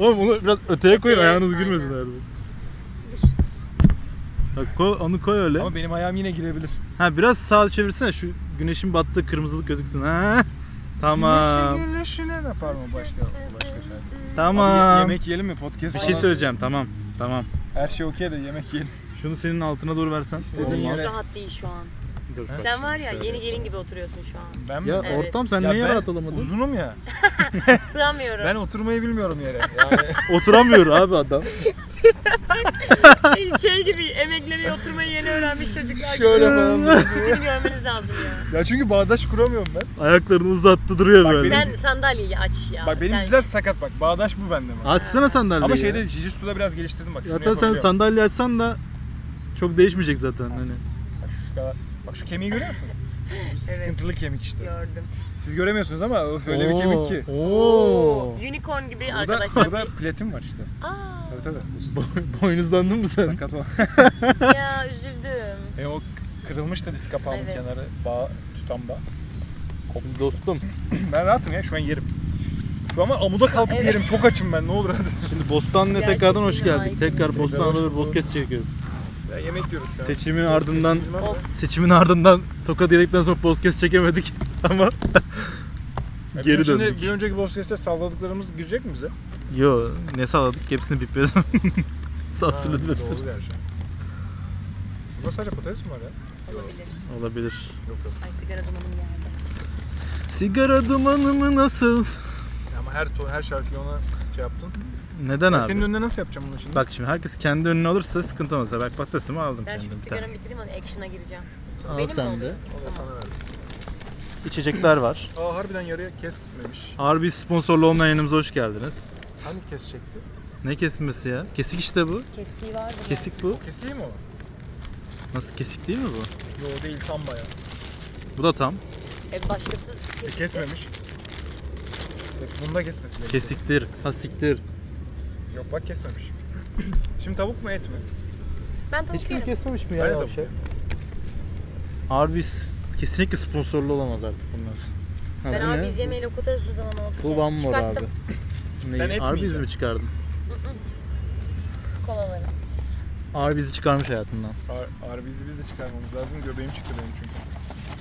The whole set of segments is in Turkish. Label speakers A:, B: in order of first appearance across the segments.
A: Oğlum onu biraz öteye koyun
B: Öteye,
A: ayağınız
B: aynen.
A: girmesin herhalde. Bak koy, onu koy öyle.
C: Ama benim ayağım yine girebilir.
A: Ha biraz sağa çevirsene şu güneşin battığı kırmızılık gözüksün. Ha. Tamam.
C: Güneşi güneşine ne yapar mı başka başka şey. Abi,
A: Tamam.
C: ye- yemek yiyelim mi podcast?
A: Bir şey
C: falan.
A: söyleyeceğim tamam. Tamam.
C: Her şey okey de yemek yiyelim.
A: Şunu senin altına doğru versen.
C: İstediğin
B: Oğlum hiç
C: yere.
B: rahat değil şu an.
A: Dur, bak
B: Sen
A: şimdi
B: var ya
A: şöyle.
B: yeni gelin gibi oturuyorsun şu an.
C: Ben mi?
A: Ya
B: Evet.
A: ortam sen
C: Ya
A: niye
C: ben
A: rahat olamadın?
C: Uzunum ya.
B: Sığamıyorum.
C: Ben oturmayı bilmiyorum yere. Yani
A: Oturamıyor abi adam.
B: şey gibi emekleri oturmayı yeni öğrenmiş çocuklar gibi.
C: şöyle falan.
B: Tipini görmeniz lazım ya.
C: ya çünkü bağdaş kuramıyorum ben.
A: Ayaklarını uzattı duruyor
C: Bak
A: böyle.
C: benim-
B: Sen sandalyeyi aç ya.
C: Bak benim
B: Sen-
C: dizler sakat bak. Bağdaş bu bende bak.
A: Açsana sandalyeyi.
C: Ama
A: ya.
C: şeyde jiu-jitsu'da biraz geliştirdim bak. şunu
A: Zaten sen
C: yapabiliyorum.
A: sandalye açsan da çok değişmeyecek zaten hani.
C: Bak şu kadar. Bak şu kemiği görüyor musun? Bu Sıkıntılı kemik işte.
B: gördüm.
C: Siz göremiyorsunuz ama öf, öyle bir kemik ki.
B: Oo.
A: Oo.
B: Unicorn gibi
C: Burada,
B: arkadaşlar.
C: burada platin var işte.
B: Aa,
C: Tabii tabii. Bu
A: Bo- Boynuzlandın mı sen?
C: Sakat o.
B: ya üzüldüm.
C: E o kırılmıştı diz kapağının
B: Evet.
C: kenarı. Bağ, tutan bağ.
A: Dostum.
C: Ben rahatım ya şu an yerim. Şu ama amuda kalkıp
B: Evet.
C: yerim. Çok açım ben ne olur hadi.
A: Şimdi Bostanlı'ya
B: Gerçekten
A: tekrardan hoş
B: harika.
A: geldik. Tekrar
C: Tekrar
A: Bostanlı'da
C: hoş
A: bir
C: bulduk.
A: podcast çekiyoruz.
C: Ya yemek yiyoruz şu an.
A: Seçimin ardından
B: Of.
A: seçimin ardından tokat yedikten sonra podcast çekemedik ama
C: Ya
A: geri
C: E, bizim
A: döndük.
C: Bir önceki podcast'te salladıklarımız girecek mi bize?
A: yo ne sağladık hepsini bipledim. Sansürledim hepsini.
C: Doğru gerçi. Burada sadece patates mi var ya?
B: Olabilir.
A: Olabilir.
C: Yok yok.
B: Ay sigara dumanım geldi.
A: Sigara dumanımı nasıl?
C: Ama her to her şarkıyı ona şey yaptın.
A: Neden
C: Ben
A: abi?
C: senin önüne nasıl yapacağım bunu şimdi?
A: Bak şimdi herkes kendi önüne alırsa sıkıntı olmaz. Bak patatesimi aldım
B: Ben şu
A: kendim. Tamam.
B: sigaramı bitireyim onu action'a gireceğim.
A: Al
B: Benim mi
A: sen de.
B: oluyor?
C: O da sana verdim.
A: İçecekler var.
C: Aa harbiden yarıya kesmemiş.
A: Harbi sponsorlu olmayan yayınımıza hoş geldiniz.
C: Hani kesecekti?
A: Ne kesmesi ya? Kesik işte bu.
B: Kestiği vardı. mı?
A: Kesik bu.
C: O keseyim mi o?
A: Nasıl kesik değil mi bu?
C: Yo değil tam bayağı.
A: Bu da tam.
B: E başkası
C: E,
B: kesti.
C: kesmemiş. Bak bunda kesmesi gerekiyor.
A: Kesiktir. Ha siktir.
C: Yok bak kesmemiş. Şimdi tavuk mu et mi?
B: Ben tavuk yerim.
A: şey kesmemiş mi şey?
C: Ben de
B: şey.
C: tavuk. yerim.
A: Arbis kesinlikle sponsorlu olamaz artık bunlar. şey- Ha,
B: Ben
A: bu ne?
B: abi izlemeyle o kadar uzun zaman oldu.
A: Bu
B: ki.
A: Van Mor abi.
B: Çıkarttım
A: Neyi?
C: Sen et mi
A: Arby's
C: yiyeceksin?
A: mi çıkardın?
B: kolaları.
A: Arbiz'i çıkarmış hayatından.
C: Ar Arby'si biz de çıkarmamız lazım. Göbeğim çıktı benim çünkü.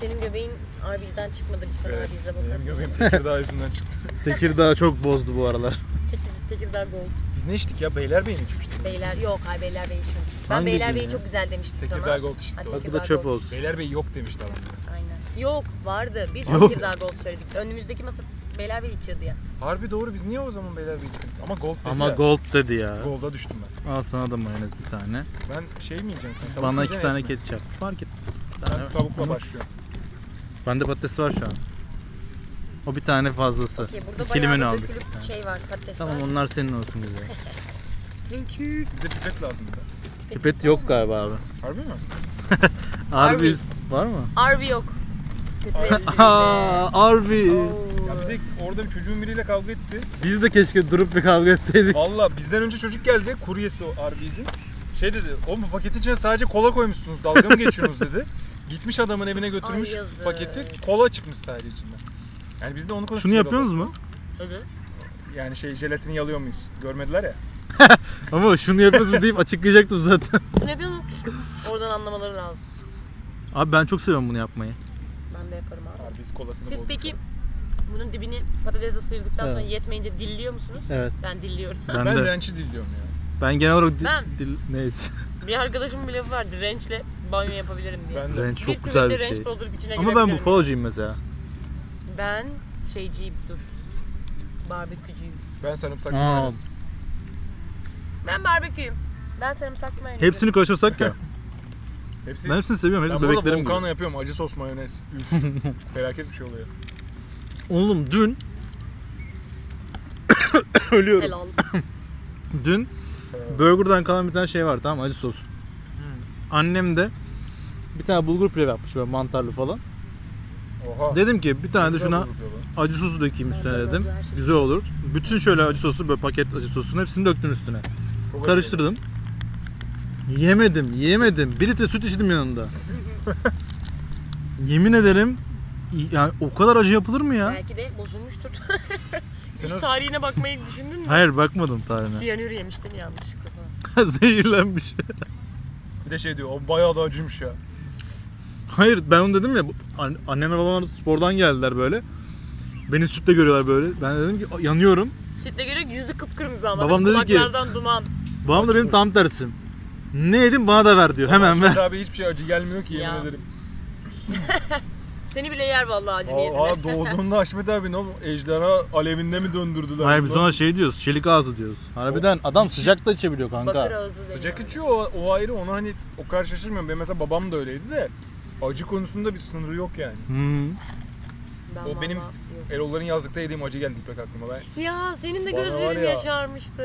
B: Senin göbeğin Arby's'den çıkmadı bir tane Arby's'e
C: Benim
B: bakalım.
C: göbeğim Tekirdağ yüzünden çıktı.
A: Tekirdağ çok bozdu bu aralar.
B: Tekir- Tekirdağ Gold.
C: Biz ne içtik ya? Beylerbeyi'ni içmiştik.
B: Beyler yok hayır Beylerbeyi içmemiş. Ben
A: Hangi
B: Beylerbeyi
A: gün ya?
B: çok güzel demiştim
C: Tekirdağ
B: sana.
C: Gold içtik.
B: Hadi
C: doğru.
A: Bak bu da
B: Tekirdağ
A: çöp
B: Gold.
A: olsun.
C: Beylerbeyi yok demişti adam.
B: Aynen. Yok vardı. Biz
A: Yok.
B: Tekirdağ Gold söyledik. Önümüzdeki masa Beylerbeyi içiyordu ya.
C: Harbi doğru biz niye o zaman Beylerbeyi içmedik? Ama Gold dedi
A: Ama
C: ya.
A: gold dedi ya.
C: Gold'a düştüm ben.
A: Al sana da mayonez bir tane.
C: Ben şey mi yiyeceksin sen? Tavuk
A: Bana
C: mu
A: iki
C: yiyeceksin,
A: tane
C: et mi?
A: ketçap. Fark etmez. Bir tane
C: Ben tavukla
A: Ama-
C: başlıyorum.
A: Bende patates var şu an. O bir tane fazlası.
B: Okey burada
A: İkili menü
B: bayağı bir
A: aldık.
B: dökülüp şey var patates
A: Tamam
B: var.
A: onlar senin olsun güzel.
C: Bize pipet lazım bir de.
B: Peki,
A: Pipet yok galiba abi.
C: Harbi mi?
A: Arby's var mı?
B: Arby yok. Kötü bir espri.
A: Ha, Arby.
C: Ya bir de orada bir çocuğun biriyle kavga etti.
A: Biz de keşke durup bir kavga etseydik.
C: Valla bizden önce çocuk geldi. Kuryesi o Arby's'in. Şey dedi, oğlum bu paketin içine sadece kola koymuşsunuz, dalga mı geçiyorsunuz dedi. Gitmiş adamın evine götürmüş
B: Ay yazık.
C: paketi, kola çıkmış sadece içinden. Yani biz de onu konuşuyoruz.
A: Şunu yapıyorsunuz mu?
C: Yani şey jelatini yalıyor muyuz? Görmediler ya.
A: Ama şunu yapıyoruz mu deyip açıklayacaktım zaten.
B: Ne yapıyorsun? Oradan anlamaları lazım.
A: Abi ben çok seviyorum bunu yapmayı.
B: Ben de yaparım abi.
C: Arby's kolasını
B: Siz
C: bulduk.
B: peki bunun dibini patatesle sıyırdıktan sonra
A: Evet.
B: yetmeyince dilliyor musunuz?
A: Evet.
B: Ben dilliyorum.
A: Ben,
C: Ben,
A: de.
C: rençi diliyorum ya.
A: Ben genel olarak di-
B: Ben-
A: dil neyse.
B: Bir arkadaşımın bir lafı vardı. Rençle banyo yapabilirim diye.
C: Ben de.
A: Ranch
B: bir
A: çok güzel bir
B: küvette
A: şey.
B: Renç doldurup içine
A: Ama ben
B: girebilirim.
A: bufalocuyum mesela.
B: Ben şeyciyim dur. Barbekücüyüm.
C: Ben sarımsaklı
A: Aa.
C: mayonez.
B: Ben barbeküyüm. Ben sarımsaklı mayonez.
A: Hepsini karıştırsak ya.
C: Hepsi...
A: Ben hepsini seviyorum. Hepsi
C: ben bu arada
A: bebeklerim gibi.
C: volkanla yapıyorum. Acı sos mayonez. Üf. Felaket bir şey oluyor.
A: Oğlum dün ölüyorum.
B: Helal.
A: Dün burgerdan kalan bir tane şey var tamam mı? acı sos. Annem de bir tane bulgur pilav yapmış böyle mantarlı falan.
C: Oha.
A: Dedim ki bir tane de
C: Güzel
A: şuna
C: bozuk ya bu.
A: acı sosu dökeyim üstüne
B: Mantarlı
A: dedim.
B: acı, her şey.
A: Güzel olur. Bütün şöyle acı sosu böyle paket acı sosunun hepsini döktüm üstüne.
C: Çok acı
A: Karıştırdım. Yemedim, yemedim. Bir litre süt içtim yanında. Yemin ederim yani o kadar acı yapılır mı ya?
B: Belki de bozulmuştur.
C: Sen
B: Hiç
C: öz-
B: tarihine bakmayı düşündün mü?
A: Hayır bakmadım tarihine.
B: Siyanür yemiştim yanlışlıkla falan.
A: Zehirlenmiş.
C: bir de şey diyor o bayağı da acıymış ya.
A: Hayır ben onu dedim ya bu- an- annemle babam spordan geldiler böyle. Beni sütle görüyorlar böyle. Ben dedim ki yanıyorum.
B: Sütle göre yüzü kıpkırmızı ama.
A: Babam dedi ki-
B: Kulaklardan duman.
A: Babam da benim tam tersim. Ne yedim bana da ver diyor. Hemen
C: Ahmet
A: ver.
C: abi hiçbir şey acı gelmiyor ki yemin
B: Ya.
C: ederim.
B: Seni bile yer vallahi acı niyetine.
C: Aa, doğduğunda Ahmet abi ne oldu? Ejderha alevinde mi döndürdüler?
A: Hayır biz
C: Nasıl-
A: ona şey diyoruz. Çelik ağzı diyoruz. Harbiden adam sıcak da içebiliyor
B: Bakır
A: kanka.
B: ağızlı
C: Sıcak
B: deniyor.
C: içiyor o, o ayrı ona hani o kadar şaşırmıyorum. Benim mesela babam da öyleydi de acı konusunda bir sınırı yok yani.
A: Hmm.
B: Ben
C: O benim
B: vallahi yok.
C: Erol'ların yazlıkta yediğim acı geldi İpek aklıma. Ben,
B: Ya senin de
C: Bana var
B: gözlerin
C: ya.
B: yaşarmıştı.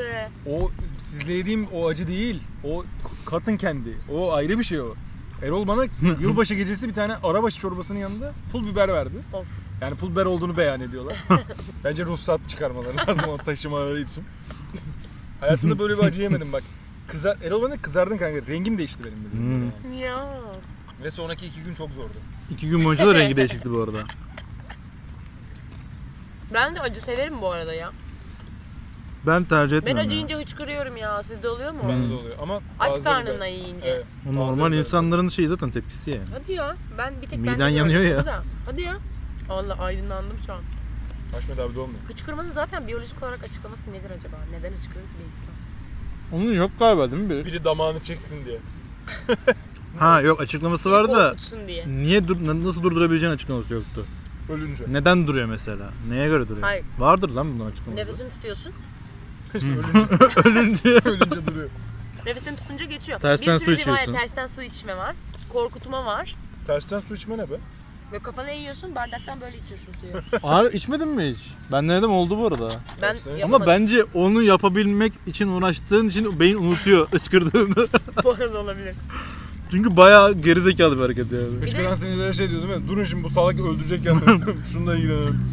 C: o sizle yediğim o acı değil. O k- katın kendi. O ayrı bir şey o. Erol bana yılbaşı gecesi bir tane arabaşı çorbasının yanında pul biber verdi.
B: Of.
C: Yani pul biber olduğunu beyan ediyorlar. Bence ruhsat çıkarmaları lazım o taşımaları için. Hayatımda böyle bir acı yemedim bak. Kızar, Erol bana kızardın kanka. Rengim değişti benim. bir de.
A: Hmm.
C: Yani.
B: Ya.
C: Ve sonraki iki gün çok zordu.
A: İki gün boyunca da rengi değişikti bu arada.
B: Ben de acı severim bu arada ya.
A: Ben tercih
B: Ben
A: etmiyorum. ya.
B: acıyınca hıçkırıyorum ya. Sizde oluyor mu?
C: Bende de oluyor ama
B: Aç
C: bazıları
B: karnınla
C: da-
B: yiyince.
C: Evet,
A: O normal
C: bazıları da-
A: insanların şeyi zaten tepkisi ya.
B: Hadi ya. Ben bir tek
A: Miden
B: bende de
A: yanıyor
B: öyle
A: ya.
B: da. Hadi ya. Allah aydınlandım şu an.
C: Haşmet abi de olmuyor.
B: Hıçkırmanın zaten biyolojik olarak açıklaması nedir acaba? Neden hıçkırıyor ki bir insan?
A: Onun yok galiba değil mi biri?
C: Biri damağını çeksin diye.
A: Ha yok açıklaması
B: Biri
A: vardı da
B: korkutsun diye.
A: niye dur, na- nasıl durdurabileceğin açıklaması yoktu.
C: Ölünce.
A: Neden duruyor mesela? Neye göre duruyor?
B: Hayır.
A: Vardır lan bunun açıklaması.
B: Nefesini tutuyorsun.
C: işte ölünce. ölünce. ölünce duruyor.
B: Nefesini tutunca geçiyor.
A: Tersten
B: bir sürü
A: su
B: rivayet,
A: içiyorsun.
B: Tersten su içme var. Korkutma var.
C: Tersten su içme ne be?
B: Böyle kafana yiyorsun bardaktan böyle içiyorsun suyu.
A: Ağır içmedin mi hiç? Ben denedim oldu bu arada.
B: Ben
C: Tersten içme.
A: Ama
B: yapamadım.
A: bence onu yapabilmek için uğraştığın için beyin unutuyor ıçkırdığını.
B: Bu arada olabilir.
A: Çünkü bayağı gerizekalı bir hareket yani.
C: Hıçkıran sinirlere şey diyor değil mi? Durun şimdi bu salak öldürecek yani. Şununla ilgilenelim.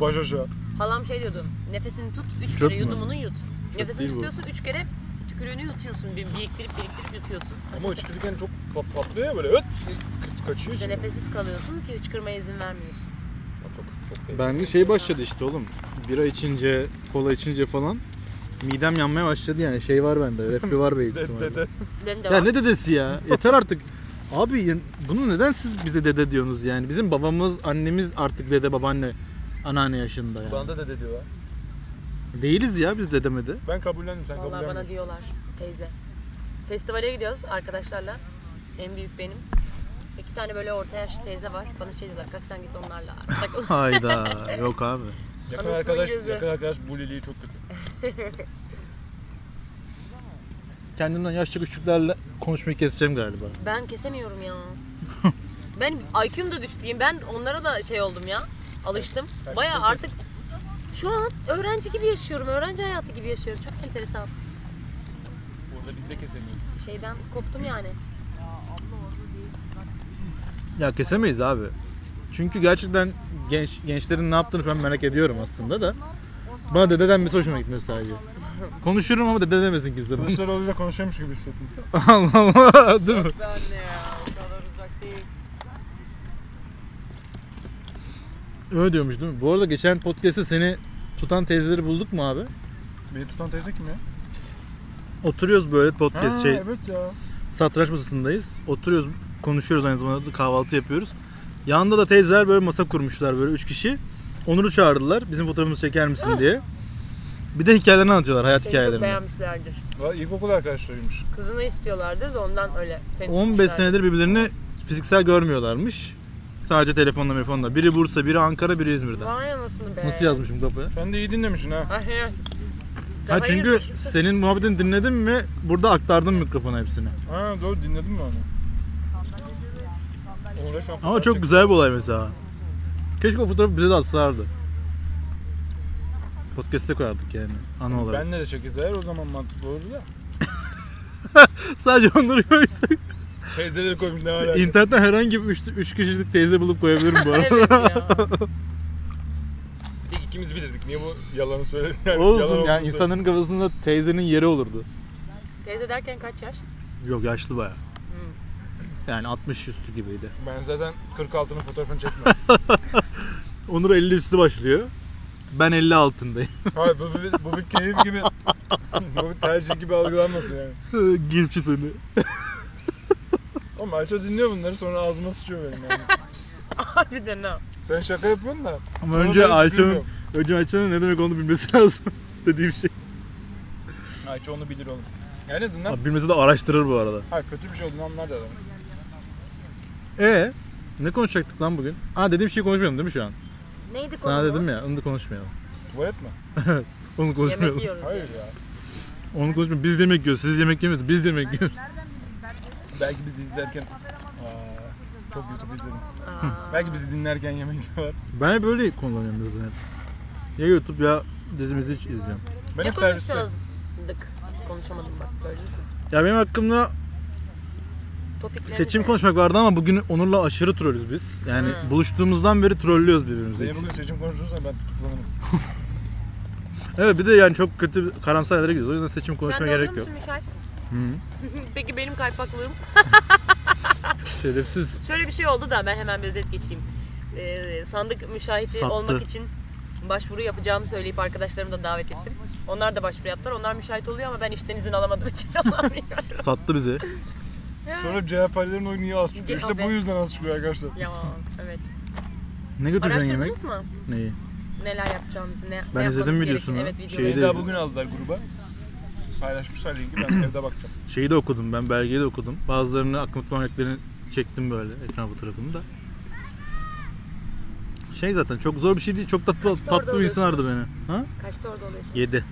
C: Baş aşağı.
B: Halam şey diyordu. Nefesini tut, üç
A: Çöp
B: kere
A: mü?
B: yudumunu yut. nefesini
A: değil bu.
B: tutuyorsun, üç kere tükürüğünü yutuyorsun. Bir biriktirip biriktirip yutuyorsun.
C: Ama hıçkırırken çok pat- patlıyor ya böyle öt. Kaçıyor
B: İşte
C: içinden.
B: şey nefessiz kalıyorsun ki hıçkırmaya izin vermiyorsun.
C: Ama Çok, çok tehlikeli.
A: Ben de şey başladı işte oğlum. Bira içince, kola içince falan midem yanmaya başladı yani. Şey var bende, reflü var büyük
C: De,
A: ihtimalle.
C: de, de.
B: Benim de
A: Ya
B: var.
A: ne dedesi ya? Yeter artık. Abi ya- bunu neden siz bize dede diyorsunuz yani? Bizim babamız, annemiz artık dede, babaanne, anneanne yaşında yani.
C: Bana da dede diyorlar.
A: Değiliz ya biz dedemede.
C: Ben kabullendim sen
B: Vallahi bana
C: kabullenmiyorsun.
B: diyorlar teyze. Festivale gidiyoruz arkadaşlarla. En büyük benim. İki tane böyle orta yaşlı teyze var. Bana şey diyorlar kalk sen git onlarla. takıl."
A: Hayda yok abi.
C: Yakın
B: Anasının
C: arkadaş,
B: gözü.
C: yakın arkadaş bu liliği çok kötü.
A: Kendimden yaşlı küçüklerle konuşmayı keseceğim galiba.
B: ben kesemiyorum ya. ben IQ'm da düştü. Ben onlara da şey oldum ya. Alıştım.
C: Herkes
B: Baya
C: de-
B: artık şu an öğrenci gibi yaşıyorum. Öğrenci hayatı gibi yaşıyorum. Çok enteresan.
C: Burada biz de kesemiyoruz.
B: Şeyden koptum yani.
A: Ya kesemeyiz abi. Çünkü gerçekten genç gençlerin ne yaptığını ben merak ediyorum aslında da. Bana dededen bir hoşuma gitmiyor sadece. Konuşurum ama dede demesin kimse.
C: Kılıçdaroğlu'yla konuşuyormuş gibi hissettim.
A: Allah Allah değil mi?
D: Ben de ya o kadar uzak değil.
A: Öyle diyormuş değil mi? Bu arada geçen podcast'te seni tutan teyzeleri bulduk mu abi?
C: Beni tutan teyze kim ya?
A: Oturuyoruz böyle podcast
C: Ha,
A: şey
C: evet ya.
A: satranç masasındayız. Oturuyoruz konuşuyoruz aynı zamanda kahvaltı yapıyoruz. Yanında da teyzeler böyle masa kurmuşlar böyle üç kişi. Onur'u çağırdılar bizim fotoğrafımızı çeker misin diye. Bir de hikayelerini anlatıyorlar hayat
B: Seni çok
A: hikayelerini.
B: beğenmişlerdir.
C: Valla ilkokul arkadaşlarıymış.
B: Kızını istiyorlardır da ondan öyle. Seni
A: 15
B: tutmuşlardır.
A: senedir birbirlerini fiziksel görmüyorlarmış. Sadece telefonla telefonla. Biri Bursa, biri Ankara, biri İzmir'den.
B: Vay anasını be.
A: Nasıl yazmışım kafaya?
C: Sen de iyi dinlemişsin ha.
B: Hayır.
A: Ha çünkü
B: Hayırdır?
A: senin muhabbetini dinledim ve burada aktardım mikrofona hepsini.
C: Ha doğru dinledim mi onu? Onur'a şu an
A: Ama çok güzel bir olay mesela. Keşke o fotoğrafı bize de atsalardı. Podcast'e koyardık yani ana olarak.
C: Ben nereye çekilse eğer o zaman mantıklı olurdu da.
A: Sadece onları koysak.
C: Teyzeleri koymuş ne alaka.
A: İnternetten herhangi bir 3 kişilik teyze bulup koyabilirim bu arada.
B: Evet ya.
C: Bir tek ikimiz bilirdik. Niye bu yalanı söyledin? Yani yalan
A: Olsun
C: olduğunu
A: yani insanların kafasında teyzenin yeri olurdu.
B: Teyze derken kaç yaş?
A: Yok yaşlı baya. Yani 60 üstü gibiydi.
C: söyledim. Ben zaten 46'nın fotoğrafını çekmem.
A: Onur 50 üstü başlıyor. Ben 50 altındayım.
C: Hayır bu, bu, bu bir keyif gibi, bu bir tercih gibi algılanmasın yani.
A: Girpçi seni.
C: Oğlum Ayça dinliyor bunları sonra ağzıma sıçıyor benim yani.
B: Harbiden ha.
C: Sen şaka yapıyorsun da.
A: Ama
C: sonra
A: önce
C: ben hiç
A: Ayça'nın
C: gülmüyorum.
A: önce Ayça'nın ne demek olduğunu bilmesi lazım dediğim şey.
C: Ayça onu bilir oğlum. En azından
A: Abi bilmesi de araştırır bu arada.
C: ha, kötü bir şey olduğunu anlar da adam.
A: E ne konuşacaktık lan bugün? Aa dediğim şeyi konuşmayalım değil mi şu an?
B: Neydi konumuz?
A: Sana dedim ya onu da konuşmayalım.
C: Tuvalet mi?
A: Onu
B: Yemek
A: konuşmayalım.
B: yiyoruz.
C: Hayır ya.
A: Onu konuşmayalım. Biz yemek yiyoruz. Siz yemek yemiyorsunuz. Biz yemek yiyoruz.
C: Belki bizi izlerken... Aa, çok YouTube izledim.
B: Aa.
C: Belki bizi dinlerken yemek yiyorlar.
A: Ben hep böyle kullanıyorum zaten hep. Ya YouTube ya dizimizi hiç izliyorum.
C: Ben
B: Ne
C: hep serviste.
B: konuşuyorduk? şey. Konuşamadım bak gördün mü?
A: Ya benim hakkımda
B: Topiklerimiz
A: seçim
B: ne?
A: konuşmak vardı ama bugün Onur'la aşırı trollüz biz. Yani
B: Hı.
A: buluştuğumuzdan beri trollüyoruz birbirimizi.
C: Zeynep bugün seçim konuşursan ben tutuklanırım.
A: Evet bir de yani çok kötü karamsar yerlere gidiyoruz. O yüzden seçim
B: Sen de
A: konuşmaya
B: oluyor
A: gerek yok.
B: musun müşahit?
A: Hı.
B: Peki benim kaypaklığım?
A: Şerefsiz.
B: Şöyle bir şey oldu da ben hemen bir özet geçeyim. Ee, sandık müşahidi
A: Sattı.
B: olmak için başvuru yapacağımı söyleyip arkadaşlarımı da davet ettim. Onlar da başvuru yaptılar. Onlar müşahit oluyor ama ben işten izin alamadığım için alamıyorum.
A: Sattı bizi.
C: Sonra CHP'lerin oyu niye az çıkıyor? İşte bu
B: CHP.
C: yüzden az çıkıyor arkadaşlar.
A: Şey
B: ya evet.
A: Ne götüreceksin yemek?
B: Araştırdınız mı?
A: Neyi?
B: Neler yapacağımızı, ne, ne
A: Ben
B: yapmamız
A: izledim videosunu.
B: gerektiğini- Evet, videoyu.
A: Şeyi de
C: Beni daha
A: izledim.
C: bugün aldılar gruba. Paylaşmışlar linki ben evde bakacağım.
A: Şeyi de okudum ben belgeyi de okudum. Bazılarını aklımda örneklerini çektim böyle ekran fotoğrafını da. Şey zaten çok zor bir şey değil. Çok tatlı
B: Kaçta orada
A: tatlı bir insan aradı beni. Ha?
B: Kaçta orada oluyorsun?
A: 7.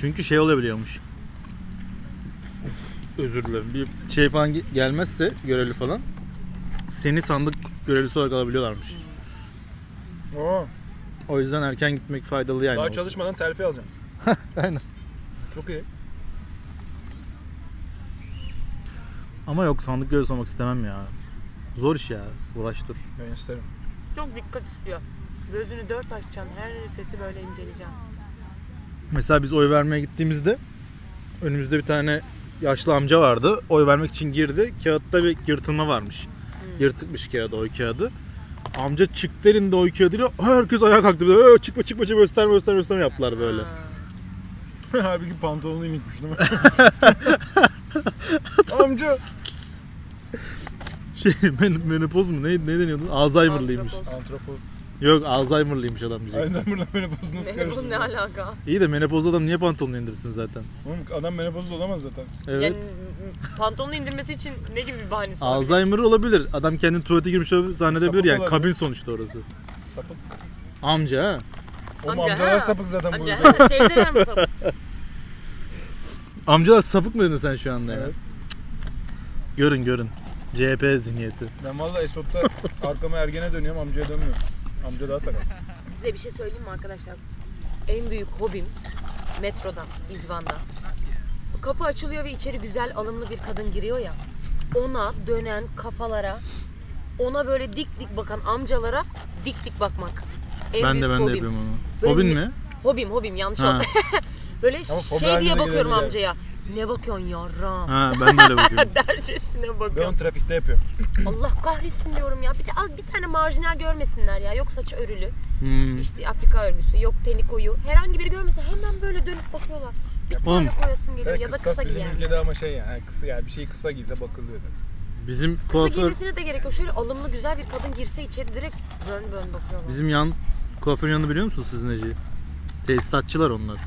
A: Çünkü şey olabiliyormuş. Özür dilerim. Bir şey falan ge- gelmezse görevli falan seni sandık görevlisi olarak alabiliyorlarmış.
C: Oo,
A: O yüzden erken gitmek faydalı yani.
C: daha çalışmadan terfi alacağım.
A: Aynen.
C: Çok iyi.
A: Ama yok sandık görevlisi olmak istemem ya. Zor iş ya. Uğraş dur.
C: Ben isterim.
B: Çok dikkat istiyor. Gözünü dört açacaksın. Her nefesi böyle inceleyeceksin.
A: Mesela biz oy vermeye gittiğimizde önümüzde bir tane yaşlı amca vardı. Oy vermek için girdi. Kağıtta bir yırtılma varmış. Yırtıkmış kağıdı, oy kağıdı. Amca çıktı elinde oy kağıdıyla herkes ayağa kalktı. Bir de, "Ee, çıkma çıkma çıkma gösterme gösterme gösterme yaptılar böyle.
B: Ha.
C: Halbuki pantolonunu inikmiş değil mi? Amca.
A: Şey men- menopoz mu ne, ne deniyordu? Alzheimer'lıymış.
B: Antropoz.
C: Antropoz.
A: Yok Alzheimer'lıymış adam diyecek.
C: Alzheimer'la menopozu nasıl
B: Ne, bu ne
C: karıştırıyor?
B: alaka?
A: İyi de menopozlu adam niye pantolonunu indirsin zaten?
C: Oğlum adam menopozlu olamaz zaten.
A: Evet.
B: Yani pantolonu indirmesi için ne gibi bir bahanesi var?
A: Alzheimer olabilir. Adam kendini tuvalete girmiş olabilir, zannedebilir
C: Sapık
A: yani.
C: olabilir.
A: Kabin sonuçta orası.
C: Sapık.
A: Amca ha.
C: Oğlum
B: Amca,
C: amcalar
B: ha.
C: sapık zaten bu
B: Amca
C: yüzden.
B: teyzeler mi sapık?
A: Amcalar sapık mı dedin sen şu anda ya?
C: Evet.
A: Görün görün. CHP zihniyeti.
C: Ben valla Esot'ta arkama ergene dönüyorum amcaya dönmüyorum. Amca daha sakat.
B: Size bir şey söyleyeyim mi arkadaşlar? En büyük hobim metroda, İzban'da. Kapı açılıyor ve içeri güzel alımlı bir kadın giriyor ya. Ona dönen kafalara, ona böyle dik dik bakan amcalara dik dik bakmak. En
A: ben de ben
B: büyük
A: de
B: fobim.
A: yapıyorum onu.
B: Benim-
A: Fobin mi?
B: Hobim hobim yanlış
A: Ha.
B: oldu. böyle
C: Ama fobi
B: şey
C: haline
B: diye
C: de
B: bakıyorum
C: gelebilir.
B: amcaya. Ne bakıyorsun yarram?
A: Ha ben de öyle bakıyorum.
B: Dercesine
C: Ben onu
B: bakıyorum.
C: trafikte yapıyorum.
B: Allah kahretsin diyorum ya. Bir de az bir tane marjinal görmesinler ya. Yok saçı örülü.
A: Hmm.
B: İşte Afrika örgüsü, yok teni koyu. Herhangi biri görmese hemen böyle dönüp bakıyorlar. Bir
A: Oğlum,
B: tane koyasım geliyor
C: Yani
B: ya da
C: kıstas
B: kısa
C: bizim
B: giyen.
C: ülkede ama şey yani, yani kısa yani bir şey kısa giyse bakılıyor zaten.
A: Bizim
B: Kısa
A: kuaför
B: giymesine de gerek yok. Şöyle alımlı güzel bir kadın girse içeri direkt bön bön bakıyorlar.
A: bizim yan kuaförün yanını biliyor musun siz Neci? Tesisatçılar onlar.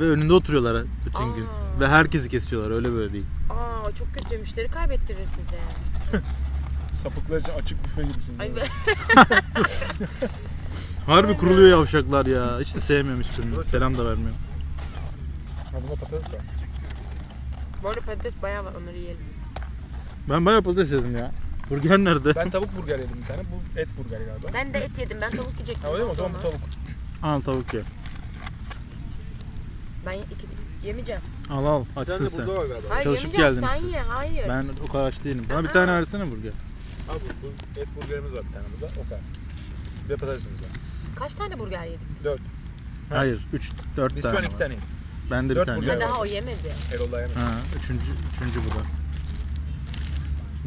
A: Ve önünde oturuyorlar bütün gün.
B: Aa.
A: Ve herkesi kesiyorlar öyle böyle değil.
B: Aa çok kötü müşteri kaybettirir size.
C: Sapıklar için açık büfe gibisin.
B: Ay
C: yani.
B: be.
A: Harbi kuruluyor yavşaklar ya. Hiç de sevmiyorum hiçbirini.
C: Burası-
A: Selam da vermiyorum.
C: Ha bunda patates var.
B: Bu arada patates bayağı var onları yiyelim.
A: Ben bayağı patates yedim ya. Burger nerede?
C: Ben tavuk burger yedim bir tane. Bu et burger galiba.
B: Ben de et yedim. Ben tavuk yiyecektim.
C: Ha öyle mi? O zaman bu tavuk.
A: Al tavuk ye.
B: Ben iki, yemeyeceğim.
A: Al al açsın sen.
C: var galiba.
B: Hayır
A: Çalışıp
B: yemeyeceğim.
A: geldiniz
B: Sen
A: siz.
B: ye. Hayır.
A: Ben o kadar aç değilim. Bana bir
B: Aa.
A: tane versene burger.
C: Abi bu et burgerimiz var bir tane burada. O kadar. Bir de patatesimiz var.
B: Kaç tane burger yedik?
C: Dört. Ha.
A: Hayır 3 4
C: Biz
A: tane.
C: şu an
A: var.
C: iki tane yedik.
A: Ben de bir
C: Dört
A: tane.
C: burger.
B: Ha,
A: yedim.
C: Evet.
B: daha o yemedi.
C: Erol'la yemek.
A: Ha, üçüncü, üçüncü bu da.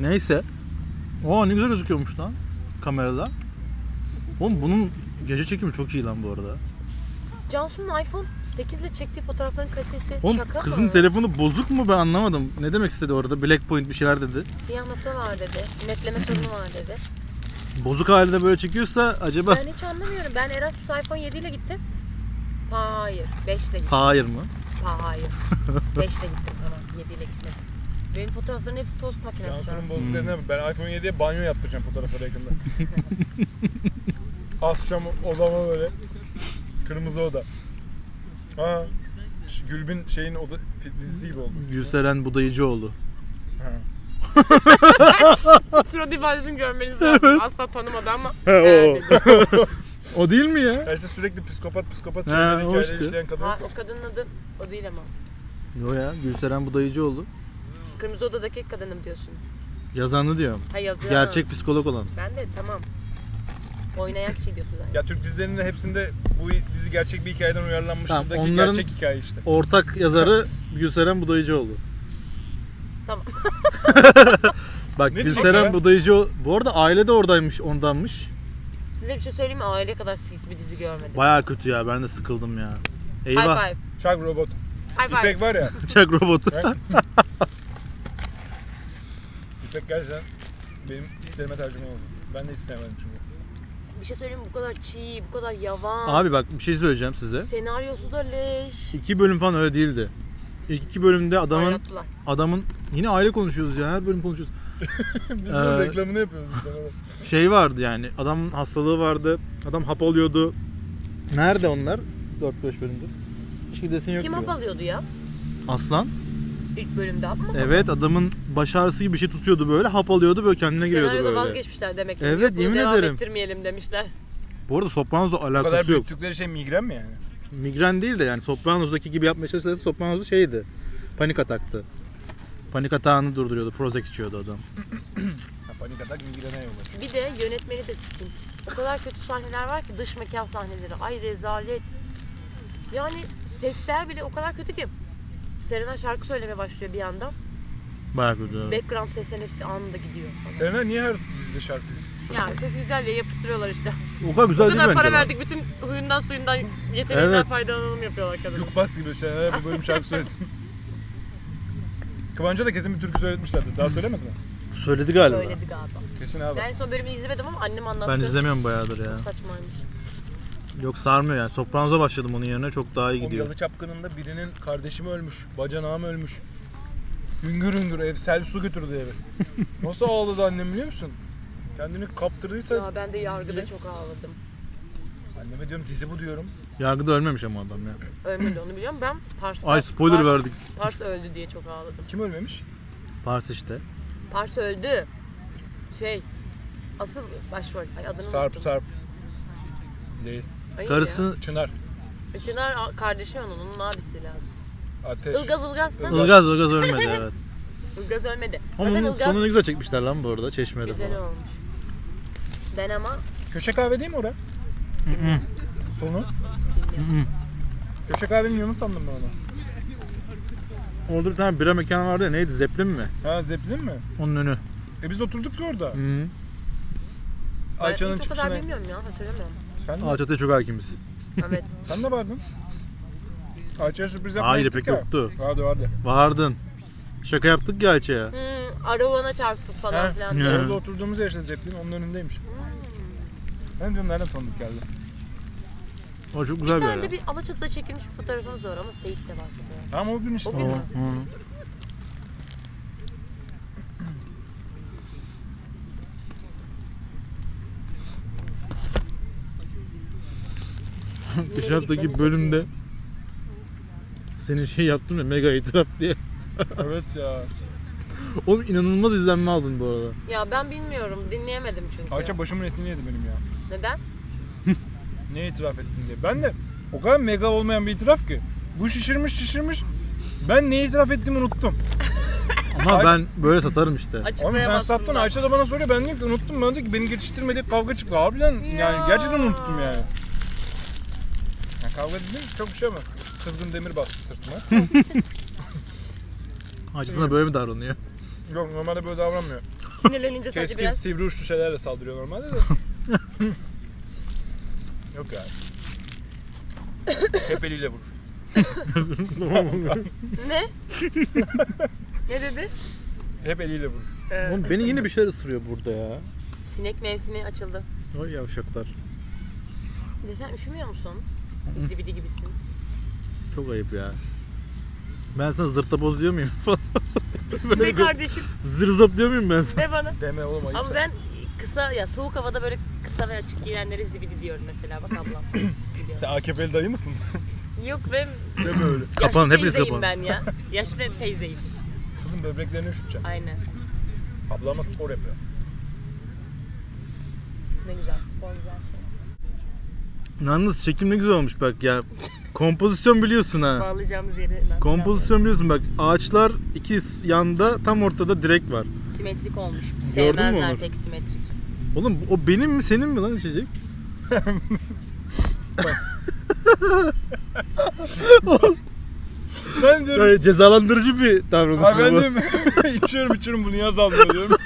A: Neyse. Oo ne güzel gözüküyormuş lan kamerada. Oğlum bunun Gece çekimi çok iyi lan bu arada.
B: Cansu'nun iPhone 8 ile çektiği fotoğrafların kalitesi
A: Oğlum
B: şaka
A: kızın
B: mı?
A: telefonu bozuk mu ben anlamadım. Ne demek istedi orada? Black point bir şeyler dedi.
B: Siyah nokta var dedi. Netleme sorunu var dedi.
A: Bozuk halde böyle çekiyorsa acaba
B: Ben hiç anlamıyorum. Ben Erasmus iPhone 7 ile gittim. Hayır. 5 ile gittim.
A: hayır mı?
B: Hayır. 5 ile gittim tamam. 7 ile gitmedim. Benim fotoğrafların hepsi tost makinesi.
C: Cansu'nun bozduklarına bak. Ben iPhone 7'ye banyo yaptıracağım fotoğrafları yakında. Asacağım odama böyle. Kırmızı oda. Ha. şu Gülbin şeyin oda fi- dizisi gibi oldu.
A: Gülseren Budayıcıoğlu.
C: Ha.
E: Surat ifadesini görmeniz lazım. Asla tanımadı ama
A: o. o değil mi ya?
C: Ya işte sürekli psikopat psikopat
A: Ha,
C: şeyleri
A: o
C: hikayeleri
A: işte.
C: işleyen kadın.
B: Ha, o kadının adı o değil ama.
A: Yo ya Gülseren Budayıcıoğlu.
B: Kırmızı odadaki kadınım diyorsun.
A: Yazanı diyorum.
B: Ha yazıyor. ama.
A: Gerçek psikolog olan.
B: Ben de tamam. Oynayan şey diyorsun zaten.
C: Ya Türk dizilerinin hepsinde bu dizi gerçek bir hikayeden
A: Tamam,
C: uyarlanmıştaki
A: onların-
C: gerçek hikaye işte.
A: Ortak yazarı Gülseren Budayıcıoğlu.
B: Tamam.
A: Bak
C: Ne
A: Gülseren
C: diyor?
A: Budayıcıoğlu. Bu arada aile de oradaymış ondanmış.
B: Size bir şey söyleyeyim mi? Aile kadar sikik bir dizi görmedim.
A: Baya kötü ya ben de sıkıldım ya.
B: High
A: Eyvah.
B: five.
C: Şak robot.
B: High five.
C: İpek var ya.
A: Çak robotu.
C: İpek gerçekten benim isteme tercüme oldu. Ben de istemedim çünkü.
B: Bir şey söyleyeyim mi? Bu kadar çiğ, bu kadar yavan.
A: Abi bak bir şey söyleyeceğim size.
B: Senaryosu da leş.
A: İki bölüm falan öyle değildi. İlk iki bölümde adamın
B: Oynattılar.
A: adamın yine aile konuşuyoruz ya her bölüm konuşuyoruz.
C: Biz
A: Ee,
C: bunun reklamını yapıyoruz istemeden.
A: Şey vardı yani adamın hastalığı vardı. Adam hap alıyordu. Nerede onlar? 4-5 bölümdür. Hiç gidesin yok
B: Kim
A: diyor.
B: hap alıyordu ya?
A: Aslan.
B: İlk bölümde hap mı?
A: Evet adamın baş ağrısı gibi bir şey tutuyordu böyle. Hap alıyordu böyle kendine giriyordu
B: Senaryoda
A: böyle.
B: vazgeçmişler demek ki.
A: Evet,
B: Yok, bunu
A: yemin
B: devam
A: ederim.
B: ettirmeyelim demişler.
A: Bu arada Sopranos'la
C: Bu kadar
A: alakası yok.
C: büyüttükleri şey migren mi yani?
A: Migren değil de yani Sopranos'daki gibi yapmaya çalışırsa Sopranos'da şeydi. Panik ataktı. Panik atağını durduruyordu. Prozac içiyordu adam.
C: Ha, panik atak migrene yol açıyor.
B: Bir de yönetmeni de sikeyim. O kadar kötü sahneler var ki dış mekan sahneleri. Ay rezalet. Yani sesler bile o kadar kötü ki. Serena şarkı söylemeye başlıyor bir anda.
A: Bayağı kötü. evet.
B: Background seslerin hepsi anında gidiyor.
C: Selena niye her dizide şarkı söylüyor?
B: Yani ses güzel diye yapıştırıyorlar işte.
A: O kadar güzel
E: bu
A: değil
E: kadar para
A: bence. lan.
E: verdik bütün huyundan suyundan yeteneğinden
A: Evet.
E: faydalanalım yapıyorlar kadın.
C: Jukebox gibi şeyler bu bölüm şarkı söyledi. Kıvanç'a da kesin bir türkü söyletmişlerdir. Daha söylemedi mi?
A: Söyledi galiba.
B: Söyledi galiba.
C: Kesin abi.
B: Ben en son bölümü izlemedim ama annem anlattı.
A: Ben izlemiyorum bayağıdır ya.
B: Saçmaymış.
A: Yok sarmıyor yani. Sopranos'a başladım onun yerine çok daha iyi
C: Oğlum
A: gidiyor.
C: Yalı Çapkını'nda birinin kardeşim ölmüş, bacanağım ölmüş. Hüngür hüngür ev, sel su götürdü evi. Nasıl ağladı annem biliyor musun? Kendini kaptırdıysa...
B: Ya ben de yargıda
C: diziye-
B: çok ağladım.
C: Anneme diyorum dizi bu diyorum.
A: Yargıda ölmemiş ama adam ya.
B: Ölmedi onu biliyorum. Ben Pars'ta...
A: Ay spoiler
B: Pars,
A: verdik.
B: Pars öldü diye çok ağladım.
C: Kim ölmemiş?
A: Pars işte.
B: Pars öldü. Şey... Asıl başrol. Ay adını
C: Sarp,
B: unuttum.
C: Sarp. Değil.
B: Ay,
A: Karısı
C: Çınar.
B: ya. Çınar a- kardeşi onun. Onun abisi lazım.
C: Ateş.
B: Ilgaz Ilgaz. ha?
A: Ilgaz Ilgaz ölmedi evet.
B: Ilgaz ölmedi.
A: Ama
B: Zaten
A: onun
B: Ilgaz
A: sonunu ne güzel çekmişler lan bu arada çeşmede
B: güzel
A: falan.
B: olmuş. Ben ama
C: Köşe kahve değil mi ora? Sonu. Köşe kahvenin yanı sandım ben onu.
A: Orada bir tane bira mekanı vardı ya neydi Zeplin mi?
C: Ha Zeppelin mi?
A: Onun önü.
C: E biz oturduk ya orada.
A: Hı.
B: ben
C: Ayça'nın
B: hiç o kadar
C: çıkışına.
B: bilmiyorum ya. Hatırlamıyorum.
C: Sen,
A: Alçat'a çok hakimiz.
B: Evet.
C: sen de vardın. Ayça'ya sürpriz yapmaya
A: Hayır
C: gittik
A: pek
C: ya.
A: yoktu.
C: Vardı vardı.
A: Vardın. Şaka yaptık ya Ayça'ya.
B: Hmm, arabana çarptık
C: Ha.
B: falan filan.
A: Ya.
B: diye.
C: Orada oturduğumuz yer işte Zeppelin onun önündeymiş. Ben diyorum nereden tanıdık geldi.
A: O çok güzel
B: Bir
A: bir
B: tane
A: yer.
B: de
A: ya.
B: bir Alaçatı'da çekilmiş bir fotoğrafımız var ama Seyit de var fotoğraf.
C: Ama o gün işte.
B: O gün mü?
A: Hı. Geçen haftaki bölümde senin şey yaptım ya mega itiraf diye.
C: evet ya.
A: Oğlum inanılmaz izlenme aldın bu arada.
B: Ya ben bilmiyorum dinleyemedim çünkü.
C: Ayça başımın etini yedi benim ya.
B: Neden?
C: Ne itiraf ettin diye. Ben de o kadar mega olmayan bir itiraf ki. Bu şişirmiş şişirmiş. Ben ne itiraf ettiğimi unuttum.
A: Ama ben böyle satarım işte.
C: Oğlum sen
E: Açıklayamazsın.
C: sattın
E: da.
C: Ayça da bana soruyor ben diyorum ki unuttum ben diyor ki beni geçiştirmedi kavga çıktı harbiden yani
B: Ya.
C: gerçekten unuttum yani. Ya kavga dedim çok bir şey ama kızgın demir bastı sırtıma.
A: Acısına böyle mi davranıyor?
C: Yok normalde böyle davranmıyor.
E: Sinirlenince sadece
C: Keskin
E: biraz
C: sivri uçlu şeylerle saldırıyor normalde de. Yok ya. Hep eliyle vurur.
B: Ne? ne dedi?
C: Hep eliyle vurur.
A: Oğlum beni yine bir şeyler ısırıyor burada ya.
B: Sinek mevsimi açıldı.
A: Oy yavşaklar.
B: Ne sen üşümüyor musun? İzibidi gibisin.
A: Çok ayıp ya. Ben sana zırtapoz diyor muyum? Falan.
E: Ne kardeşim
A: Zırzop diyor muyum ben sana?
E: ne bana.
C: Deme oğlum ayıp
B: Ama
C: sen.
B: ben kısa ya soğuk havada böyle kısa ve açık giyinenlere zibidi diyorum mesela bak ablam. Biliyor.
C: Sen AKP'li dayı mısın?
E: Yok ben
C: Deme öyle.
A: Kapanın
B: Yaşlı
A: hepiniz
B: teyzeyim
A: kapanın.
B: ben ya. Yaşlı teyzeyim.
C: Kızım böbreklerini üşüteceksin.
B: Aynen.
C: Ablama spor yapıyor.
B: Ne güzel spor güzel şey.
A: Yalnız çekim ne güzel olmuş bak ya. Kompozisyon biliyorsun ha.
E: bağlayacağımız yeri ben.
A: Kompozisyon biliyorsun bak. Ağaçlar iki s- yanda tam ortada direk var.
B: Simetrik olmuş.
A: Gördün mü
B: Sevmezler
A: Onur?
B: pek simetrik.
A: Oğlum o benim mi senin mi lan içecek?
C: Ben diyorum.
A: Böyle cezalandırıcı bir davranış.
C: Ha ben
A: bu.
C: diyorum. içiyorum içiyorum bunu yaz almıyor diyorum.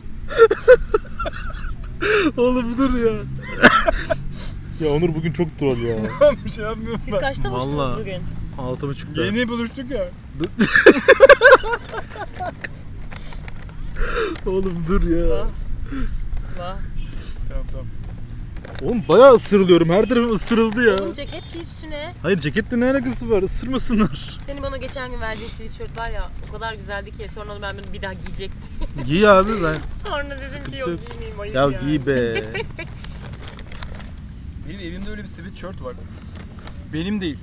A: Oğlum dur ya. ya Onur bugün çok troll ya.
C: Ben bir şey yapmıyorum
B: Siz
C: ben.
B: kaçta buluştunuz
A: Vallahi.
B: bugün?
A: Altı buçukta.
C: Yeni buluştuk ya.
A: Oğlum dur ya.
B: Vah.
C: Tamam tamam.
A: Oğlum bayağı ısırılıyorum. Her tarafım ısırıldı ya.
B: Oğlum ceket giy üstüne.
A: Hayır ceketle ne alakası var? Isırmasınlar.
B: Senin bana geçen gün verdiğin sweatshirt var ya o kadar güzeldi ki sonra onu ben bir daha giyecektim.
A: Giy abi ben.
E: Sonra dedim ki
A: Sıkıntı
E: yok
A: yok.
E: giymeyeyim ayıp
A: Ya
E: ya.
A: giy be.
C: Benim evimde öyle bir sweatshirt var. Benim değil.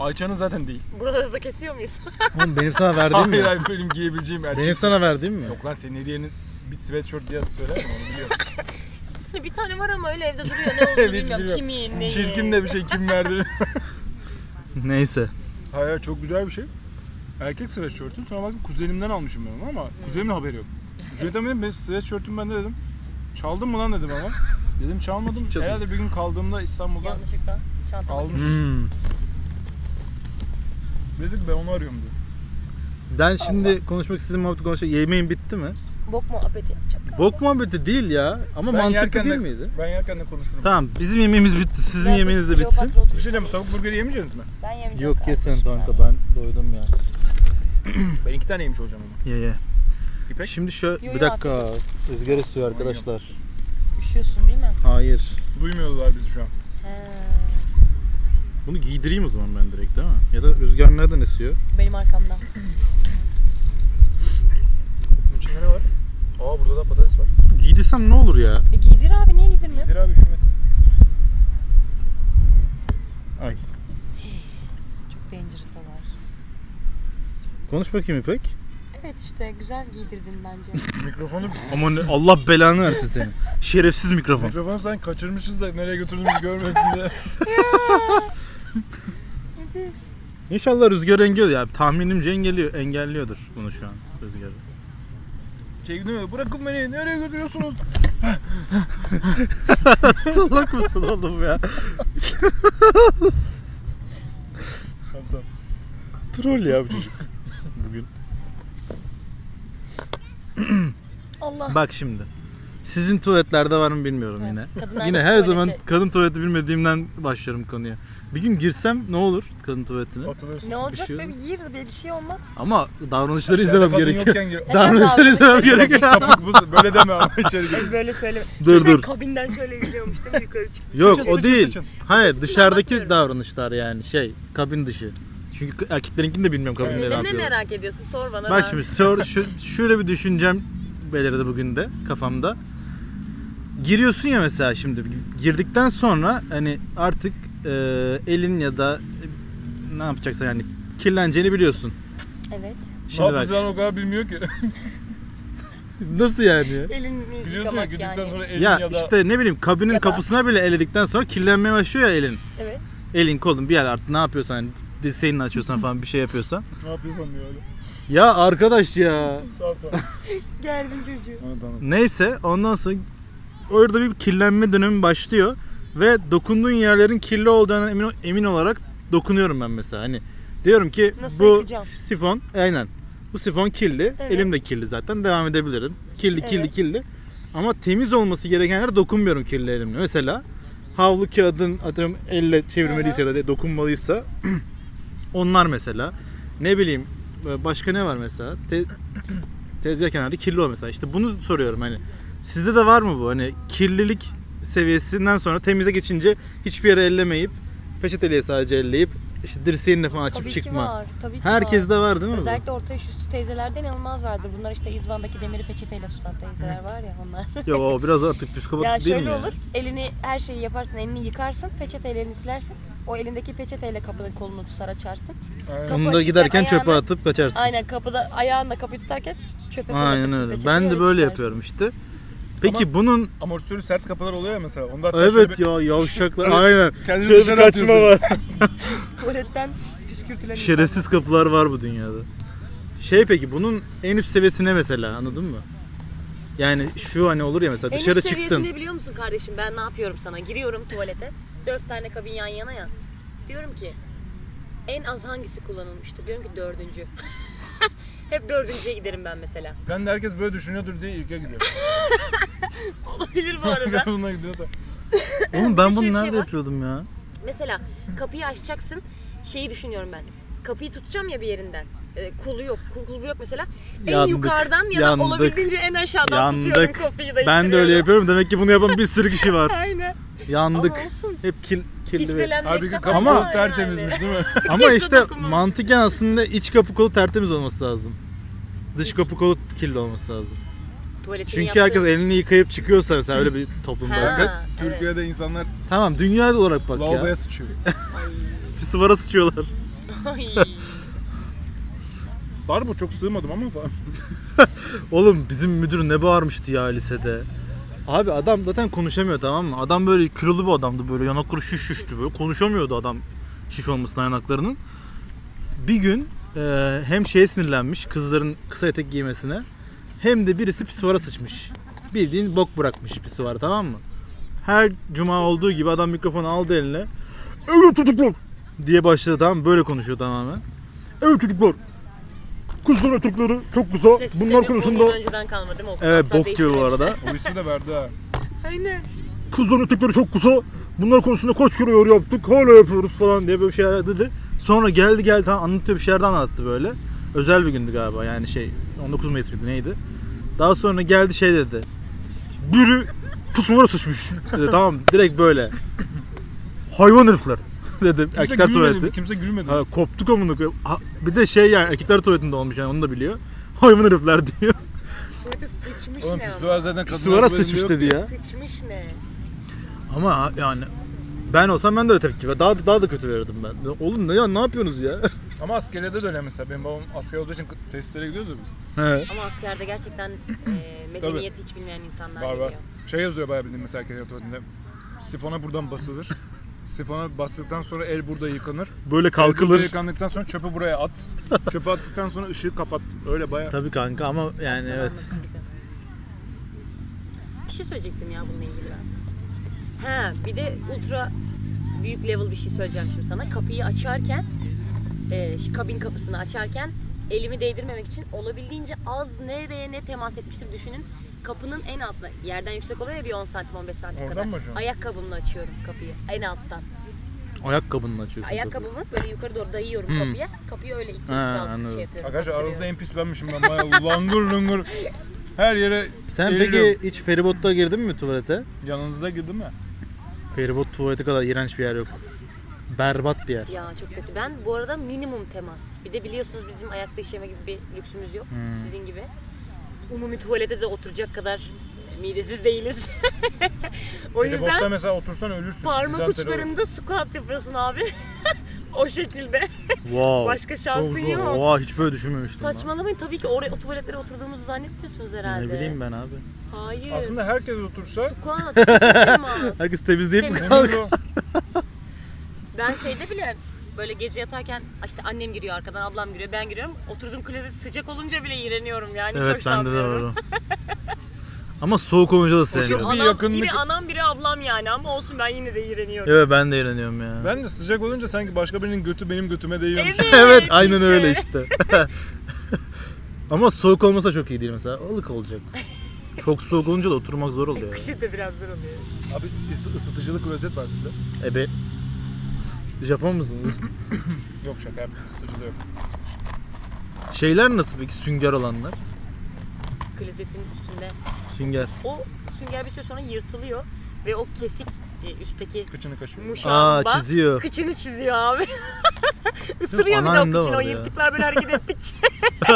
C: Ayça'nın zaten değil.
E: Buraları da kesiyor muyuz?
A: Oğlum benim sana verdiğim
C: Hayır
A: mi?
C: hayır benim giyebileceğim erkek.
A: Benim sana verdiğim mi?
C: Yok lan senin hediyenin bir sweatshirt diye söyler mi onu biliyorum.
B: Üstüne bir tane var ama öyle evde duruyor ne olduğunu
C: Hiç
B: bilmiyorum.
C: bilmiyorum.
B: Kimin neyi.
C: Çirkin de bir şey kim verdi.
A: Neyse.
C: hayır hayır, çok güzel bir şey. Erkek sweatshirt'ü. Sonra baktım kuzenimden almışım ben onu ama kuzenimin haberi yok. Cüneyt abi dedim, benim sweatshirt'üm bende dedim. Çaldın mı lan dedim ama. Dedim çalmadım.
A: Çaldım.
C: Herhalde bir gün kaldığımda İstanbul'da
B: Yanlışlıkla çantama
C: almış.
A: Hmm.
C: Dedik ben onu arıyorum diyor.
A: Ben şimdi konuşmak istediğim muhabbeti konuşacak. Yemeğin bitti mi?
B: Bok mu apeti yapacak?
A: Bok muhabbeti değil ya. Ama
C: Ben
A: mantıklı
C: yerken de-
A: değil miydi?
C: Ben yerken de konuşurum.
A: Tamam bizim yemeğimiz bitti. Sizin yemeğiniz de bitsin.
B: Kleopatra
C: Bir
B: oturuyor.
C: şey diyeceğim tavuk burgeri yemeyeceksiniz mi?
B: Ben yemeyeceğim.
A: Yok kesin
B: kardeşim
A: kanka
B: sen.
A: ben doydum ya.
C: Ben iki tane yemiş olacağım ama.
A: Ye ye.
C: İpek?
A: Şimdi şöyle
B: Yo,
A: bir
B: yo,
A: dakika. Rüzgar esiyor arkadaşlar.
B: Üşüyorsun değil mi?
A: Hayır.
C: Duymuyorlar bizi şu an.
B: He.
A: Bunu giydireyim o zaman ben direkt değil mi? Ya da rüzgar nereden esiyor?
B: Benim arkamdan.
C: Bunun içinde ne var? Aa burada da patates var.
A: Giydirsem ne olur ya?
B: E, giydir abi niye giydirmiyorsun?
C: Nedir abi üşümesin.
A: Ay.
B: Çok dangerous olay.
A: Konuş bakayım İpek.
B: Evet işte güzel giydirdin bence.
C: Mikrofonu
A: Aman Allah belanı versin seni. Şerefsiz mikrofon.
C: mikrofonu sen kaçırmışız da nereye götürdüğümüzü görmesin diye.
A: İnşallah rüzgar engelliyor. Ya tahminimce engelliyor, engelliyordur bunu şu an rüzgarı.
C: Şey gidiyor bırakın beni nereye götürüyorsunuz?
A: Salak mısın oğlum ya?
C: Tamam tamam.
A: Troll ya bu çocuk. Bugün.
B: Allah.
A: Bak şimdi. Sizin tuvaletlerde var mı bilmiyorum yine.
B: kadınlarda
A: Yine her zaman
B: tuvalete-
A: kadın tuvaleti bilmediğimden başlıyorum konuya. Bir gün girsem ne olur kadın tuvaletine?
C: Atılırsın.
B: Ne olacak
A: şey
B: be bir gir be bir şey olmaz.
A: Ama davranışları izlemem
C: Kadın
A: gerekiyor.
C: yokken gir-
A: Davranışları
B: Neden
A: izlemem
B: davranışları
A: gerekiyor.
C: Sapık bu böyle deme ama içeri gir.
E: Böyle söyle.
A: dur dur.
E: Kabinden şöyle izliyormuş değil mi yukarı çıkıyor.
A: Yok
C: Sıçın,
A: o
C: sıçın,
A: değil.
C: sıçın.
A: Hayır dışarıdaki
B: bakıyorum.
A: davranışlar yani şey kabin dışı. Çünkü erkeklerinkini de bilmiyorum kabinde ne
B: Nedenini
A: yapıyorlar.
B: merak ediyorsun sor bana.
A: Bak
B: ben-
A: şimdi sor, şu, şöyle bir düşüncem belirdi bugün de kafamda. Giriyorsun ya mesela şimdi girdikten sonra hani artık e, elin ya da e, ne yapacaksan yani kirleneceğini biliyorsun.
B: Evet.
C: Ne
A: Şimdi bak
C: yapacağını o kadar bilmiyor ki.
A: nasıl yani? ya?
B: Elini
C: Gidiyorsun ya
B: yıkamak
C: güdükten
B: yani.
C: sonra elin
A: Ya
C: ya, da...
A: işte ne bileyim kabinin
B: Ya da-
A: kapısına bile eledikten sonra kirlenmeye başlıyor ya elin.
B: Evet.
A: Elin kolun bir yer artık ne yapıyorsan hani dirseğini açıyorsan falan bir şey yapıyorsan.
C: Ne yapıyorsun diyor öyle.
A: Ya arkadaş ya.
C: Tamam tamam.
E: Gerdim çocuğu.
C: Anladım, anladım.
A: Neyse ondan sonra orada bir kirlenme dönemi başlıyor ve dokunduğun yerlerin kirli olduğuna emin, emin olarak dokunuyorum ben mesela. Hani diyorum ki
E: Nasıl
A: bu
E: yıkayacağım?
A: sifon aynen. Bu sifon kirli.
E: Evet.
A: Elim de kirli zaten. Devam edebilirim. Kirli kirli
E: Evet.
A: kirli. Ama temiz olması gereken yere dokunmuyorum kirli elimle. Mesela havlu kağıdın atıyorum elle çevirmeliyse ya da dokunmalıysa onlar mesela. Ne bileyim e, başka ne var mesela? Te- tezgah kenarı kirli o mesela. İşte bunu soruyorum hani sizde de var mı bu? Hani kirlilik seviyesinden sonra temize geçince hiçbir yere ellemeyip peçeteliye sadece elleyip işte dirseğinle falan açıp
F: Tabii
A: çıkma.
F: ki var. Tabii ki
A: Herkes
F: var.
A: de var değil mi? bu?
F: Özellikle orta yaş üstü teyzelerde inanılmaz vardır. Bunlar işte İzvan'daki demiri peçeteyle tutan teyzeler var ya onlar.
A: Yok o biraz artık psikopatlık
F: ya
A: değil
F: şöyle
A: mi? ya?
F: olur. Elini her şeyi yaparsın. Elini yıkarsın. Peçeteyle elini silersin. O elindeki peçeteyle kapının kolunu tutar açarsın.
C: Aynen.
F: Kapı
A: Bunu da
F: açıkken
A: giderken çöpe
F: ayağını-
A: atıp kaçarsın.
F: Aynen kapıda ayağınla kapıyı tutarken çöpe
A: Aynen
F: fırlatırsın,
A: öyle.
F: peçeteyi
A: Ben de
F: öyle
A: böyle
F: çıkarsın.
A: yapıyorum işte. Peki bunun
C: Amortisörü sert kapılar oluyor ya mesela. Onda hatta şöyle
A: evet
C: bir-
A: ya yavşaklar
C: Evet,
A: aynen.
C: kendini
A: Şöyle bir
C: dışarı
A: kaçma
C: atıyorsun.
A: var.
F: Tuvaletten püskürtülen
A: Şerefsiz kapılar var bu dünyada. Şey peki bunun en üst seviyesine mesela anladın mı? Yani şu hani olur ya mesela
B: En
A: dışarı
B: üst
A: çıktın.
B: seviyesinde biliyor musun kardeşim ben ne yapıyorum sana? Giriyorum tuvalete. Dört tane kabin yan yana ya. Diyorum ki en az hangisi kullanılmıştır? Diyorum ki dördüncü. Hep dördüncüye giderim ben mesela.
C: Ben de herkes böyle düşünüyordur diye ilke gidiyorum.
B: Olabilir bu arada.
C: Bununla gidiyorsa.
A: Oğlum
B: Bir
A: ben bunu
B: de şöyle bir
A: nerede
B: şey var.
A: yapıyordum ya?
B: Mesela kapıyı açacaksın. Şeyi düşünüyorum ben. Kapıyı tutacağım ya bir yerinden. Ee, kolu yok, kul- kulbu yok mesela. En
A: Yandık,
B: yukarıdan ya da
A: yandık,
B: olabildiğince en aşağıdan tutuyorum
A: yandık.
B: kapıyı da
A: Ben de öyle yapıyorum. Demek ki bunu yapan bir sürü kişi var.
B: Aynen.
A: Yandık.
F: Ama olsun.
A: Hep kil, kirli ve-
B: Pislenenmekte
C: Halbuki
B: falan
C: kapı
A: Ama-
C: Ama... tertemizmiş değil mi?
A: Ama işte
B: dokunmamış.
A: mantıken aslında iç kapı kolu tertemiz olması lazım. Dış kapı kolu kirli olması lazım.
B: Tuvaletini
A: Çünkü
B: yaptığın-
A: herkes elini yıkayıp çıkıyorsa mesela öyle bir toplumdaysak.
B: Ha, evet.
C: Türkiye'de insanlar
A: Tamam dünya olarak bak
C: lavaboya
A: ya.
C: sıçıyor.
A: Bir sıvara sıçıyorlar.
B: Ay.
C: Dar bu çok sığmadım ama falan.
A: Oğlum bizim müdür ne bağırmıştı ya lisede. Abi adam zaten konuşamıyor tamam mı? Adam böyle kilolu bir adamdı böyle yanakları şiş şişti böyle konuşamıyordu adam şiş olmasına yanaklarının. Bir gün e, hem şeye sinirlenmiş kızların kısa etek giymesine hem de birisi pisuvara sıçmış. Bildiğin bok bırakmış pisuvara tamam mı? Her cuma olduğu gibi adam mikrofonu aldı eline. Evet çocuklar diye başladı tamam mı? Böyle konuşuyor tamamen. Evet çocuklar. Kızlar etekleri çok güzel.
B: Ses
A: Bunlar
B: sistemi
A: konusunda...
B: ondan önceden kalma değil mi? O
A: Evet
B: asla
A: bok gibi bu arada.
B: değiştirmemişler.
C: O ismi de verdi ha.
E: Aynen.
A: Kızların etekleri çok kısa. Bunlar konusunda koç kilo yor yaptık. Hala yapıyoruz falan diye böyle şeyler dedi. Sonra geldi geldi ha, anlatıyor bir şeyler de anlattı böyle. Özel bir gündü galiba yani şey 19 Mayıs mıydı neydi. Daha sonra geldi şey dedi. Biri pusuvara sıçmış. Dedi, tamam direkt böyle. Hayvan herifler dedi
C: Kimse
A: erkekler
C: gülmedi,
A: tuvaleti.
C: Kimse gülmedi.
A: Ha, koptuk amına koyayım. Ha, Bir de şey yani erkekler tuvaletinde olmuş yani onu da biliyor. Hayvan herifler diyor.
E: Burada sıçmış
C: Oğlum
E: ne ama?
C: pisuar zaten kadınlar
A: Pusuvara
C: tuvaletinde
A: Şey sıçmış
C: yok.
A: dedi ya.
E: Sıçmış ne?
A: Ama yani ben olsam ben de öyle tepki ver- daha daha da kötü verirdim ben. Ya Oğlum ne ya ne yapıyorsunuz ya?
C: Ama askeriyede de öyle mesela. Benim babam asker olduğu için testlere gidiyoruz ya biz.
A: He.
B: Ama askerde gerçekten e, medeniyeti hiç bilmeyen insanlar
C: Var var.
B: geliyor.
C: Şey yazıyor bayağı bildiğin mesela erkekler tuvaletinde. Sifona buradan basılır. Sifona bastıktan sonra el burada yıkanır.
A: Böyle
C: Burada
A: kalkılır.
C: yıkandıktan sonra çöpü buraya at. Çöpü attıktan sonra ışığı kapat. Öyle bayağı.
A: Tabii kanka ama yani evet.
B: Bir şey söyleyecektim ya bununla ilgili ben. Ha bir de ultra büyük level bir şey söyleyeceğim şimdi sana. Kapıyı açarken, e, şu kabin kapısını açarken elimi değdirmemek için olabildiğince az nereye ne temas etmiştir düşünün. Kapının en altına, yerden yüksek oluyor ya bir 10 santim 15 santim
C: Oradan
B: kadar.
C: mı hocam?
B: Ayakkabımla açıyorum kapıyı en alttan.
A: Ayakkabınla açıyorsun. kapıyı.
B: Ayakkabımı böyle yukarı doğru dayıyorum kapıya. Kapıyı öyle ittirip
A: Ha,
B: kalkıp
A: anladım.
B: şey yapıyorum.
C: Arkadaşlar
B: kaptırıyorum.
C: aranızda en pis benmişim ben. Bayağı langur lungur. Her yere
A: Sen
C: eğiliyorum.
A: peki hiç feribotta girdin mi tuvalete?
C: Yanınızda girdim mi?
A: Feribot tuvaleti kadar iğrenç bir yer yok. Berbat bir yer.
B: Ya çok kötü. Ben bu arada minimum temas. Bir de biliyorsunuz bizim ayakta işeme gibi bir lüksümüz yok.
A: Hmm.
B: Sizin gibi. Umumi tuvalete de oturacak kadar midesiz değiliz. o
C: Helikopter
B: yüzden
C: mesela otursan ölürsün.
B: parmak
C: Dizanteri olur.
B: uçlarında squat yapıyorsun abi. o şekilde.
A: Wow.
B: Başka
A: Çok
B: şansın
A: zor.
B: yok.
A: Oha hiç böyle düşünmemiştim. ben.
B: Saçmalamayın tabii ki oraya o tuvaletlere oturduğumuzu zannetmiyorsunuz herhalde.
A: Ne bileyim ben abi.
B: Hayır.
C: Aslında herkes otursa
B: Squat, sıkı temas.
A: Herkes temizleyip mi
B: Temiz.
A: kalk?
C: Emin ol.
B: Ben şeyde bile böyle gece yatarken işte annem giriyor arkadan, ablam giriyor, ben giriyorum. Oturduğum klozet sıcak olunca bile iğreniyorum yani. hiç
A: Evet bende de
B: hoşlanmıyorum.
A: var o. Ama soğuk olunca da
C: Bir
A: sevmiyorum.
B: Anam,
C: yakınlık-
B: Biri anam biri ablam yani ama olsun ben yine de iğreniyorum.
A: Evet ben de eğleniyorum ya.
C: Ben de sıcak olunca sanki başka birinin götü benim götüme değiyormuş.
B: Evet.
A: evet aynen
B: işte.
A: öyle işte. Ama soğuk olmasa çok iyi değil mesela. Ilık olacak. Çok soğuk olunca da oturmak zor oluyor. ya.
E: Kışı da biraz zor oluyor.
C: Abi ısı- ısıtıcılı klozet var bizde.
A: Ebe. E Japon musunuz?
C: Yok şaka yap. Isıtıcılı yok.
A: Şeyler nasıl peki sünger olanlar?
B: Klozetin üstünde.
A: Sünger.
B: O sünger bir süre sonra yırtılıyor ve o kesik e, üstteki
C: Kıçını kaşıyor.
A: Aa
B: muşamba
A: çiziyor.
B: kıçını çiziyor abi. Isırıyor bir de o
A: Anneannemde
B: kıçını. O
A: var ya.
B: yırtıklar böyle hareket ettikçe.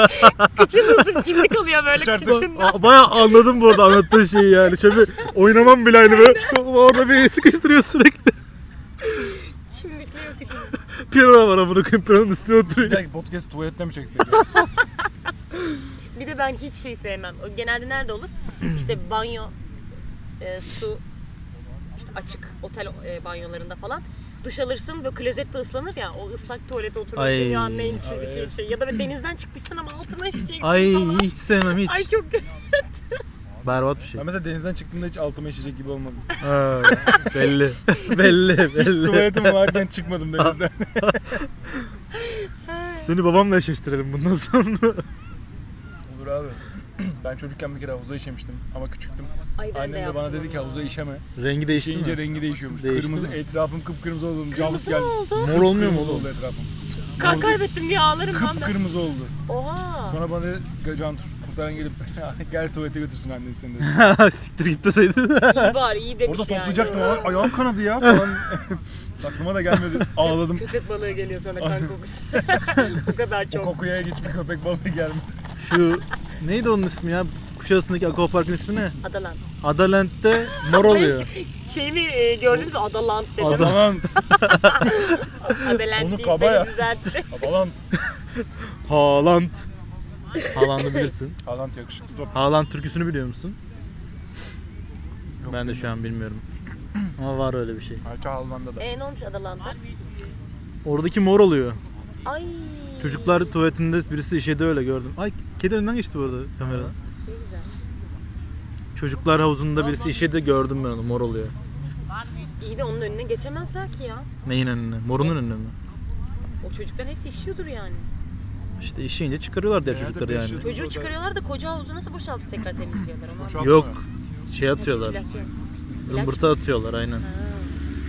B: kıçın uzun çimli kalıyor böyle kıçında.
A: Aa, Bayağı anladım bu arada anlattığın şeyi yani. Şöyle bir oynamam bile aynı böyle. Orada bir sıkıştırıyor sürekli.
B: Çimdikliyor kıçını.
A: Piyano var amına koyayım. Piyanonun üstüne oturuyor.
C: Bir dakika podcast tuvalette mi çeksek? ya?
B: Bir de ben hiç şey sevmem. O Genelde nerede olur? İşte banyo, e, su, işte açık otel e, banyolarında falan. Duş alırsın böyle klozette ıslanır ya. O ıslak tuvalete oturmak
A: Ay.
B: dünyanın en çirkin şey. Ya da böyle denizden çıkmışsın ama altına işeceksin
A: Ay
B: falan.
A: hiç sevmem hiç.
B: Ay çok kötü.
A: Berbat bir şey.
C: ben mesela denizden çıktığımda hiç altıma işecek gibi olmadım.
A: Ha, belli. belli. Belli.
C: Tuvaletim varken çıkmadım denizden.
A: Seni babamla eşleştirelim bundan sonra.
C: Olur abi. Ben çocukken bir kere havuza işemiştim ama küçüktüm.
B: Ay ben de
C: Annem de
B: yaptım
C: bana dedi ki
B: onu.
C: havuza işeme.
A: Rengi değişti
C: İşeyince
A: mi?
C: rengi değişiyormuş.
A: Değişti
C: kırmızı
A: mi?
C: etrafım kıpkırmızı oldu. Kıpkırmızı
B: Kırmızı mı oldu?
A: Mor olmuyor mu
C: Kırmızı
A: oğlum?
C: oldu etrafım.
B: Kan kaybettim diye ağlarım ben. ben.
C: Kıpkırmızı oldu.
B: Oha.
C: Sonra bana dedi Can kurtaran gelip gel tuvalete götürsün annen seni dedi.
A: Siktir gitmeseydin.
B: İyi bari iyi demiş
C: Orada
B: Şey yani.
C: toplayacaktım ama ayağım kanadı ya falan. Aklıma da gelmedi. Ağladım.
E: Köpek balığı geliyor sonra kan kokusu. o kadar
C: O
E: çok.
C: kokuya hiçbir köpek balığı gelmez.
A: Şu neydi onun ismi ya? Kuşadası'ndaki aquaparkın ismi ne?
B: Adalan.
A: Adaland'de mor oluyor.
B: Şeyimi e, gördünüz mü? Adalan dedim.
A: Ada-
C: Abalant.
B: Adalan
C: Onu
B: deyip
C: kaba ya.
B: beni düzeltti.
C: Abalant.
A: Haaland. Haaland'ı bilirsin.
C: Abalant yakışıklı top.
A: Haaland türküsünü biliyor musun?
C: Yok,
A: ben de şu an bilmiyorum. Ama var öyle bir şey.
C: Halka Alman'da da.
B: E ne olmuş Adalan'da?
A: Oradaki mor oluyor.
B: Ay.
A: Çocuklar tuvaletinde birisi işedi öyle gördüm. Ay kedi önünden geçti bu arada kamerada. Çocuklar havuzunda birisi işedi gördüm ben onu mor oluyor.
B: İyi de onun önüne geçemezler ki ya.
A: Neyin önüne? Morunun önüne mi?
B: O çocukların hepsi işiyordur yani.
A: İşte işeyince çıkarıyorlar diğer
C: Nerede
A: çocukları yani.
C: beşi?
B: Çocuğu çıkarıyorlar da koca havuzu nasıl boşaltıp tekrar temizliyorlar ama.
C: Şu an-
A: Yok şey atıyorlar.
B: Sirkülasyon.
A: Zımbırtı atıyorlar aynen.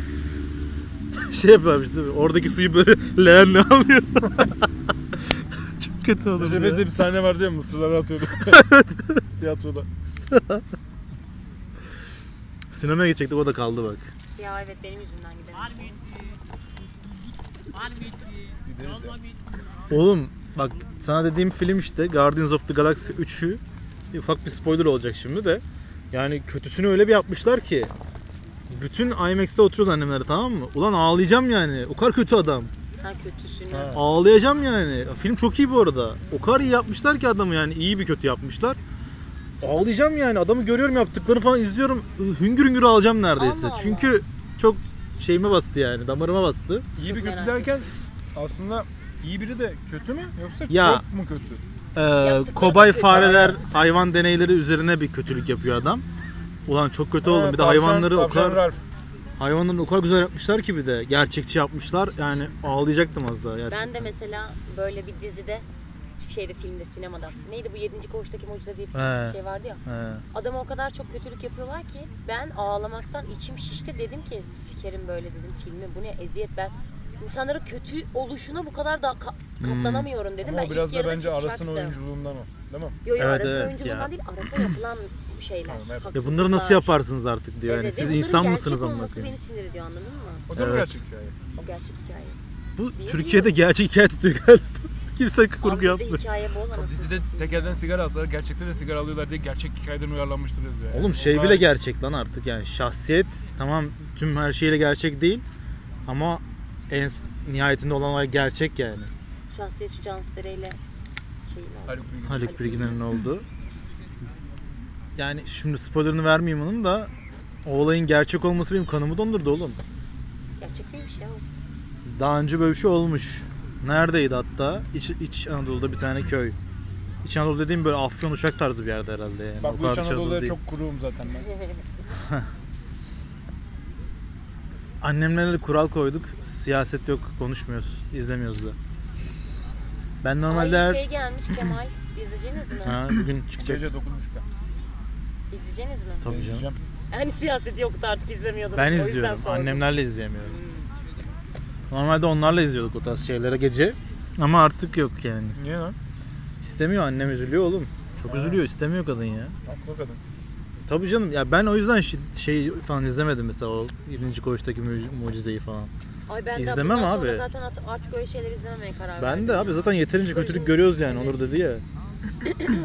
A: şey yapıyormuş değil mi? Oradaki suyu böyle leğenle alıyor. Çok kötü olur. ya.
C: Recep'te bir sahne vardı ya mısırları atıyordu. Tiyatroda.
A: Sinemaya gidecektik o da kaldı bak.
B: Ya evet benim yüzümden gidelim.
C: Gideriz ya.
A: Oğlum bak sana dediğim film işte Guardians of the Galaxy 3'ü ufak bir spoiler olacak şimdi de. Yani kötüsünü öyle bir yapmışlar ki bütün IMAX'te oturuyoruz annemler tamam mı? Ulan ağlayacağım yani. O kadar kötü adam.
B: Ha kötüsünü.
C: Ha.
A: Ağlayacağım yani. Film çok iyi bu arada. O kadar iyi yapmışlar ki adamı yani iyi bir kötü yapmışlar. Ağlayacağım yani. Adamı görüyorum yaptıklarını falan izliyorum. Hüngür hüngür ağlayacağım neredeyse.
B: Allah Allah.
A: Çünkü çok şeyime bastı yani. Damarıma bastı.
C: İyi bir
B: Çok
C: kötü
B: merak
C: derken aslında iyi biri de kötü mü yoksa
A: Ya.
C: çok mu kötü?
A: Ee, kobay fareler hayvan deneyleri üzerine bir kötülük yapıyor adam. Ulan çok kötü oldum. Bir de
C: Tavşan-
A: hayvanları o
C: Tavşan
A: kadar
C: Ralph.
A: hayvanları o kadar güzel yapmışlar ki bir de gerçekçi yapmışlar. Yani ağlayacaktım az daha gerçekten.
B: Ben de mesela böyle bir dizide hiçbir şeyde filmde sinemada. Neydi bu 7. Koğuştaki Mucize diye bir
A: He.
B: şey vardı ya.
A: He.
B: Adama o kadar çok kötülük yapıyorlar ki ben ağlamaktan içim şişti dedim ki sikerim böyle dedim filmi bu ne eziyet ben insanların kötü oluşuna bu kadar da ka-
A: Hmm.
B: katlanamıyorum dedim.
C: Ama
B: ben
C: o biraz
B: ilk
C: da
B: yarıda
C: bence Aras'ın
B: çıkacaktım.
C: oyunculuğundan o. Değil mi?
B: Yo yo
A: Evet,
B: arasın
A: evet
B: oyunculuğundan
A: ya.
B: değil arasa yapılan şeyler.
C: Tamam, evet.
A: Ya bunları nasıl yaparsınız artık diyor. Yani siz insan mısınız
B: anlatayım?
A: amına
B: e, Gerçek olması
A: koyayım?
B: beni sinir ediyor anladın mı?
C: O da mı
A: Evet.
C: gerçek hikaye?
B: O gerçek hikaye.
A: Bu
B: Değil
A: Türkiye'de gerçek hikaye tutuyor galiba. Kimse kurgu
B: Abi bizde
A: yapmıyor.
B: hikaye bol anasını
C: Dizide
B: satayım.
C: tekerden sigara alsalar gerçekte de sigara alıyorlar diye gerçek hikayeden uyarlanmıştır yazıyor. yani.
A: Oğlum şey
C: O
A: bile
C: kadar-
A: gerçek lan artık yani şahsiyet tamam tüm her şeyle gerçek değil ama en nihayetinde olan olay gerçek yani.
B: Şahsiyet şu Can Stere'yle şeyim oldu.
C: Haluk Bilginer.
A: Haluk Bilginer'in oldu. Yani şimdi spoilerını vermeyeyim onun da o olayın gerçek olması benim kanımı dondurdu oğlum.
B: Gerçek miymiş ya? o?
A: Daha önce böyle bir şey olmuş. Neredeydi hatta? İç, İç Anadolu'da bir tane köy. İç Anadolu dediğim böyle Afyon Uşak tarzı bir yerde herhalde yani. O
C: Bak bu
A: kadar
C: iç
A: dış Anadolu
C: Anadolu'ya
A: değil.
C: çok kuruğum zaten ben.
A: Annemlerle kural koyduk. Siyaset yok, konuşmuyoruz, izlemiyoruz da. Ben
B: Ay
A: normalde her...
B: şey gelmiş Kemal. İzleyeceğiniz mi?
A: Ha, bugün çıkacak.
C: Gece 9.30'da.
E: İzleyeceğiniz mi?
A: Tabii canım.
C: İzleyeceğim.
E: Hani siyaset yoktu artık izlemiyordum.
A: Ben
E: O yüzden
A: izliyorum.
E: sordum.
A: Annemlerle izleyemiyorum. Normalde onlarla izliyorduk o tarz şeylere gece. Ama artık yok yani.
C: Niye lan?
A: İstemiyor annem üzülüyor oğlum. Çok üzülüyor istemiyor kadın ya.
C: Haklı kadın.
A: Tabii canım ya ben o yüzden şey, şey falan izlemedim mesela o 20. koğuştaki mu- mucizeyi falan.
B: Ay ben de
A: İzlemem
B: bundan sonra
A: abi.
B: Zaten at- artık öyle şeyler izlememeye karar verdim.
A: Ben de abi zaten yeterince kötülük görüyoruz yani Onur dedi ya.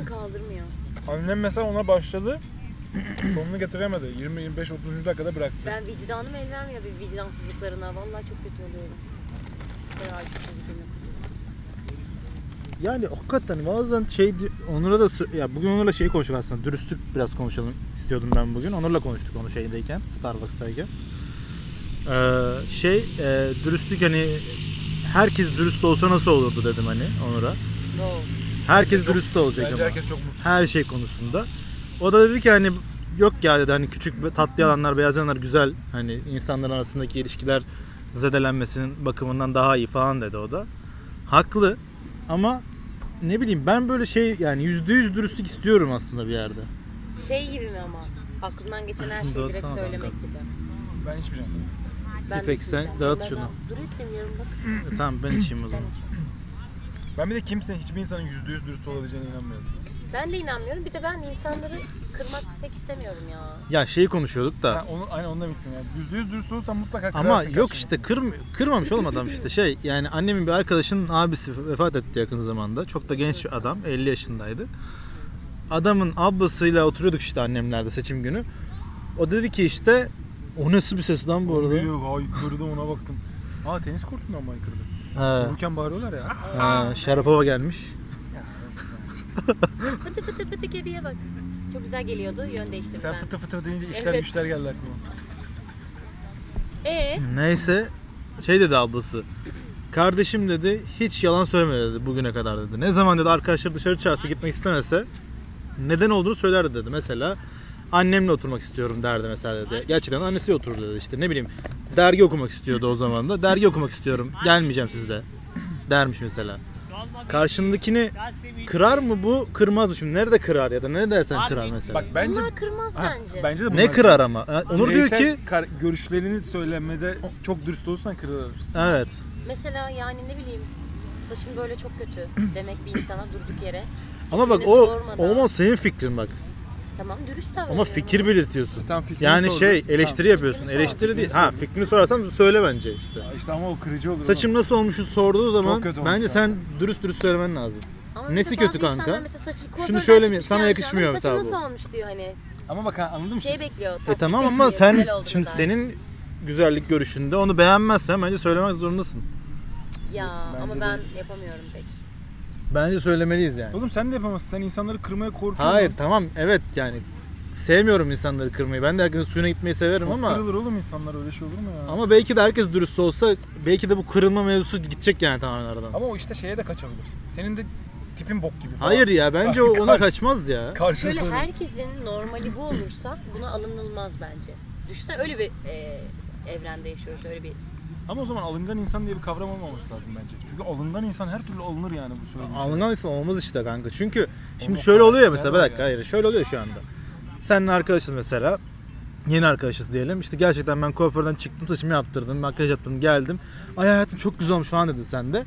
B: Kaldırmıyor.
C: Annem mesela ona başladı. Sonunu getiremedi. 20 25 30. dakikada bıraktı.
B: Ben vicdanım el vermiyor bir vicdansızlıklarına. Vallahi çok kötü oluyorum. Bayağı kötü oluyorum.
A: Yani hakikaten bazen şey di- Onur'a da sö- ya bugün Onur'la şey konuştuk aslında. Dürüstlük biraz konuşalım istiyordum ben bugün. Onur'la konuştuk onu şeydeyken, Starbucks'tayken. Ee, şey e, dürüstlük hani herkes dürüst olsa nasıl olurdu dedim hani Onur'a.
B: Wow.
A: Herkes dürüst olacak
C: Bence
A: ama.
C: herkes çok mutsuz.
A: Her şey konusunda. O da dedi ki hani yok ya dedi hani küçük ve tatlı yalanlar, beyaz yalanlar güzel. Hani insanların arasındaki ilişkiler zedelenmesinin bakımından daha iyi falan dedi o da. Haklı ama ne bileyim ben böyle şey yani yüzde yüz dürüstlük istiyorum aslında bir yerde.
B: Şey gibi mi ama? Aklından geçen her
A: Şunu
B: şeyi direkt
A: dağıtsana
B: söylemek
A: kanka.
B: gibi.
C: Ben hiçbir şey anlamadım.
B: Ben de
A: İpek, sen
B: içmeyeceğim.
A: dağıt
B: Ben
A: şunu.
B: daha- Dur itmeyin yarın bak.
A: E, tamam ben içeyim o
B: Sen
A: zaman.
B: iç.
C: Ben bir de kimsenin hiçbir insanın %100 dürüst olabileceğine inanmıyorum.
B: Ben de inanmıyorum. Bir de ben insanları kırmak pek istemiyorum ya.
A: Ya şeyi konuşuyorduk da
C: Ha, onu, aynen onu demişsin yani. %100 dürüst olursan mutlaka kırarsın.
A: Ama yok
C: karşındakini.
A: işte kırm kırmamış oğlum adam işte şey yani annemin bir arkadaşının abisi vefat etti yakın zamanda. Çok da genç bir adam 50 yaşındaydı. Adamın ablasıyla oturuyorduk işte annemlerde seçim günü. O dedi ki işte o nasıl bir ses lan bu
C: Onu
A: arada?
C: biliyor, ha yukarıda ona baktım. Aa tenis kortundan mı yukarıda?
A: He,
C: Vururken bağırıyorlar ya.
A: he, Şarapova gelmiş.
B: Fıtı fıtı fıtı kediye bak. Çok güzel geliyordu. Yön değiştirdim
C: Sen
B: ben.
C: fıtı fıtı deyince işler
B: Evet.
C: güçler geldi aklıma.
B: Ee?
A: Neyse şey dedi ablası. Kardeşim dedi hiç yalan söylemedi dedi bugüne kadar dedi. Ne zaman dedi arkadaşları dışarı çağırsa gitmek istemese neden olduğunu söylerdi dedi. Mesela annemle oturmak istiyorum derdi mesela dedi. Gerçekten annesi oturdu dedi işte ne bileyim dergi okumak istiyordu o zaman da. Dergi okumak istiyorum gelmeyeceğim sizde dermiş mesela. Karşındakini kırar mı bu kırmaz mı şimdi nerede kırar ya da ne dersen kırar mesela.
C: Bak bence...
B: Bunlar kırmaz
C: Ha,
B: bence.
C: bence de
A: ne kırar ama? Ha, Onur diyor
C: Bireysel
A: ki
C: kar- görüşlerini söylemede çok dürüst olursan kırılabilirsin.
A: evet
B: Mesela yani ne bileyim saçın böyle çok kötü demek bir insana durduk yere.
A: ama bak
B: Fikrini
A: o
B: sormadan.
A: olmaz senin fikrin bak.
B: Tamam dürüst davranıyorum.
A: Ama fikir belirtiyorsun.
C: Tam fikrini
A: Yani
C: sordum.
A: şey
C: Tamam.
A: eleştiri yapıyorsun.
B: Fikrini sor.
A: Eleştiri değil. Ha fikrini sorarsan söyle bence işte.
C: Ya İşte ama o kırıcı olur.
A: Saçım nasıl olmuşu sorduğu zaman
C: Çok kötü olmuş
A: bence
C: ya.
A: sen dürüst dürüst söylemen lazım.
B: Ama bir
A: Nesi
B: de
A: kötü
B: bazı
A: kanka?
B: insanlar Mesela saçı kuaförden
A: şöyle mi-
B: çıkmış
A: sana
B: gelmiş,
A: yakışmıyor
B: "Ama
A: mesela
B: Saçın
A: bu."
B: nasıl olmuş diyor hani.
C: Ama bak ha, anladın mı?
B: Şey
C: siz?
B: bekliyor.
A: E
B: tasdik
A: tamam ama
B: bekliyor,
A: sen
B: güzel olduğunu
A: şimdi
B: dair.
A: senin güzellik görüşünde onu beğenmezsen bence söylemek zorundasın.
B: Ya
C: Bence
B: ama
C: de-
B: ben yapamıyorum pek.
A: Bence söylemeliyiz yani.
C: Oğlum sen de yapamazsın. Sen insanları kırmaya korkuyorsun.
A: Hayır tamam evet yani sevmiyorum insanları kırmayı. Ben de herkesin suyuna gitmeyi severim
C: Çok
A: ama
C: kırılır oğlum insanlar öyle şey olur mu ya? Ama,
A: ama belki de herkes dürüst olsa belki de bu kırılma mevzusu gidecek yani tamamen aradan.
C: o işte şeye de kaçabilir. Senin de tipin bok gibi falan.
A: Hayır ya bence o ona
C: Karşı-
A: kaçmaz ya.
C: Karşılıklı.
B: Şöyle
C: olur.
B: herkesin normali bu olursa buna alınılmaz bence. Düşünsene öyle bir e, evrende yaşıyoruz. Öyle bir
C: Ama o zaman alıngan insan diye bir kavram olmaması lazım bence. Çünkü alıngan insan her türlü alınır yani bu söylediğin şey.
A: Alıngan insan olmaz işte kanka. Çünkü şimdi
C: Olmaz.
A: şöyle oluyor ya
C: Sen
A: mesela
C: var
A: bir
C: ya.
A: dakika hayır şöyle oluyor şu anda. Seninle arkadaşız mesela. Yeni arkadaşız diyelim. İşte gerçekten ben kuaförden çıktım saçımı yaptırdım. Makyaj yaptım geldim. Ay hayatım çok güzel olmuş falan dedin sen de.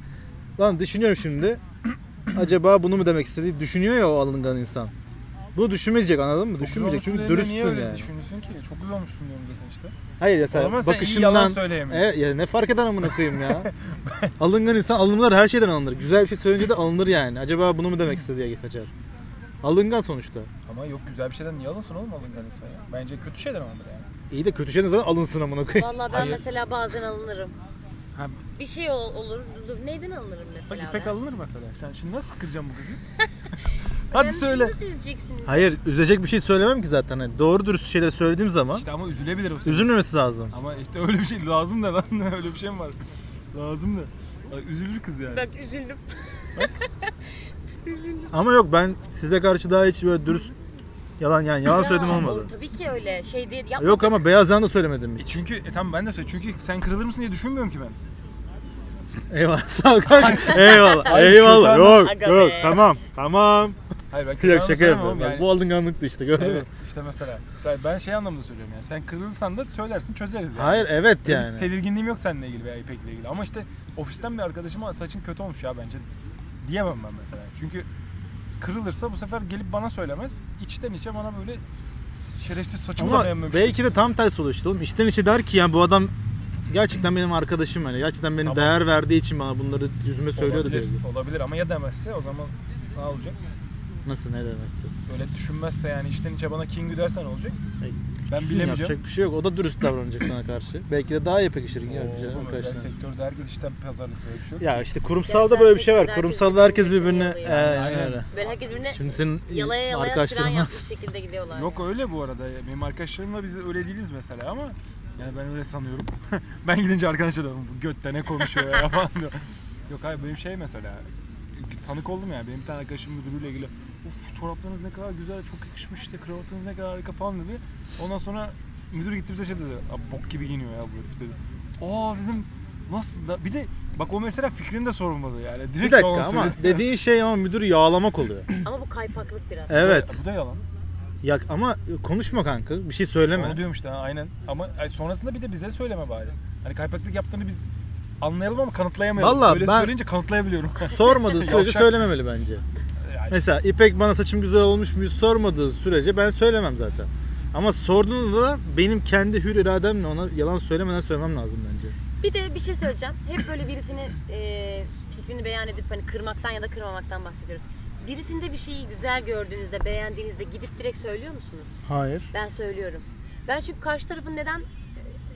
A: Lan düşünüyorum şimdi. Acaba bunu mu demek istediği düşünüyor ya o alıngan insan. Bunu düşünmeyecek anladın mı?
C: Çok güzel
A: Düşünmeyecek çünkü
C: olmuşsun diye
A: dürüstsün
C: Niye öyle
A: yani.
C: düşünüyorsun ki? Çok güzel olmuşsun diyorum zaten işte.
A: Hayır ya sen
C: O zaman sen iyi
A: bakışından...
C: yalan söyleyemiyorsun.
A: Evet, E, ya ne fark eder amına koyayım ya. Alıngan insan alınırlar her şeyden alınır. Güzel bir şey söyleyince de alınır yani. Acaba bunu mu demek istedi diye kaçar. Alıngan sonuçta.
C: Ama yok güzel bir şeyden niye alınsın oğlum alıngan insan ya? Bence kötü şeyden alınır yani.
A: İyi de kötü şeyden zaten alınsın amına koyayım.
B: Vallahi ben
C: Hayır.
B: mesela bazen alınırım.
C: Ha.
B: Bir şey ol- olur. Neyden alınırım
C: Bak
B: mesela?
C: İpek
B: ben?
C: alınır mesela. Sen şimdi nasıl kıracaksın bu kızı?
B: Yani
C: Hadi
B: siz
C: söyle.
B: şey Nasıl üzeceksiniz?
A: Hayır üzecek bir şey söylemem ki zaten. Hani doğru dürüst şeyler söylediğim zaman
C: İşte ama üzülebilir o senin.
A: üzülmemesi lazım.
C: Ama işte öyle bir şey lazım da lan öyle bir şey mi var? Lazım da. Ay, Üzülür kız yani.
E: Bak üzüldüm.
A: Ama yok ben size karşı daha hiç böyle dürüst yalan yani yalan
B: Ya,
A: söyledim
B: o
A: olmadı.
B: Tabii ki öyle. Şey değil. Yapma
A: Yok ama beyaz yalan da söylemedim
C: E
A: hiç.
C: çünkü e tamam ben de söyle. Çünkü sen kırılır mısın diye düşünmüyorum ki ben.
A: Eyvallah sağ ol kanka. Eyvallah.
C: Ay,
A: Eyvallah.
C: kötü
A: Yok
B: Aga
A: yok
B: be.
A: tamam tamam.
C: Hayır ben
A: Yok
C: kırılmamı
A: şaka
C: söylemem
A: yapıyorum.
C: ama
A: bak. Bu alınganlıktı işte gördün mü?
C: Evet işte mesela. İşte ben şey anlamında söylüyorum yani. Sen kırılırsan da söylersin çözeriz yani.
A: Hayır evet
C: Benim
A: yani.
C: Tedirginliğim yok seninle ilgili veya İpek'le ilgili. Ama işte ofisten bir arkadaşıma saçın kötü olmuş ya bence diyemem ben mesela. Çünkü kırılırsa bu sefer gelip bana söylemez. İçten içe bana böyle şerefsiz saçımı da
A: Ama
C: beğenmemiş.
A: belki de tam tersi olur işte oğlum. İçten içe der ki yani bu adam gerçekten benim arkadaşım yani. Gerçekten benim
C: Tamam.
A: değer verdiği için bana bunları yüzüme söylüyordu diyor.
C: olabilir, olabilir ama ya demezse o zaman ne olacak?
A: Nasıl ne demesi?
C: Öyle düşünmezse yani içten içe bana kingu dersen olacak. Ben
A: Üzgün,
C: bilemeyeceğim.
A: Yapacak bir şey yok. O da dürüst davranacak sana karşı. Belki de daha iyi pekişir
C: Oo, oğlum, özel
A: arkadaşlar.
C: sektörde herkes işten pazarlık böyle bir şey yok.
A: Ya işte kurumsalda böyle bir şey var.
B: Gerçekten
A: Kurumsalda herkes
B: herkes birbirini
A: birbirine...
B: yalıyor.
A: Aynen
C: Aynen.
A: öyle.
B: Böyle herkes birbirine
A: Şimdi senin
B: yalaya yalaya tren
A: arkadaşların
B: yapmış şekilde gidiyorlar.
C: Yok öyle bu arada. ya. Benim arkadaşlarımla biz de öyle değiliz mesela ama yani ben öyle sanıyorum. ben gidince arkadaşlar diyorum bu götte ne konuşuyor ya falan diyor. Yok hayır benim şey mesela tanık oldum ya benim bir tane arkadaşım müdürüyle ilgili Uf çoraplarınız ne kadar güzel çok yakışmış işte kravatınız ne kadar harika falan dedi. Ondan sonra müdür gitti bize şey dedi. Abi bok gibi giyiniyor ya bu herif dedi. Aa dedim nasıl da bir de bak o mesela fikrini de sorulmadı yani. Direkt
A: Bir dakika
C: yalan
A: ama
C: söyledi.
A: dediğin şey ama müdür yağlamak oluyor.
B: Ama bu kaypaklık biraz.
A: Evet.
C: Bu da yalan.
A: Ya ama konuşma kanka. Bir şey söyleme.
C: Onu diyorum işte ha, aynen. Ama ay, sonrasında bir de bize söyleme bari. Hani kaypaklık yaptığını biz anlayalım ama kanıtlayamayalım.
A: Vallağı
C: Öyle
A: ben-
C: söyleyince kanıtlayabiliyorum.
A: Sormadığı sürece
C: Yavşak.
A: söylememeli bence.
C: yani,
A: Mesela İpek bana saçım güzel olmuş mu sormadığı sürece ben söylemem zaten. Ama sorduğunda da benim kendi hür irademle ona yalan söylemeden söylemem lazım bence.
B: Bir de bir şey söyleyeceğim. Hep böyle birisini e, fikrini beyan edip hani kırmaktan ya da kırmamaktan bahsediyoruz. Birisinde bir şeyi güzel gördüğünüzde, beğendiğinizde gidip direkt söylüyor musunuz?
A: Hayır.
B: Ben söylüyorum. Ben çünkü karşı tarafın neden e,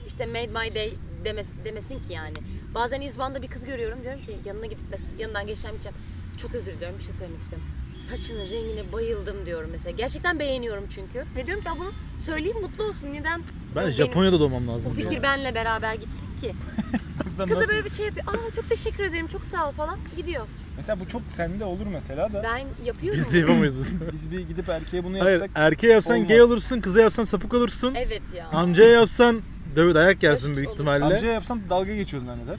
B: işte made my day demes- demesin ki yani. Bazen izbanda bir kız görüyorum diyorum ki yanına gidip mes- yanından geçeceğim gideceğim. Çok özür diliyorum bir şey söylemek istiyorum. Saçının rengine bayıldım diyorum mesela. Gerçekten beğeniyorum çünkü. Ve diyorum ki "Ya bunu söyleyeyim mutlu olsun. Neden?
A: Ben
B: Benim-
A: Japonya'da doğmam lazım.
B: Bu fikir
A: diyorum.
B: benle beraber gitsin ki.
C: ben
B: Kız da
C: nasıl-
B: böyle bir şey yapıyor. Aa çok teşekkür ederim çok sağ ol falan gidiyor.
C: Mesela bu çok sende olur mesela da.
B: Ben yapıyorum.
A: Biz de yapamayız biz.
C: Biz bir gidip erkeğe bunu
A: Hayır.
C: yapsak.
A: Erkeğe yapsan
C: olmaz.
A: gay olursun, kıza yapsan sapık olursun.
B: Evet ya.
A: Amcaya yapsan döv dayak yersin
B: Mesut
A: büyük
B: olur.
A: ihtimalle.
C: Amcaya yapsan dalga geçiyordun hani der.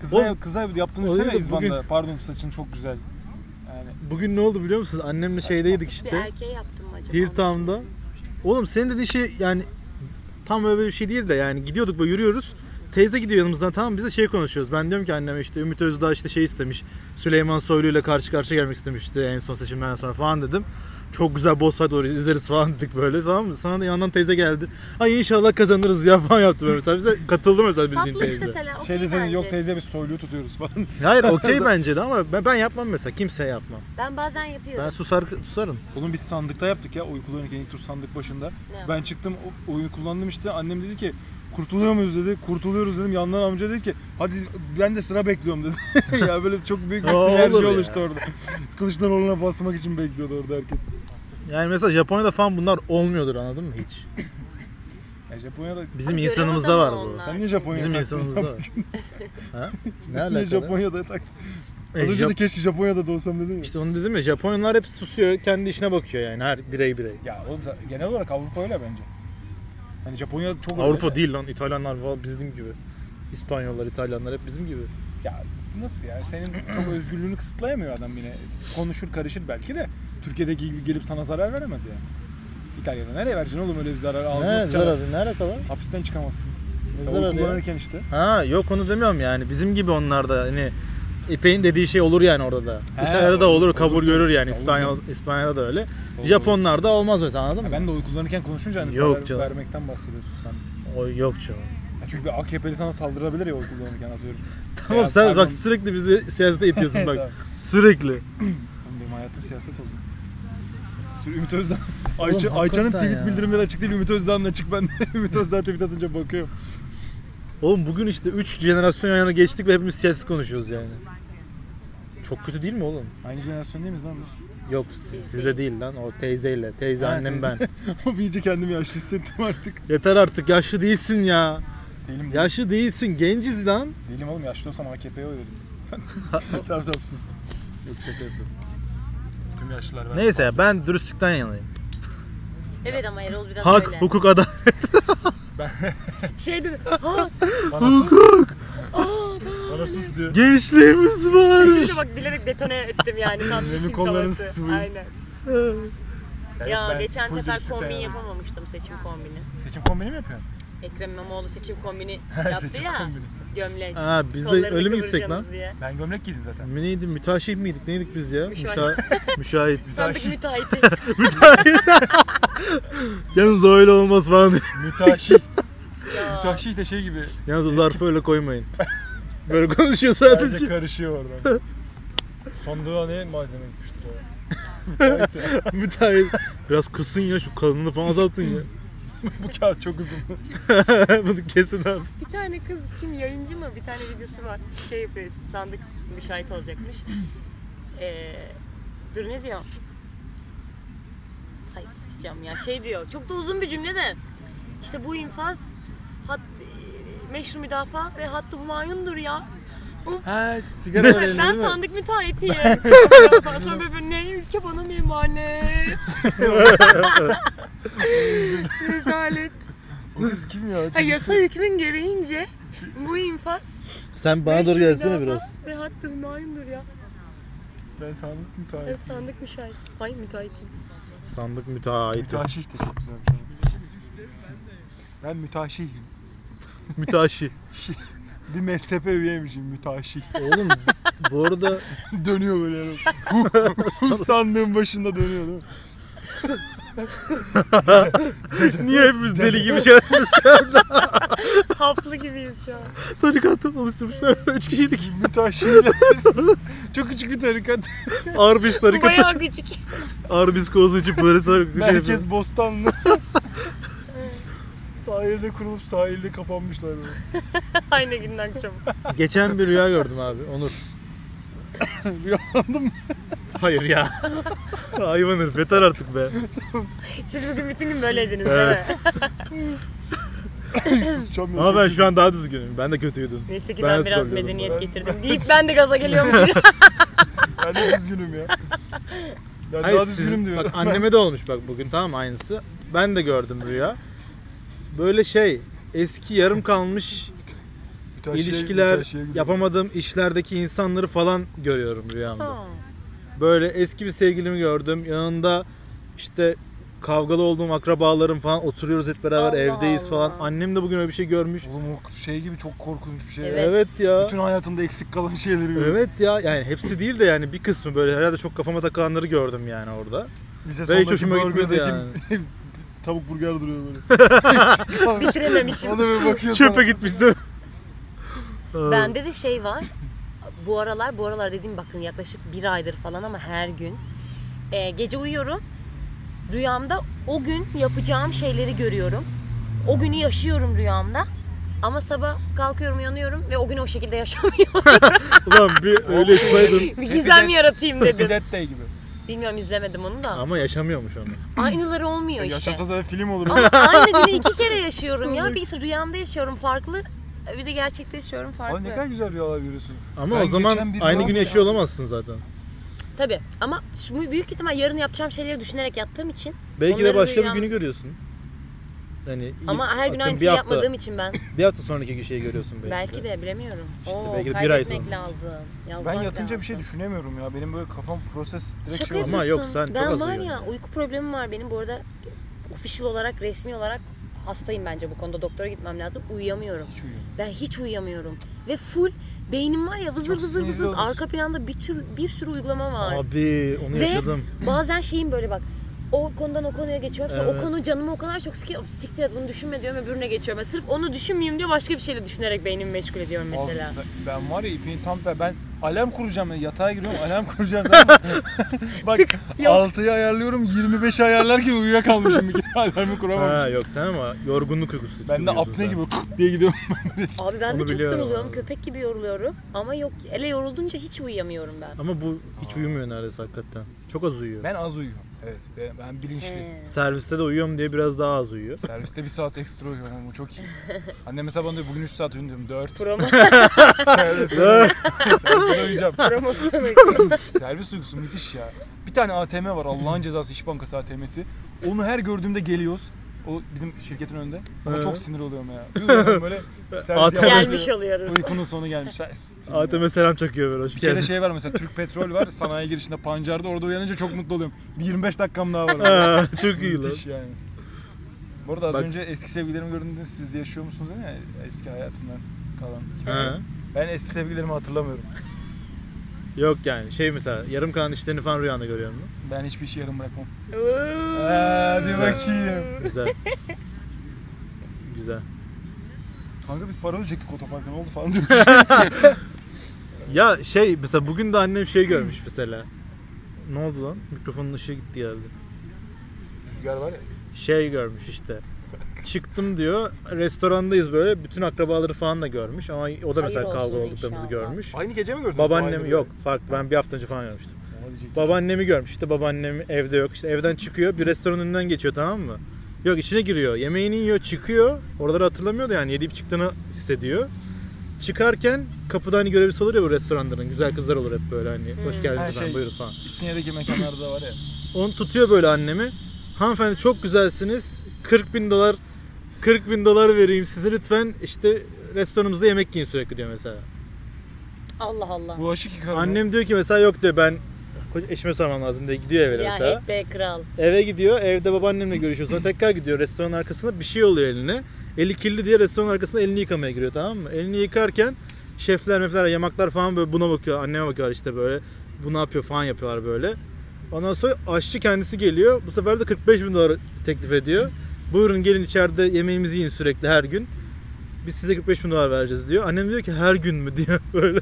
C: Kıza,
A: Oğlum,
C: kıza yaptığını
A: oluyor
C: söyle
A: da
C: izbanda.
A: bugün-
C: Pardon saçın çok güzel. Yani
A: Bugün ne oldu biliyor musunuz? Annemle
C: Saçma.
A: şeydeydik
B: Bir
A: işte.
B: erkeğe yaptım mı acaba?
A: Hilltown'da. Oğlum senin dediğin şey yani tam öyle bir şey değil de yani gidiyorduk böyle yürüyoruz. Teyze gidiyor yanımızdan tamam mı? biz de şey konuşuyoruz. Ben diyorum ki anneme işte Ümit Özdağ işte şey istemiş. Süleyman Soylu ile karşı karşıya gelmek istemişti en son seçimden sonra falan dedim. Çok güzel boss fight olur izleriz falan dedik böyle tamam mı? Sana da yandan teyze geldi. Ay inşallah kazanırız ya falan yaptı böyle mesela. Bize katıldı mesela bizim
B: Tatlış
A: teyze.
B: mesela. okey
C: şey deseydin
B: bence.
C: yok teyze biz soyluyu tutuyoruz falan.
A: Hayır okey bence de ama ben, ben yapmam mesela. Kimse yapmam.
B: Ben bazen yapıyorum.
A: Ben susar, susarım.
C: Oğlum biz sandıkta yaptık ya uyku kullanırken ilk tur sandık başında.
B: Ne
C: Ben çıktım o- oyunu kullandım işte annem dedi ki kurtuluyor muyuz dedi. Kurtuluyoruz dedim. Yandan amca dedi ki hadi ben de sıra bekliyorum dedi. ya böyle çok büyük bir
A: Aa, olur
C: sinerji
A: ya.
C: oluştu orada. Kılıçdaroğlu'na basmak için bekliyordu orada herkes.
A: Yani mesela Japonya'da falan bunlar olmuyordur anladın mı hiç?
C: Ya Japonya'da
A: Bizim
B: Abi
A: insanımızda var
B: görüyoruz
A: bu.
B: ama onlar.
C: sen niye Japonya'ya
A: Bizim
C: taktın?
A: insanımızda var. ha? Ne
C: Niye
A: alakalı?
C: Japonya'da taktın? Az
A: E,
C: önce de
A: Jap-
C: keşke Japonya'da doğsam dedin ya.
A: işte onu dedim ya Japonlar hep susuyor kendi işine bakıyor yani her birey birey.
C: Ya oğlum sen- genel olarak Avrupa öyle bence. Hani Japonya çok öyle.
A: Avrupa değil lan İtalyanlar falan bizim gibi. İspanyollar, İtalyanlar hep bizim gibi.
C: Ya nasıl ya? Senin çok özgürlüğünü kısıtlayamıyor adam yine. Konuşur karışır belki de. Türkiye'deki gibi gelip sana zarar veremez yani. İtalya'da nereye vereceksin oğlum öyle bir zarar? Ağzına
A: Ne
C: sıçar.
A: zararı, ne alakalı?
C: Hapisten çıkamazsın.
A: Ne
C: Ya
A: zararı
C: oy
A: ya?
C: kullanırken işte.
A: Ha yok onu demiyorum yani bizim gibi onlar da hani İpek'in dediği şey olur yani orada da.
C: He,
A: İtalya'da da olur,
C: olur,
A: kabul
C: olur.
A: görür yani
C: Olur
A: İspanyol, İspanya'da da öyle.
C: Olur.
A: Japonlarda olmaz mesela anladın mı?
C: Ya ben de oy kullanırken konuşunca hani
A: Yok
C: zarar
A: canım.
C: vermekten bahsediyorsun sen.
A: O yok canım.
C: Ya çünkü bir AKP'li sana saldırabilir ya oy kullanırken atıyorum.
A: Tamam
C: Veya
A: sen
C: pardon,
A: bak sürekli bizi siyasete itiyorsun bak.
C: Tamam.
A: sürekli.
C: oğlum Benim hayatım siyaset oldu. Sür- Ümit Özdağ. Ayça,
A: hakikaten
C: Ayça'nın tweet
A: ya.
C: bildirimleri açık değil. Ümit Özdağ'ın açık. Ben de Ümit Özdağ tweet atınca bakıyorum.
A: Oğlum bugün işte 3 jenerasyon yan yana geçtik ve hepimiz siyaset konuşuyoruz yani. Çok kötü değil mi oğlum?
C: Aynı jenerasyon değil miyiz lan biz?
A: Yok siz- size değil lan o teyzeyle. Teyze
C: Ha,
A: annem
C: teyze.
A: ben.
C: Ama iyice kendimi yaşlı hissettim artık.
A: Yeter artık yaşlı değilsin ya.
C: Değilim, ya.
A: Yaşlı değilsin genciz lan.
C: değilim oğlum. Yaşlı olsam AKP'ye oy veririm. tamam tamam sustum. Yok şaka yapıyorum. Tüm yaşlılar ben.
A: Neyse ya ben dürüstlükten yanayım.
B: Evet ama Erol biraz
A: Hak,
B: öyle.
A: hukuk, adalet.
B: Şey dedi. Ha
C: Bana sus. Bana sus diyor.
A: Gençliğimiz var.
E: Şimdi bak bilerek detone ettim yani. Tam
C: Benim
E: Çin
C: kollarım
E: tavası.
C: sıvı.
E: Aynen.
C: Ya,
F: Ya
C: yok, ben
F: geçen
C: full
F: sefer
C: dürüstlükle
F: kombin
C: yani.
F: yapamamıştım seçim kombini.
C: Seçim kombini mi yapıyorsun?
F: Ekrem İmamoğlu seçim kombini yaptı
C: seçim
F: ya.
C: kombini.
F: Gömlek.
A: Aa, biz de
F: Kollarını
A: öyle mi gitsek lan?
F: kıvıracağımız diye.
C: Ben gömlek giydim zaten.
A: Neydi? Müteaşif miydik? Neydik biz ya?
F: Müşahit.
A: Müşa- müşahit.
F: Sandık müteahhiti.
A: Müteahhit. Yalnız o öyle olmaz falan diye.
C: Müteahşi.
F: Ya.
C: Müteahşi de şey gibi.
A: Yalnız o zarfı öyle koymayın. Böyle konuşuyor
C: Bence
A: sadece.
C: karışıyor oradan. Sonduğu ne malzeme gitmiştir ya. Müteahhit ya.
A: Müteahhit. Biraz kısın ya şu kalınlığı falan azaltın ya.
C: Bu kağıt çok uzun.
A: Bunu kesin abi.
F: Bir tane kız kim yayıncı mı? Bir tane videosu var. Şey yapıyor sandık müşahit olacakmış. Ee, dur ne diyor? Hay sıçacağım ya. Şey diyor. Çok da uzun bir cümle de. İşte bu infaz hat, e, meşru müdafaa ve hattı humayundur ya.
C: ha sigara
F: Ben sandık müteahhitiyim. Sonra böyle böyle, ne ülke bana mimane. Rezalet.
C: O kız kim ya?
F: Ha, yasa hükmün gereğince bu infaz
A: Sen bana doğru
F: Meşru
A: gelsene
F: müdafaa
A: biraz.
F: Ve hattı humayundur ya.
C: Ben sandık
F: Evet,
C: müteahhit.
F: sandık müşahit. Ay müteahhitim.
A: Sandık müteahhit.
C: Müteahşi de çok güzel bir şey. Ben müteahşiyim.
A: Müteaşi.
C: Bir mezhep üyeymişim müteahşi.
A: Oğlum bu arada
C: dönüyor böyle. yani. Huh, huh Sandığın başında dönüyor değil mi?
A: niye hepimiz deli gibi şey şeyler
F: Haflı gibiyiz şu an.
A: tarikatı oluşturmuşlar? Üç kişilik
C: Müteahşiler. çok küçük bir tarikat.
A: Arbis tarikatı.
F: Bayağı küçük.
A: Arbis kozucu böyle sarık. şey
C: Merkez Bostanlı. sahilde kurulup sahilde kapanmışlar. böyle.
F: Aynı günden çabuk.
A: Geçen bir rüya gördüm abi Onur.
C: Rüyalandım.
A: Hayır ya. Hayvan herif yeter artık be.
F: Siz bugün bütün gün böyleydiniz değil mi?
C: Sıçamıyorum.
A: Ama ben şu an daha düzgünüm. Ben de kötüydüm.
F: Neyse ki
A: Ben
F: ben,
A: de
F: biraz
A: trollüyordum
F: medeniyet
C: ben.
F: getirdim deyip ben de gaza geliyormuşum.
C: Ben de üzgünüm ya. Ben
A: Hayır,
C: daha
A: siz-
C: üzgünüm diyorum.
A: Bak anneme de olmuş bak bugün tamam mı? aynısı. Ben de gördüm rüya. Böyle şey eski yarım kalmış
C: Müteahşiye-
A: ilişkiler
C: müteahşiye gidiyorum.
A: yapamadığım işlerdeki insanları falan görüyorum rüyamda. Böyle eski bir sevgilimi gördüm. Yanında işte kavgalı olduğum akrabalarım falan oturuyoruz hep beraber
F: Allah
A: evdeyiz falan.
F: Allah.
A: Annem de bugün öyle bir şey görmüş.
C: Oğlum o şey gibi çok korkunç bir şey.
A: Evet,
E: Evet.
A: ya.
C: Bütün hayatında eksik kalan şeyleri görüyorum.
A: Evet ya yani hepsi değil de yani bir kısmı böyle herhalde çok kafama takılanları gördüm yani orada.
C: Lise
A: Ve hiç
C: sondaki
A: hoşuma gitmedi
C: burgerdaki
A: yani.
C: tavuk burger duruyor böyle.
F: Bitirememişim.
C: Ona böyle bakıyor sana.
A: Çöpe gitmiş değil mi?
E: Bende de şey var. Bu aralar, bu aralar dediğim bakın yaklaşık bir aydır falan ama her gün. Ee, gece uyuyorum. Rüyamda o gün yapacağım şeyleri görüyorum. O günü yaşıyorum rüyamda. Ama sabah kalkıyorum, uyanıyorum ve o günü o şekilde yaşamıyorum.
A: Ulan bir öyle yaşasaydın.
F: Bir gizem yaratayım
C: Happy
F: dedim.
C: Death Day gibi.
F: Bilmiyorum izlemedim onu da.
A: Ama yaşamıyormuş onu.
E: Aynıları olmuyor işte.
C: Yaşasa zaten film olur.
E: Ama aynı günü iki kere yaşıyorum ya. Birisi rüyamda yaşıyorum farklı. Bir de gerçekte yaşıyorum
C: Abi
E: farklı.
C: ne kadar güzel rüyalar görüyorsun.
A: Ama
C: Ben
A: o zaman
C: geçen bir
A: aynı
C: rüya
A: gün
C: gördüm.
A: yaşıyor olamazsın zaten.
E: Tabii ama şu büyük ihtimal yarın yapacağım şeyleri düşünerek yattığım için
A: Belki de
E: Onları
A: başka bir
E: rüyam-
A: günü görüyorsun. Yani ilk-
E: ama her gün
A: atıyorum
E: aynı
A: bir
E: şeyi
A: hafta-
E: yapmadığım için ben
A: Bir hafta sonraki gün şeyi görüyorsun belki.
E: belki de bilemiyorum.
A: İşte
E: Oo,
A: belki de bir ay
E: kaybetmek
A: sonra.
E: lazım.
C: Ben
E: Yazmak
C: yatınca
E: lazım.
C: bir şey düşünemiyorum ya. Benim böyle kafam proses direkt
E: Şaka
C: şey oluyor.
A: Ama
E: yapıyorsun.
A: yok, sen çok
E: ben
A: az
E: var ya
A: uyuyorsun.
E: uyku problemi var benim bu arada official olarak resmi olarak hastayım bence bu konuda doktora gitmem lazım. Uyuyamıyorum.
C: Hiç uyuyorum.
E: Ben hiç uyuyamıyorum. Ve full beynim var ya vızır
C: Çok
E: vızır
C: sinirli
E: vızır
C: olursun.
E: arka planda bir tür bir sürü uygulama var.
A: Abi onu
E: Ve-
A: yaşadım.
E: Bazen şeyim böyle bak o konudan o konuya geçiyorum. Sonra
A: Evet.
E: o konu canımı o kadar çok sıkıyor. Siktir et bunu düşünme diyorum öbürüne geçiyorum. Yani sırf onu düşünmeyeyim diye başka bir şeyle düşünerek beynimi meşgul ediyorum mesela.
C: Abi ben- ben var ya ipini tam ter. Ben alarm kuracağım ya. Yatağa giriyorum alarm kuracağım. tamam mı? Bak 6'yı ayarlıyorum 25'i ayarlarken uyuyakalmışım. bir kere. Alarmı
A: Ha
C: kuramamışım.
A: yok sen ama yorgunluk uykusu.
C: Ben de
A: uyuyorsun
C: apne
A: sen.
C: gibi diye gidiyorum.
E: Abi ben
A: Onu
E: de çok
A: biliyorum
E: yoruluyorum.
A: abi.
E: Köpek gibi yoruluyorum. Ama yok ele yorulunca hiç uyuyamıyorum ben.
A: Ama bu hiç uyumuyor neredeyse hakikaten. Çok az uyuyor.
C: Ben az uyuyorum. Evet ben, ben bilinçliyim.
E: He.
A: Serviste de uyuyorum diye biraz daha az uyuyor.
C: Serviste bir saat ekstra uyuyorum ama bu çok iyi. Annem mesela bana diyor bugün 3 saat uyudum diyorum. 4.
F: Promo,
C: Serviste serviste uyuyacağım.
F: promosyona
C: Servis uykusu müthiş ya. Bir tane ATM var Allah'ın cezası İş Bankası ATM'si. Onu her gördüğümde geliyoruz. O bizim şirketin önünde. Ama
A: Ee?
C: çok sinir oluyorum ya. Yürüyorum böyle servis
A: ATM.
C: yapıyorum.
E: Gelmiş oluyoruz.
C: Uykunun sonu gelmiş. Ay, s-
A: ATM selam çakıyor böyle hoş
C: Bir kere
A: geldin.
C: şey var mesela Türk Petrol var sanayi girişinde pancarda orada uyanınca çok mutlu oluyorum. Bir 25 dakikam daha var.
A: Çok iyi lan.
C: Müthiş yani. Bu arada az
A: Bak-
C: önce eski sevgililerimi gördüğünde siz yaşıyor musunuz dedin ya eski hayatından kalan.
A: Ha.
C: Ben eski sevgililerimi hatırlamıyorum.
A: Yok yani şey mesela yarım kalan işlerini falan rüyanda görüyor musun?
C: Ben hiçbir şey yarım bırakmam.
E: Ee,
C: Hadi bakayım.
A: Güzel. Güzel.
C: Kanka biz para ödeyecektik otoparka ne oldu falan diyor.
A: Ya şey mesela bugün de annem şey görmüş mesela. Ne oldu lan? Mikrofonun ışığı gitti geldi.
C: Rüzgar var ya.
A: Şey görmüş işte. Çıktım diyor. Restorandayız böyle. Bütün akrabaları falan da görmüş ama o da mesela
B: olsun
A: kavga olduklarımızı
B: inşallah.
A: görmüş.
C: Aynı gece mi gördünüz?
A: Babaannem yok. Farklı. Ben bir hafta önce falan görmüştüm. Babaannemi görmüş. İşte babaannem evde yok. İşte evden çıkıyor. Bir restoranın önünden geçiyor tamam mı? Yok içine giriyor. Yemeğini yiyor çıkıyor. Oraları hatırlamıyor da yani yedip çıktığını hissediyor. Çıkarken kapıda hani görevlisi olur ya bu restoranların. Güzel kızlar olur hep böyle hani. Hoş
C: Her
A: geldiniz efendim
C: şey-
A: buyurun falan.
C: İstinye'deki mekanlarda var ya.
A: Onu tutuyor böyle annemi. Hanımefendi çok güzelsiniz. 40 bin dolar 40 bin dolar vereyim size lütfen işte restoranımızda yemek yiyin sürekli diyor mesela.
E: Allah Allah.
C: Bu aşık yıkarım.
A: Annem diyor ki mesela yok diyor ben eşime sormam lazım diye gidiyor eve
E: Ya e-
A: mesela.
E: et be kral.
A: Eve gidiyor, evde babaannemle görüşüyor. Sonra tekrar gidiyor restoranın arkasına bir şey oluyor eline. Eli kirli diye restoranın arkasına elini yıkamaya giriyor tamam mı? Elini yıkarken şefler mefler yamaklar falan böyle buna bakıyor. Anneme bakıyorlar işte böyle. Bu ne yapıyor falan yapıyorlar böyle. Ondan sonra aşçı kendisi geliyor. Bu sefer de 45 bin dolar teklif ediyor. Buyurun gelin içeride yemeğimizi yiyin sürekli her gün. Biz size 45 bin dolar vereceğiz diyor. Annem diyor ki her gün mü diyor böyle.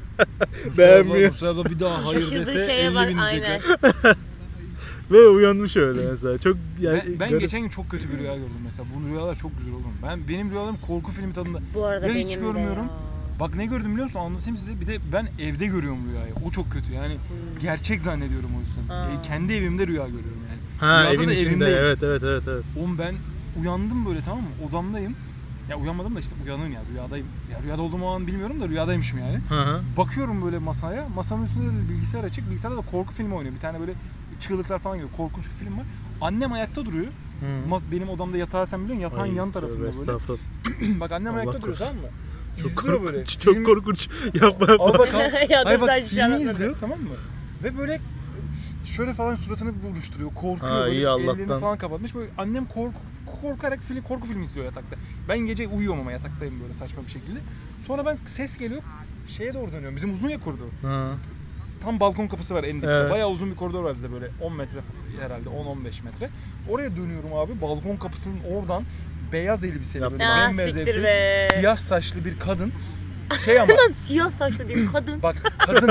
A: beğenmiyor.
C: Bu sırada bir daha hayır
E: Şaşırdığı
C: dese
E: şeye
C: 50
E: bak,
C: bin diyecek.
E: aynen.
C: ya.
A: Ve uyanmış öyle mesela. Çok yani
C: Ben, ben
A: garip.
C: geçen gün çok kötü bir rüya gördüm mesela. Bu rüyalar çok güzel oğlum. Ben benim rüyalarım korku filmi tadında.
E: Bu arada
C: Ya hiç
E: benim de
C: görmüyorum.
E: ya.
C: Bak ne gördüm biliyor musun? Anlatayım size. Bir de ben evde görüyorum rüyayı. O çok kötü. Yani gerçek zannediyorum o yüzden.
E: Aa.
C: E, kendi evimde rüya görüyorum yani.
A: Ha
C: Rüyada
A: evin
C: da
A: içinde
C: evimdeyim.
A: evet evet evet evet.
C: Oğlum ben uyandım böyle tamam mı? Odamdayım. Ya uyanmadım da işte uyanığım ya rüyadayım. Ya rüyada olduğum o an bilmiyorum da rüyadaymışım yani.
A: Hı hı.
C: Bakıyorum böyle masaya. Masanın üstünde de bilgisayar açık. Bilgisayarda da korku filmi oynuyor. Bir tane böyle çığlıklar falan geliyor. Korkunç bir film var. Annem ayakta duruyor. Mas- benim odamda yatağı sen biliyorsun. Yatağın
A: Ay,
C: yan
A: tövbe
C: tarafında böyle.
A: estağfurullah.
C: Bak annem
A: Allah
C: ayakta duruyor
A: korusun.
C: tamam mı?
A: Çok
C: İzliyor
A: korkunç.
C: böyle.
A: Çok
C: Film-
A: korkunç. Yapma yapma.
C: Ama bak
E: Ya
C: Hayır
E: dur,
C: bak
E: ben hiçbir şey
C: filmi
E: anlatmadım.
C: izliyor tamam mı? Ve böyle şöyle falan suratını bir buruşturuyor. Korkuyor
A: Ha,
C: böyle
A: iyi Allah'tan.
C: ellerini falan kapatmış. Böyle annem korku korkarak film, korku filmi izliyor yatakta. Ben gece uyuyorum ama yataktayım böyle saçma bir şekilde. Sonra ben ses geliyor. Şeye doğru dönüyorum. Bizim uzun ya koridor.
A: Ha.
C: Tam balkon kapısı var en dipte.
A: Evet.
C: Bayağı uzun bir koridor var bize böyle 10 metre herhalde 10-15 metre. Oraya dönüyorum abi. Balkon kapısının oradan beyaz elbiseli böyle
E: Yapma. Aa,
C: bembeyaz
E: siktir
C: elbiseli
E: be.
C: siyah saçlı bir kadın. Şey ama
E: Lan siyah saçlı bir kadın.
C: bak kadın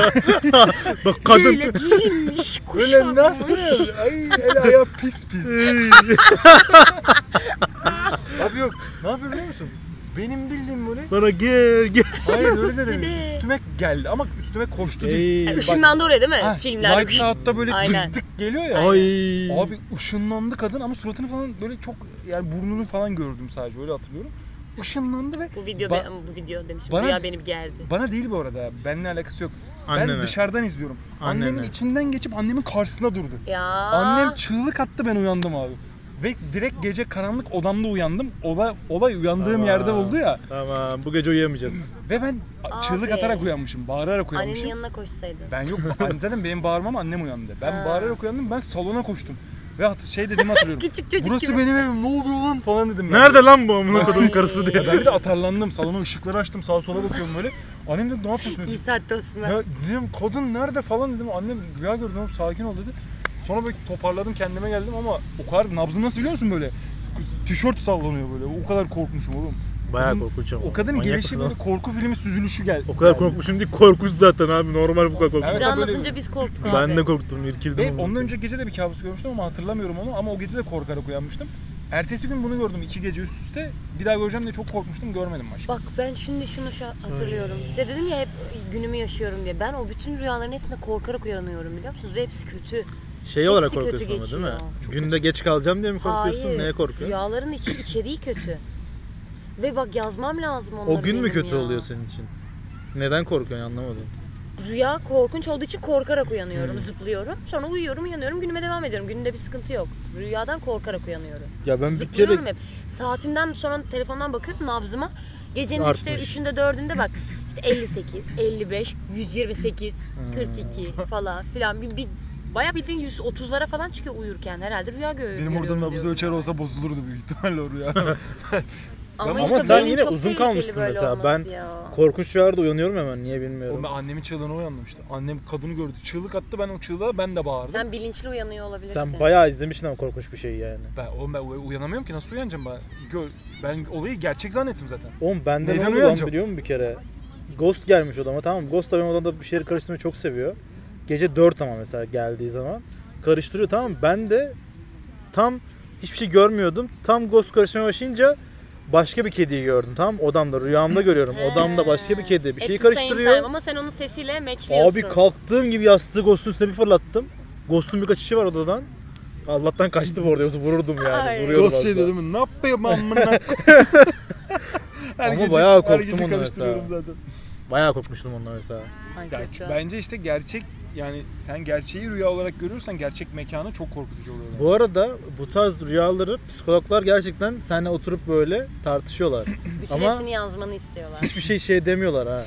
A: Bak kadın.
E: Böyle giyinmiş,
C: Öyle
E: kuşanmış.
C: nasıl? Ay el ayağı pis pis. Abi yok. Ne yapıyor biliyor musun? Benim bildiğim böyle.
A: Bana gel gel.
C: Hayır öyle de demiyor. Üstüme geldi ama üstüme koştu değil.
A: Ey.
E: Yani ışınlandı oraya değil mi?
C: Ha,
E: Filmlerde. şey
C: Light Saat'ta böyle
E: Aynen.
C: tık tık geliyor ya.
A: Ay.
C: Abi ışınlandı kadın ama suratını falan böyle çok yani burnunu falan gördüm sadece öyle hatırlıyorum. Işınlandı ve
E: Bu video,
C: Ba-
E: be- bu video demişim.
C: Bana-
E: Rüya beni gerdi.
C: bana değil bu arada. Benimle alakası yok.
A: Anneme.
C: Ben dışarıdan izliyorum.
A: Anneme.
C: Annemin içinden geçip annemin karşısına durdu.
E: Ya.
C: Annem çığlık attı ben uyandım abi. Ve direkt gece karanlık odamda uyandım. Ola, olay uyandığım
A: Tamam.
C: yerde oldu ya.
A: Tamam bu gece uyuyamayacağız.
C: Ve ben çığlık
E: Abi.
C: atarak uyanmışım. Bağırarak
E: Annenin
C: uyanmışım.
E: yanına koşsaydı.
C: Ben yok. an- Zaten benim bağırmam annem uyandı. Ben
E: Ha.
C: bağırarak uyandım. Ben salona koştum. Ve hat- şey dedim hatırlıyorum.
E: Küçük çocuk
C: Burası
E: gibi.
C: benim evim ne oluyor lan falan dedim. ben.
A: Nerede lan bu amına
E: Ay.
A: kodumun karısı diye.
C: Ya ben bir de atarlandım. Salona ışıkları açtım. Sağa sola bakıyorum böyle. Annem dedi ne
E: İyi
C: yapıyorsunuz?
E: saatte olsunlar.
C: Ya dedim kadın nerede falan dedim. Annem rüya gördüm oğlum sakin ol dedi. Sonra böyle toparladım kendime geldim ama o kadar nabzım nasıl biliyor musun böyle? Tişört sallanıyor böyle. O kadar korkmuşum oğlum.
A: Bayağı
C: Kadın-
A: korkunç ama.
C: O kadının
A: Manyak
C: gelişi
A: mısın
C: böyle
A: lan?
C: korku filmi süzülüşü geldi.
A: O kadar korkmuşum değil korkunç zaten abi normal bu kadar korkunç.
C: Evet.
E: Bizi
C: mesela böyle-
E: anlatınca biz korktuk abi.
A: Ben de korktum irkildim.
C: Ve
A: amına
C: ondan
A: koyayım.
C: önce gece de bir kabus görmüştüm ama hatırlamıyorum onu ama o gece de korkarak uyanmıştım. Ertesi gün bunu gördüm iki gece üst üste. Bir daha göreceğim diye çok korkmuştum görmedim başka.
E: Bak ben şimdi şunu şu hatırlıyorum. Size dedim ya hep günümü yaşıyorum diye. Ben o bütün rüyaların hepsinde korkarak uyanıyorum biliyor musunuz? Ve hepsi kötü.
A: şey olarak
E: hepsi kötü
A: korkuyorsun ama değil mi?
E: geçiyor.
A: Günde geç kalacağım diye mi korkuyorsun?
E: Hayır.
A: Neye korkuyorsun?
E: Rüyaların içi, içeriği kötü. Ve bak yazmam lazım onları
A: O gün mü
E: benim
A: kötü
E: ya.
A: oluyor senin için? Neden korkuyorsun anlamadım.
E: rüya korkunç olduğu için korkarak uyanıyorum, zıplıyorum. Sonra uyuyorum, uyanıyorum, günüme devam ediyorum. Günümde bir sıkıntı yok. Rüyadan korkarak uyanıyorum.
A: Ya ben bir kere
E: Zıplıyorum hep. Saatimden sonra telefondan bakıyorum nabzıma. Gecenin işte
A: Artmış.
E: üçünde dördünde bak. İşte 58, 55, 128,
A: Hmm.
E: 42 falan filan. Bir, bir Bayağı bildiğin 130'lara falan çıkıyor uyurken herhalde rüya görüyorum.
C: Benim oradan
E: diyorum.
C: nabız ölçer olsa bozulurdu büyük ihtimalle o rüya.
E: Ama,
A: Ama
E: işte
A: sen
E: benim
A: yine
E: çok
A: uzun
E: tehlikeli
A: kalmışsın
E: böyle
A: mesela.
E: olması
A: Ben-
E: ya.
A: korkunç rüyada uyanıyorum hemen niye
C: Oğlum
A: bilmiyorum.
C: ben annemin çığlığına uyandım işte. Annem kadını gördü. Çığlık attı ben o çığlığa ben de bağırdım.
E: Sen bilinçli uyanıyor olabilirsin.
A: Sen bayağı izlemişsin ama korkunç bir şey yani.
C: Ben, oğlum ben uy- uyanamıyorum ki nasıl uyanacağım ben? Gör, ben olayı gerçek zannettim zaten.
A: Oğlum benden
C: Neyden
A: oldu lan
C: uyanacağım?
A: biliyor musun bir kere? Ghost gelmiş odama tamam mı? Ghost da benim odamda bir şeyleri karıştırmayı çok seviyor. Gece 4 ama mesela geldiği zaman. Karıştırıyor tamam mı? Ben de tam hiçbir şey görmüyordum. Tam Ghost karıştırmaya başlayınca başka bir kediyi gördüm tamam mı? Odamda rüyamda görüyorum. Odamda başka bir kedi bir
E: At
A: şeyi
E: the same time
A: karıştırıyor.
E: Ama sen onun sesiyle matchliyorsun.
A: Abi kalktığım gibi yastığı Ghost'un üstüne bir fırlattım. Ghost'un bir kaçışı var odadan. Allah'tan kaçtı bu arada yoksa vururdum yani.
E: Ay.
A: Vuruyordum
C: Ghost şey
A: hatta.
C: dedim ne yapayım amına
A: Ama bayağı korktum
C: onu
A: ondan
C: karıştırıyorum
A: mesela.
C: zaten.
A: Bayağı korkmuştum ondan mesela.
E: Ay,
C: Ya,
E: kötü.
C: bence işte gerçek yani sen gerçeği rüya olarak görüyorsan gerçek mekanı çok korkutucu oluyor.
A: Bu arada bu tarz rüyaları psikologlar gerçekten seninle oturup böyle tartışıyorlar.
E: Bütün
A: ama-
E: hepsini yazmanı istiyorlar.
A: Hiçbir şey şey demiyorlar ha.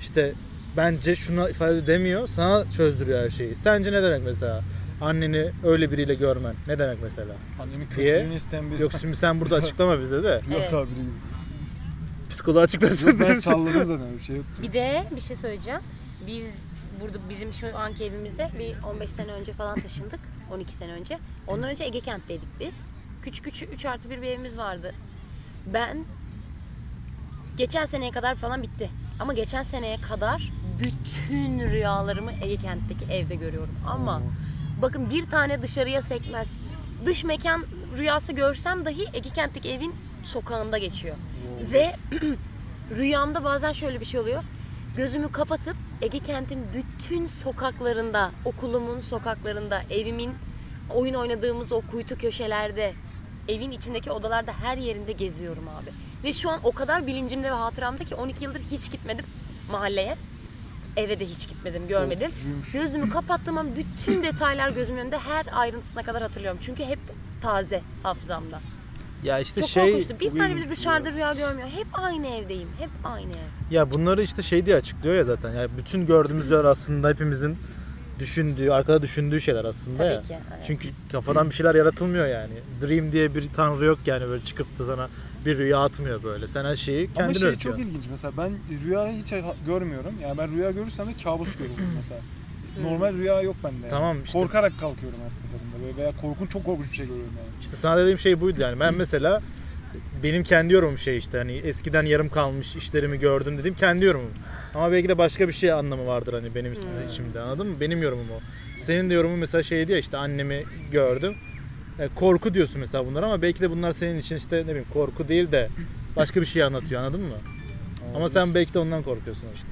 A: İşte bence şuna ifade demiyor. Sana çözdürüyor her şeyi. Sence ne demek mesela? Anneni öyle biriyle görmen ne demek mesela?
C: Annemin
A: Diye-
C: kötülüğünü isteyen bir...
A: Yok şimdi sen burada açıklama bize de.
E: Evet.
C: tabiri gibi.
A: Psikoloğa açıklasın.
C: Ben salladım zaten bir şey yoktu.
E: Bir de bir şey söyleyeceğim. Biz burada bizim şu anki evimize bir 15 sene önce falan taşındık. 12 sene önce. Ondan önce Ege kentteydik biz. Küçük küçük 3 artı bir bir evimiz vardı. Ben geçen seneye kadar falan bitti. Ama geçen seneye kadar bütün rüyalarımı Ege kentteki evde görüyorum. Ama bakın bir tane dışarıya sekmez. Dış mekan rüyası görsem dahi Ege kentteki evin sokağında geçiyor. Ve rüyamda bazen şöyle bir şey oluyor. Gözümü kapatıp Ege kentin bütün sokaklarında, okulumun sokaklarında, evimin oyun oynadığımız o kuytu köşelerde, evin içindeki odalarda her yerinde geziyorum abi. Ve şu an o kadar bilincimde ve hatıramda ki 12 yıldır hiç gitmedim mahalleye. Eve de hiç gitmedim, görmedim.
C: Korkutucuymuş.
E: Gözümü kapattığım an bütün detaylar gözümün önünde her ayrıntısına kadar hatırlıyorum. Çünkü hep taze hafızamda.
A: ya işte
E: Çok
A: şey
E: korkunçtu. Bir tane bile dışarıda rüya görmüyor. Hep aynı evdeyim. Hep aynı ev.
A: Ya bunları işte şey diye açıklıyor ya zaten. Ya bütün gördüğümüz yer aslında hepimizin düşündüğü, arkada düşündüğü şeyler aslında
E: Tabii
A: ya.
E: ki, evet.
A: Çünkü kafadan bir şeyler yaratılmıyor yani. Dream diye bir tanrı yok yani böyle çıkıp da sana bir rüya atmıyor böyle. Sen her şeyi kendin
C: Ama şey
A: üretiyorsun.
C: çok ilginç mesela ben rüyayı hiç ha- görmüyorum. Yani ben rüya görürsem de kabus görüyorum mesela. Normal rüya yok bende. yani.
A: Tamam işte.
C: Korkarak kalkıyorum her seferinde böyle veya korkunç çok korkunç bir şey görüyorum yani.
A: İşte sana dediğim şey buydu yani. Ben mesela benim kendi yorumum şey işte hani eskiden yarım kalmış işlerimi gördüm dedim kendi yorumum. Ama belki de başka bir şey anlamı vardır hani benim
C: Hmm.
A: içimde, içimde anladın mı? Benim yorumum o. Senin de yorumun mesela şeydi ya işte annemi gördüm. E, korku diyorsun mesela bunlar ama belki de bunlar senin için işte ne bileyim korku değil de başka bir şey anlatıyor anladın mı? Ama
C: Olabilir.
A: sen belki de ondan korkuyorsun işte.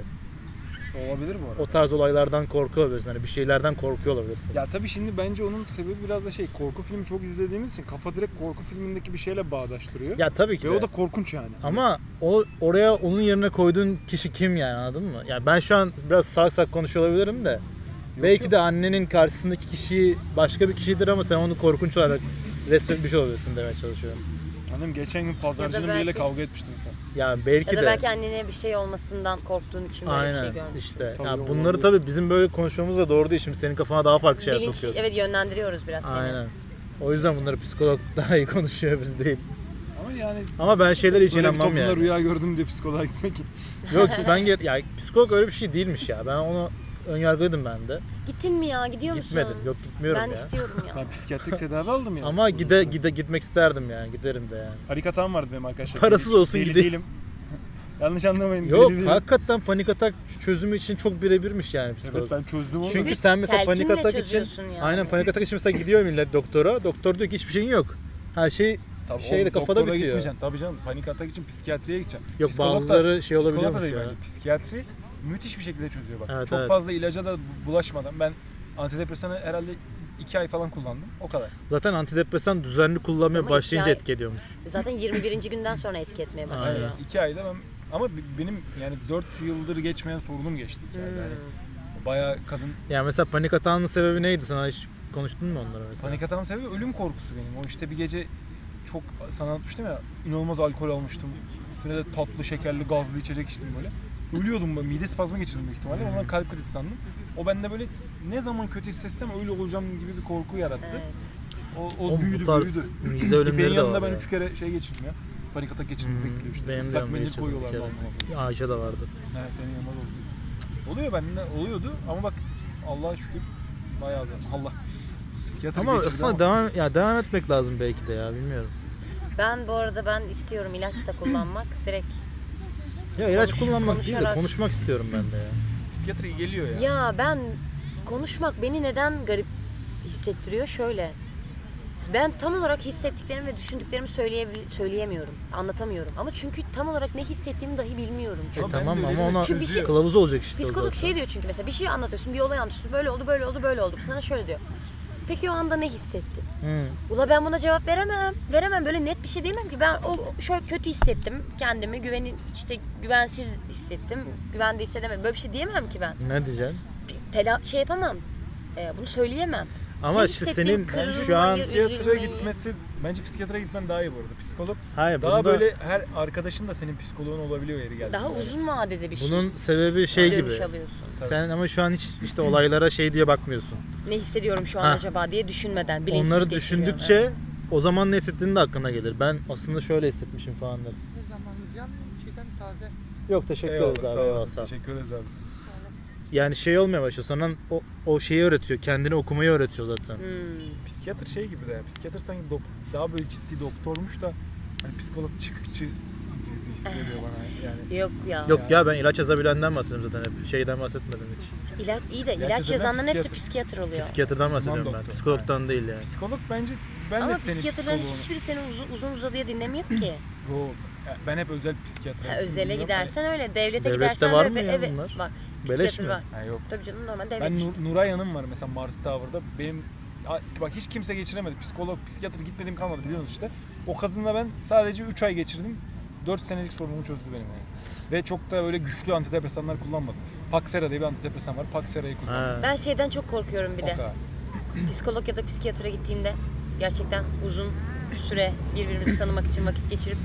C: olabilir bu arada.
A: O tarz olaylardan korkuyor olabilirsin. Hani bir şeylerden korkuyor olabilirsin.
C: Ya tabii şimdi bence onun sebebi biraz da şey korku filmi çok izlediğimiz için kafa direkt korku filmindeki bir şeyle bağdaştırıyor.
A: Ya tabii ki
C: Ve
A: de.
C: o da korkunç yani.
A: Ama o oraya onun yerine koyduğun kişi kim yani anladın mı? Yani ben şu an biraz sak sak konuşuyor olabilirim de. belki
C: yok.
A: de annenin karşısındaki kişi başka bir kişidir ama sen onu korkunç olarak resmetmiş olabilirsin demeye çalışıyorum.
C: Annem geçen gün pazarcının
E: belki-
C: biriyle kavga etmişti mesela.
A: Yani belki
E: Ya da
A: de.
E: belki annene bir şey olmasından korktuğun için böyle bir
A: Aynen
E: şey görmüş.
A: işte.
C: Tabii,
A: yani
C: olabilir.
A: bunları tabii bizim böyle konuşmamız da doğru değil. Şimdi senin kafana daha farklı şeyler
E: Bilinç,
A: sokuyorsun.
E: evet yönlendiriyoruz biraz seni.
A: Aynen. O yüzden bunları psikolog daha iyi konuşuyor biz değil.
C: Ama yani
A: Ama ben şeylere hiç
C: böyle bir
A: inanmam
C: toplumda
A: yani.
C: rüya gördüm diye psikoloğa gitmek
A: Yok ben ger- ya psikolog öyle bir şey değilmiş ya. Ben onu önyargılıydım ben de.
E: Gittin mi ya? Gidiyor musun?
A: Gitmedim. Yok gitmiyorum
E: Ben
A: ya.
E: istiyorum ya.
C: Ben psikiyatrik tedavi aldım ya.
A: Ama gide gide gitmek isterdim yani. Giderim de yani.
C: Panik atağım vardı benim arkadaşlar.
A: Parasız
C: Deli-
A: olsun
C: deli
A: gideyim.
C: değilim. Yanlış anlamayın.
A: Yok
C: deli değilim.
A: hakikaten panik atak çözümü için çok birebirmiş yani
C: Evet
A: psikolog.
C: ben çözdüm onu.
A: Çünkü
E: Çünkü
A: sen mesela
E: telkinle
A: panik atak için
E: çözüyorsun yani.
A: aynen panik atak için mesela gidiyor millet doktora. Doktor diyor ki hiçbir şeyin yok. Her şey
C: Tabii
A: şey de
C: oğlum,
A: kafada
C: doktora
A: bitiyor.
C: Gitmeyeceksin. Tabii canım panik atak için psikiyatriye gideceksin.
A: yok
C: Psikolog da-
A: bazıları şey
C: psikolog da
A: olabiliyormuş
C: değil
A: ya.
C: bence. Psikiyatri müthiş bir şekilde çözüyor bak.
A: Evet,
C: Çok
A: evet.
C: fazla ilaca da bu- bulaşmadan ben antidepresanı herhalde iki ay falan kullandım. O kadar.
A: Zaten antidepresan düzenli kullanmaya
E: Ama
A: başlayınca
E: iki ay-
A: etki ediyormuş.
E: Zaten 21. günden sonra etki etmeye başlıyor.
A: Aynen.
C: İki ayda ben ama b- benim yani 4 yıldır geçmeyen sorunum geçti. iki ayda. Yani Bayağı kadın
A: Yani mesela panik atağının sebebi neydi? Sana hiç konuştun mu onlara mesela?
C: Panik atağım sebebi ölüm korkusu benim. O işte bir gece çok sana anlatmıştım ya inanılmaz alkol almıştım. Üstüne de tatlı, şekerli, gazlı içecek içtim böyle. Ölüyordum ben. Mide spazmı geçirdim büyük ihtimalle. Ondan kalp krizi sandım. O bende böyle ne zaman kötü hissetsem öyle olacağım gibi bir korku yarattı.
E: Evet.
C: O, o
A: Oğlum bu
C: büyüdü,
A: tarz
C: büyüdü.
A: mide
C: İpeğin
A: ölümleri de
C: yanında
A: var.
C: ben
A: ya.
C: üç kere şey geçirdim ya. Panik atak geçirdim.
A: Hmm,
C: Bekliyor işte.
A: benim de
C: Islak
A: yanımda
C: mendil
A: geçirdim bir
C: koyuyorlar
A: kere.
C: bazen.
A: Ayşe de vardı.
C: Yani senin yanında da oldu. Oluyor bende oluyordu ama bak Allah'a şükür bayağı da Allah. Psikiyatri
A: Ama
C: geçirdi
A: aslında devam ya devam etmek lazım belki de ya bilmiyorum.
E: Ben bu arada ben istiyorum ilaç da kullanmak. Direkt
A: Ya ilaç
E: Konuş-
A: kullanmak değil de
E: konuşarak-
A: konuşmak istiyorum ben de ya.
C: Psikiyatri iyi geliyor ya.
E: Ya ben konuşmak beni neden garip hissettiriyor? Şöyle. Ben tam olarak hissettiklerimi ve düşündüklerimi söyleyebil- söyleyemiyorum. Anlatamıyorum. Ama çünkü tam olarak ne hissettiğimi dahi bilmiyorum.
A: E
E: Çünkü.
C: ben
A: tamam
C: de
A: ama
C: öyle
A: ona
E: Çünkü bir şey-
A: kılavuz olacak işte o
E: Psikolog
A: zaten.
E: şey diyor çünkü mesela bir şey anlatıyorsun, bir olay anlatıyorsun. Böyle oldu, böyle oldu, böyle oldu. Sana şöyle diyor. Peki o anda ne hissettin?
A: Hı.
E: Ula ben buna cevap veremem. Veremem böyle net bir şey diyemem ki. Ben o şöyle kötü hissettim. Kendimi güvenin işte güvensiz hissettim. Güvende hissedemem. Böyle bir şey diyemem ki ben.
A: Ne diyeceksin?
E: Bir Tela şey yapamam. Ee, bunu söyleyemem.
A: Ama
E: Ne
A: işte
E: hissettiğin
A: senin
E: kırılmayı-
A: şu an
C: Psikiyatra
E: Üzülmeyi.
C: gitmesi bence psikiyatra gitmen daha iyi bu arada. Psikolog
A: hayır
C: daha
A: bunda-
C: böyle her arkadaşın da senin psikoloğun olabiliyor yeri geldi.
E: Daha uzun vadede bir şey.
A: bunun sebebi şey gibi.
E: dönüş alıyorsun.
A: Sen ama şu an hiç işte olaylara şey diye bakmıyorsun.
E: Ne hissediyorum şu an
A: Ha.
E: acaba diye düşünmeden bilinçsiz
A: Onları
E: geçiriyorum.
A: düşündükçe o zaman ne hissettiğin de aklına gelir. Ben aslında şöyle hissetmişim falan dersin.
G: Ne zamanınız yani çiğden taze.
A: Yok teşekkür ederiz abi. eyvallah, sağ ol.
C: Teşekkür ederiz abi.
A: Yani şey olmaya başlıyor. Sana o, o şeyi öğretiyor. Kendini okumayı öğretiyor zaten.
E: Hmm.
C: Psikiyatr şey gibi de ya. Psikiyatr sanki dok- daha böyle ciddi doktormuş da hani psikolog çıkıcı gibi hissediyor bana yani.
E: Yok ya.
A: Yok ya ben ilaç yazabilenden bahsediyorum zaten hep. Şeyden bahsetmedim hiç.
E: İlaç iyi de
C: İlaç
E: ilaç
C: yazanlar
E: yazanların hepsi
C: psikiyatr.
E: psikiyatrı oluyor.
A: Psikiyatrdan bahsediyorum ben.
C: doktor.
A: Psikologdan değil yani.
C: Psikolog bence ben
E: Ama
C: de senin
E: psikiyatrların
C: psikoloğunu.
E: hiçbiri seni uzun, uzun uzadıya dinlemiyor ki.
C: Yo, ya ben hep özel psikiyatra.
E: Ha,
C: gittim,
E: özele
C: bilmiyorum.
E: gidersen öyle, devlete
A: Devlette
E: gidersen
A: var
E: böyle
A: mı
E: bir-
A: ya
E: evet,
A: bunlar?
E: var.
A: Beleş
E: Psikiyatri
A: mi?
E: var.
C: Hani- Ha, yok.
E: Tabii canım normal devlet.
C: Ben
E: işte.
C: Nur, Nuray Hanım var mesela Martı Tower'da. Benim a- bak hiç kimse geçiremedi. Psikolog, psikiyatr gitmediğim kalmadı biliyorsunuz işte. O kadınla ben sadece 3 ay geçirdim. 4 senelik sorunumu çözdü benim yani. Ve çok da öyle güçlü antidepresanlar kullanmadım. Paxera diye bir antidepresan var. Paxera'yı kullandım.
A: Ha.
E: Ben şeyden çok korkuyorum bir
C: O
E: de.
C: kadar.
E: Psikolog ya da psikiyatra gittiğimde gerçekten uzun süre birbirimizi tanımak için vakit geçirip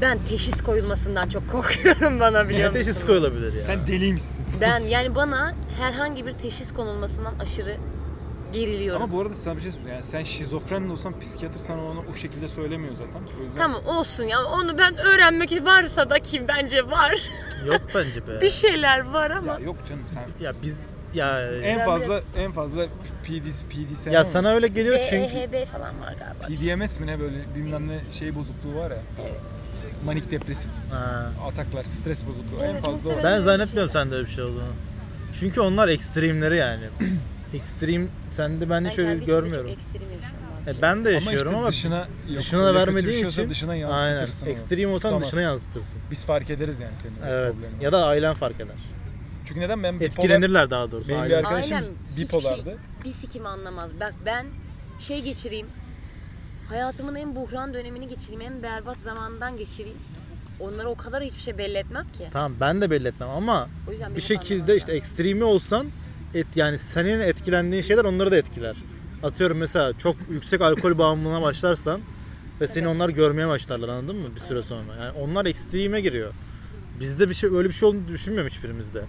E: ben teşhis koyulmasından çok korkuyorum bana biliyor
A: Niye
E: musun?
A: teşhis koyulabilir ya?
C: Sen deliymişsin.
E: Ben yani bana herhangi bir teşhis konulmasından aşırı geriliyorum.
C: Ama bu arada sana bir şey söyleyeyim. Yani sen şizofren de olsan psikiyatr sana onu o şekilde söylemiyor zaten. O yüzden
E: Tamam olsun ya onu ben öğrenmek varsa da kim bence var.
A: Yok bence be.
E: Bir şeyler var ama.
C: Ya yok canım sen
A: Ya biz ya
C: en fazla en fazla PDS PDS
A: ya sana öyle geliyor
E: E,
A: çünkü
E: DHB falan var galiba. bir şey.
C: PDMS mi ne böyle bilmem ne şey bozukluğu var ya. Evet. Manik depresif
A: Ha.
C: ataklar, stres bozukluğu en
E: Evet,
C: fazla o.
E: muhtemelen.
A: ben
E: öyle bir
A: zannetmiyorum
E: şey.
A: sende öyle bir şey olduğunu. Çünkü onlar ekstremleri yani. Ekstrem sende ben de
E: Ben
A: şöyle
E: kendi içimde
A: görmüyorum.
E: Çok ekstrem şey. yaşıyorum bazı
A: E,
E: şeyleri.
A: ben de
C: Ama
A: yaşıyorum
C: işte
A: ama,
C: dışına yok.
A: dışına
C: Öyle
A: da
C: kötü bir
A: vermediğin
C: şey olsa
A: için
C: dışına
A: aynen.
C: yansıtırsın. onu.
A: Ekstrem olsan
C: Tutamazsın.
A: dışına yansıtırsın.
C: Biz fark ederiz yani senin öyle
A: Evet.
C: problemini.
A: Ya da ailen fark eder.
C: Çünkü neden ben bipolar,
A: Etkilenirler daha doğrusu.
C: benim bir
A: ailen.
C: arkadaşım
E: Ailem hiçbir
C: bipolardı.
E: şey- bir sikim anlamaz. Bak ben şey geçireyim. Hayatımın en buhran dönemini geçireyim. En berbat zamanından geçireyim. Onlara o kadar hiçbir şey belli etmem ki.
A: Tamam ben de belli etmem ama
E: O yüzden beni
A: bir
E: anlamazlar.
A: şekilde işte ekstremi olsan et yani senin etkilendiğin şeyler onları da etkiler. Atıyorum mesela çok yüksek alkol bağımlılığına başlarsan ve seni onlar görmeye başlarlar anladın mı bir süre sonra. Yani onlar ekstreme giriyor. Bizde bir şey öyle bir şey olduğunu düşünmüyorum hiçbirimizde.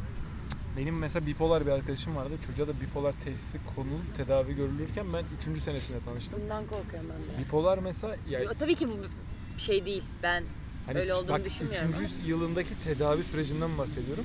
C: Benim mesela bipolar bir arkadaşım vardı. Çocuğa da bipolar teşhisi konulup tedavi görülürken ben 3. senesinde tanıştım.
E: Bundan korkuyorum ben de.
C: Bipolar mesela ya
E: Yo, Tabii ki bu bir şey değil. Ben
C: Hani
E: Öyle olduğunu
C: bak,
E: düşünmüyorum
C: Üçüncü yılındaki tedavi sürecinden bahsediyorum.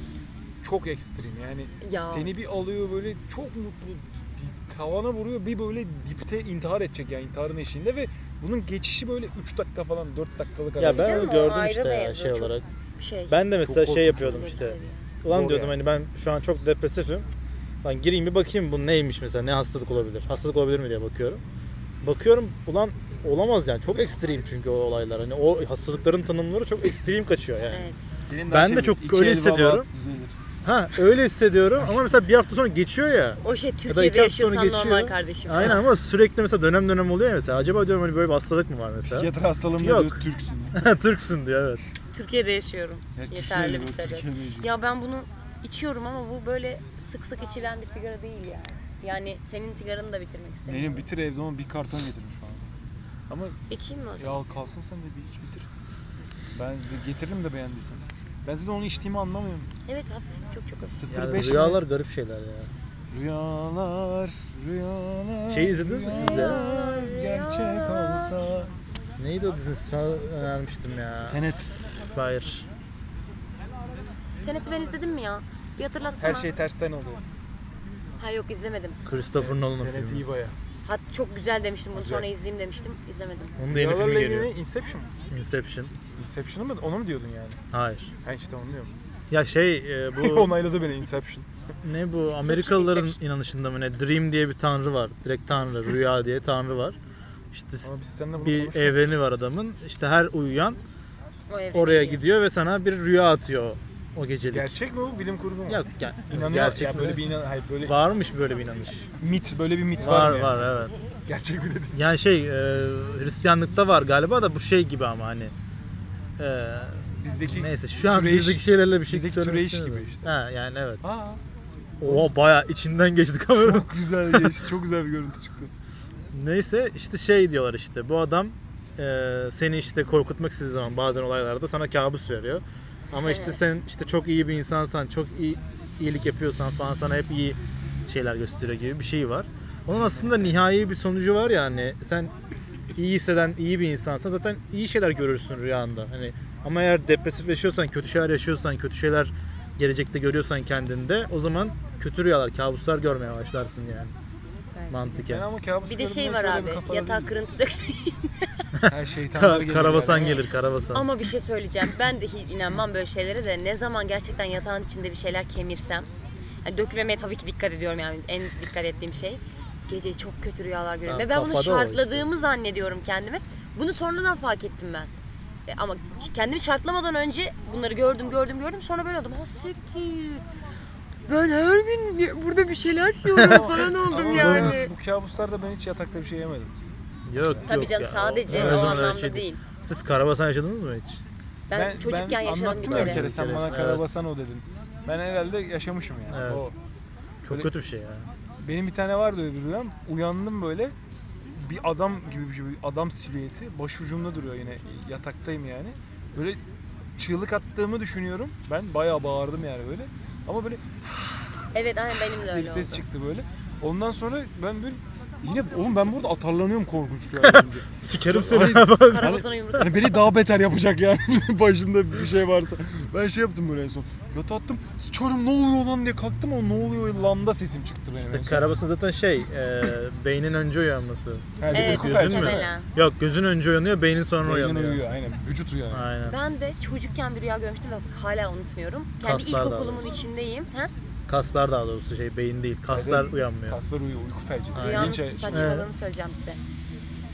C: Çok ekstrem yani.
E: Ya.
C: Seni bir alıyor böyle çok mutlu di- tavana vuruyor bir böyle dipte intihar edecek yani intiharın eşiğinde ve bunun geçişi böyle 3 dakika falan 4 dakikalık
A: Ya
C: aralık.
A: ben
E: canım,
A: onu
E: o
A: gördüm
E: ayrı
A: işte ya
E: mevzu,
A: şey
E: çok
A: olarak.
E: bir şey.
A: Ben de mesela
C: korkunç
A: şey
E: ileri
A: yapıyordum işte.
E: seviye.
A: Ulan
C: Zor
A: diyordum
C: yani.
A: hani ben şu an çok depresifim. Lan gireyim bir bakayım bu neymiş mesela ne hastalık olabilir? Hastalık olabilir mi diye bakıyorum. Bakıyorum ulan olamaz yani çok ekstrem çünkü o olaylar. Hani o hastalıkların tanımları çok ekstrem kaçıyor yani.
E: Evet.
C: Senin
A: Ben
C: şey
A: de çok
C: iki
A: öyle
C: el baba
A: hissediyorum.
C: düzelir.
A: Ha öyle hissediyorum ama mesela bir hafta sonra geçiyor ya.
E: O şey
A: iki
E: Türkiye'de
A: hafta sonra
E: yaşıyorsan normal
A: geçiyor.
E: kardeşim.
A: Aynen ama sürekli mesela dönem dönem oluyor ya mesela. Acaba diyorum hani böyle bir hastalık mı var mesela?
C: Psikiyatr hastalığında
A: Yok.
C: diyor Türksün.
A: Türksün diyor evet.
E: Türkiye'de yaşıyorum.
C: Ya,
E: Yeterli
C: düşünsene
E: bir
C: diyor,
E: sebep.
C: Türkiye'de yaşıyorsun.
E: Ya ben bunu içiyorum ama bu böyle sık sık içilen bir sigara değil yani. Yani senin sigaranı da bitirmek istemiyorum.
C: Neyim bitir evde ama bir karton getirmiş bana. Ama
E: İçeyim mi o zaman?
C: ya kalsın sen de bir iç bitir. Ben de getiririm de beğendiysen. Ben size onu içtiğimi anlamıyorum.
E: Evet hafif çok çok
C: 05
E: hafif.
A: Yani
C: mi?
A: rüyalar garip şeyler ya.
C: Rüyalar, rüyalar.
A: Şey izlediniz mi siz ya?
C: rüyalar Gerçek olsa.
A: Neydi o dizinin? Sana önermiştim ya.
C: Tenet.
A: Hayır.
E: Tenet'i ben izledim mi ya? Bir hatırlatsana.
C: Her şey tersten oluyor.
E: Ha yok izlemedim.
A: Christopher Nolan'ın
C: Tenet
A: filmi.
C: iyi baya.
E: Hat çok güzel demiştim bunu
C: Güzel.
E: sonra izleyeyim demiştim. İzlemedim.
A: Onun da yeni
C: Rüyalarla
A: filmi
C: ilgili
A: geliyor.
C: ne? Inception mı?
A: Inception.
C: Inception'ı mı? Onu mu diyordun yani?
A: Hayır.
C: Ha işte onu diyorum.
A: Ya şey e, bu
C: Onayladı beni Inception.
A: ne bu Amerikalıların inanışında mı ne Dream diye bir tanrı var. Direkt tanrı, rüya diye tanrı var. İşte
C: Ama biz seninle bunu
A: bir
C: konuşmadık.
A: evreni var adamın. İşte her uyuyan
E: O evde
A: oraya
E: değil.
A: gidiyor ve sana bir rüya atıyor o gecelik.
C: Gerçek mi bu? Bilim kurgu mu?
A: Yok ya,
C: İnanıyor-
A: gerçek
C: ya böyle
A: mi?
C: bir inan hayır böyle
A: Varmış böyle bir inanış.
C: mit böyle bir mit
A: Var
C: var, mı? ya?
A: var evet.
C: Gerçek mi dedim?
A: Yani şey e, Hristiyanlıkta var galiba da bu şey gibi ama hani e,
C: Bizdeki
A: neyse şu an
C: türeyiş-
A: bizdeki şeylerle bir şey
C: Şey, bizdeki
A: söylemek
C: türeyiş
A: istemiyorum.
C: gibi işte.
A: Ha yani evet.
C: Aa,
A: Oha baya içinden geçtik ama.
C: çok güzel geçti. Çok güzel bir görüntü çıktı.
A: Neyse işte şey diyorlar işte bu adam e, seni işte korkutmak istediği zaman bazen olaylarda sana kabus veriyor. Ama işte sen işte çok iyi bir insansan, çok iyi iyilik yapıyorsan falan sana hep iyi şeyler gösteriyor gibi bir şey var. Onun aslında nihai bir sonucu var yani sen iyi hisseden iyi bir insansan zaten iyi şeyler görürsün rüyanda. Hani ama eğer depresif yaşıyorsan, kötü şeyler yaşıyorsan, kötü şeyler gelecekte görüyorsan kendinde o zaman kötü rüyalar, kabuslar görmeye başlarsın yani. Mantıken.
C: Ben ama kabus
E: Bir de şey var
C: görüyorum, şöyle bir
E: abi
C: kafada
E: yatağa
C: değilim.
E: kırıntı dök.
C: Her şeytanlar
A: Ka-
C: geliyor.
A: karabasan
C: yani.
A: gelir karabasan.
E: Ama bir şey söyleyeceğim. Ben de hiç inanmam böyle şeylere de ne zaman gerçekten yatağın içinde bir şeyler kemirsem. Yani dökülmemeye tabii ki dikkat ediyorum yani en dikkat ettiğim şey. Gece çok kötü rüyalar görüyorum.
A: Ha,
E: Ve ben bunu
A: kafada o işte.
E: şartladığımı zannediyorum kendime. Bunu sonradan fark ettim ben. E, ama kendimi şartlamadan önce bunları gördüm gördüm gördüm sonra böyle oldum. Ha siktir. Ben her gün burada bir şeyler yiyorum falan oldum
C: Ama
E: yani.
C: bu, bu kabuslarda ben hiç yatakta bir şey yemedim.
A: Yok
E: Tabii
A: yok
E: canım
A: ya,
E: sadece
A: her
E: o,
A: zaman öyle
E: anlamda
A: şey
E: değil.
A: Siz karabasan yaşadınız mı hiç?
E: Ben, çocukken yaşadım bir
C: anlattım ya
E: kere.
C: bir kere. Sen
A: Bir kere,
C: bana
A: evet.
C: karabasan o dedin. Ben herhalde yaşamışım yani.
A: Evet.
C: O.
A: Çok
C: Böyle-
A: kötü bir şey ya.
C: Benim bir tane vardı öyle bir rüyam. Uyandım böyle. Bir adam gibi bir şey. bir Adam silüeti. Başucumda duruyor yine. Yataktayım yani. Böyle çığlık attığımı düşünüyorum. Ben bayağı bağırdım yani böyle. Ama böyle
E: Evet aynen benim de
C: diye bir
E: öyle oldu.
C: ses çıktı böyle. Ondan sonra ben böyle yine oğlum ben burada atarlanıyorum korkunç Hani rüyalarımda.
A: Sikerim seni.
C: Hayır,
E: Karabasana yumruk
C: Yani beni daha beter yapacak yani başımda bir şey varsa. Ben şey yaptım böyle en son. Yatağa attım. Sıçarım ne oluyor lan diye kalktım ama ne oluyor lan da sesim çıktı benim en son.
A: karabasan zaten şey, e, beynin önce uyanması.
C: Ha, bir
E: Evet,
C: uyku
A: gözün
C: felci.
A: mü?
E: muhtemelen.
A: Yok gözün önce uyanıyor, beynin sonra
C: Beynin
A: uyanıyor.
C: uyuyor aynen. Vücut uyanıyor.
A: Aynen.
E: Ben de çocukken bir rüya görmüştüm ve hala unutmuyorum. Kendi
A: Kaslar da
E: ilkokulumun içindeyim. Ha?
A: Kaslar daha doğrusu şey, beyin değil. Kaslar
C: Evet.
A: uyanmıyor.
C: Kaslar uyuyor. Uyku felci.
E: Rüyanın
C: Linçe-
E: saçmalığını söyleyeceğim size.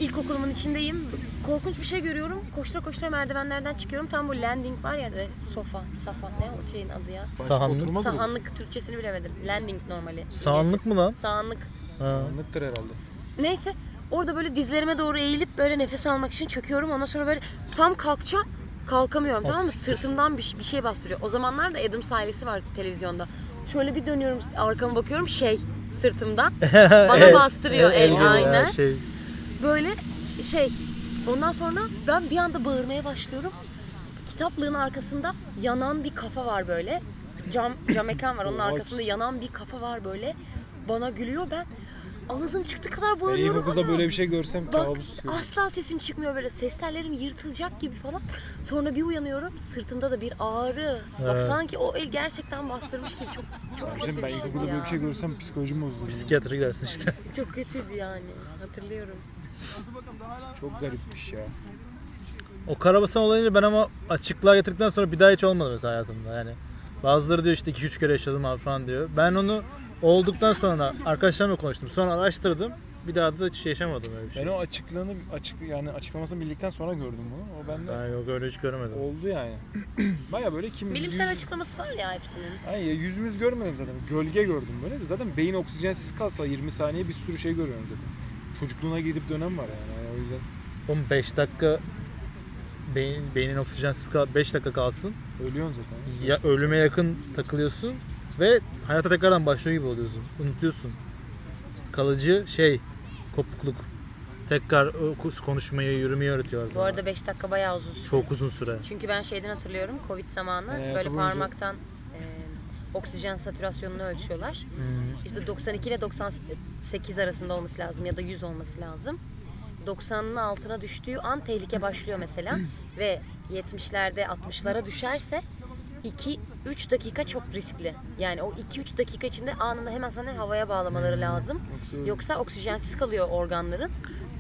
E: İlkokulumun içindeyim. Korkunç bir şey görüyorum. Koştura koştura merdivenlerden çıkıyorum. Tam bu landing var ya da sofa, safa ne o şeyin adı ya?
C: Başka
A: Sahanlık.
C: oturma grubu.
E: Sahanlık Türkçesini bilemedim. Landing normali.
A: Sağanlık mı lan?
E: Sahanlık.
A: Ha.
C: Sahanlıktır herhalde.
E: Neyse orada böyle dizlerime doğru eğilip böyle nefes almak için çöküyorum. Ondan sonra böyle tam kalkacağım. Kalkamıyorum tamam mı? Sırtımdan bir, bir şey bastırıyor. O zamanlar da Adams ailesi var televizyonda. Şöyle bir dönüyorum arkama bakıyorum şey sırtımda. Bana
A: El-
E: bastırıyor el,
A: ya,
E: aynen.
A: Şey,
E: Böyle şey ondan sonra ben bir anda bağırmaya başlıyorum. Kitaplığın arkasında yanan bir kafa var böyle. Cam, cam mekan var onun arkasında yanan bir kafa var böyle. Bana gülüyor ben. Ağzım çıktı kadar
C: Ben
E: bağırıyorum.
C: ilkokulda
E: "Ana!"
C: böyle bir şey görsem
E: Bak ah,
C: kabus görürüm.
E: asla sesim çıkmıyor böyle. Ses tellerim yırtılacak gibi falan. Sonra bir uyanıyorum sırtımda da bir ağrı. Bak sanki o el gerçekten bastırmış gibi çok çok kötü
C: Abicim
E: bir
C: ben
E: şeydi
C: ilkokulda böyle
E: ya.
C: bir şey görsem psikolojim bozulur.
A: psikiyatra gidersin işte.
E: Çok kötüydü yani hatırlıyorum.
C: Çok garipmiş ya.
E: Şey-
A: O karabasan olayını ben ama açıklığa getirdikten sonra bir daha hiç olmadı mesela hayatımda yani. Bazıları diyor işte 2-3 kere yaşadım abi falan diyor. Ben onu olduktan sonra arkadaşlarımla konuştum. Sonra araştırdım. Bir daha da hiç yaşamadım öyle bir şey.
C: Ben o açıklığını açık yani açıklamasını bildikten sonra gördüm bunu. O bende
A: Ben yok öyle hiç görmedim.
C: oldu yani. Baya böyle kim
E: Bilimsel
C: yüz-
E: açıklaması var ya hepsinin.
C: Ay ya yüzümüz görmedim zaten. Gölge gördüm böyle. de. Zaten beyin oksijensiz kalsa 20 saniye bir sürü şey görüyorum zaten. Çocukluğuna gidip dönem var yani. O yüzden
A: Oğlum 5 dakika beyin, beynin oksijensiz kal 5 dakika kalsın.
C: ölüyorsun zaten.
A: Ya ölüme yakın takılıyorsun Ve hayata tekrardan başlıyor gibi oluyorsun. Unutuyorsun. Kalıcı şey, kopukluk. Tekrar o kus- konuşmayı, yürümeyi öğretiyorlar
E: Bu
A: sana.
E: arada 5 dakika bayağı uzun sürdü.
A: Çok uzun süre.
E: Çünkü ben şeyden hatırlıyorum Covid zamanı
C: Hayatı
E: böyle
C: boyunca-
E: parmaktan e, oksijen satürasyonunu ölçüyorlar.
C: Hmm.
E: İşte 92 ile 98 arasında olması lazım ya da 100 olması lazım. 90'ın altına düştüğü an tehlike başlıyor mesela ve 70'lerde 60'lara düşerse 2-3 dakika çok riskli. Yani o 2-3 dakika içinde anında hemen sana havaya
C: Hmm.
E: bağlamaları lazım. Yoksa oksijensiz kalıyor organların.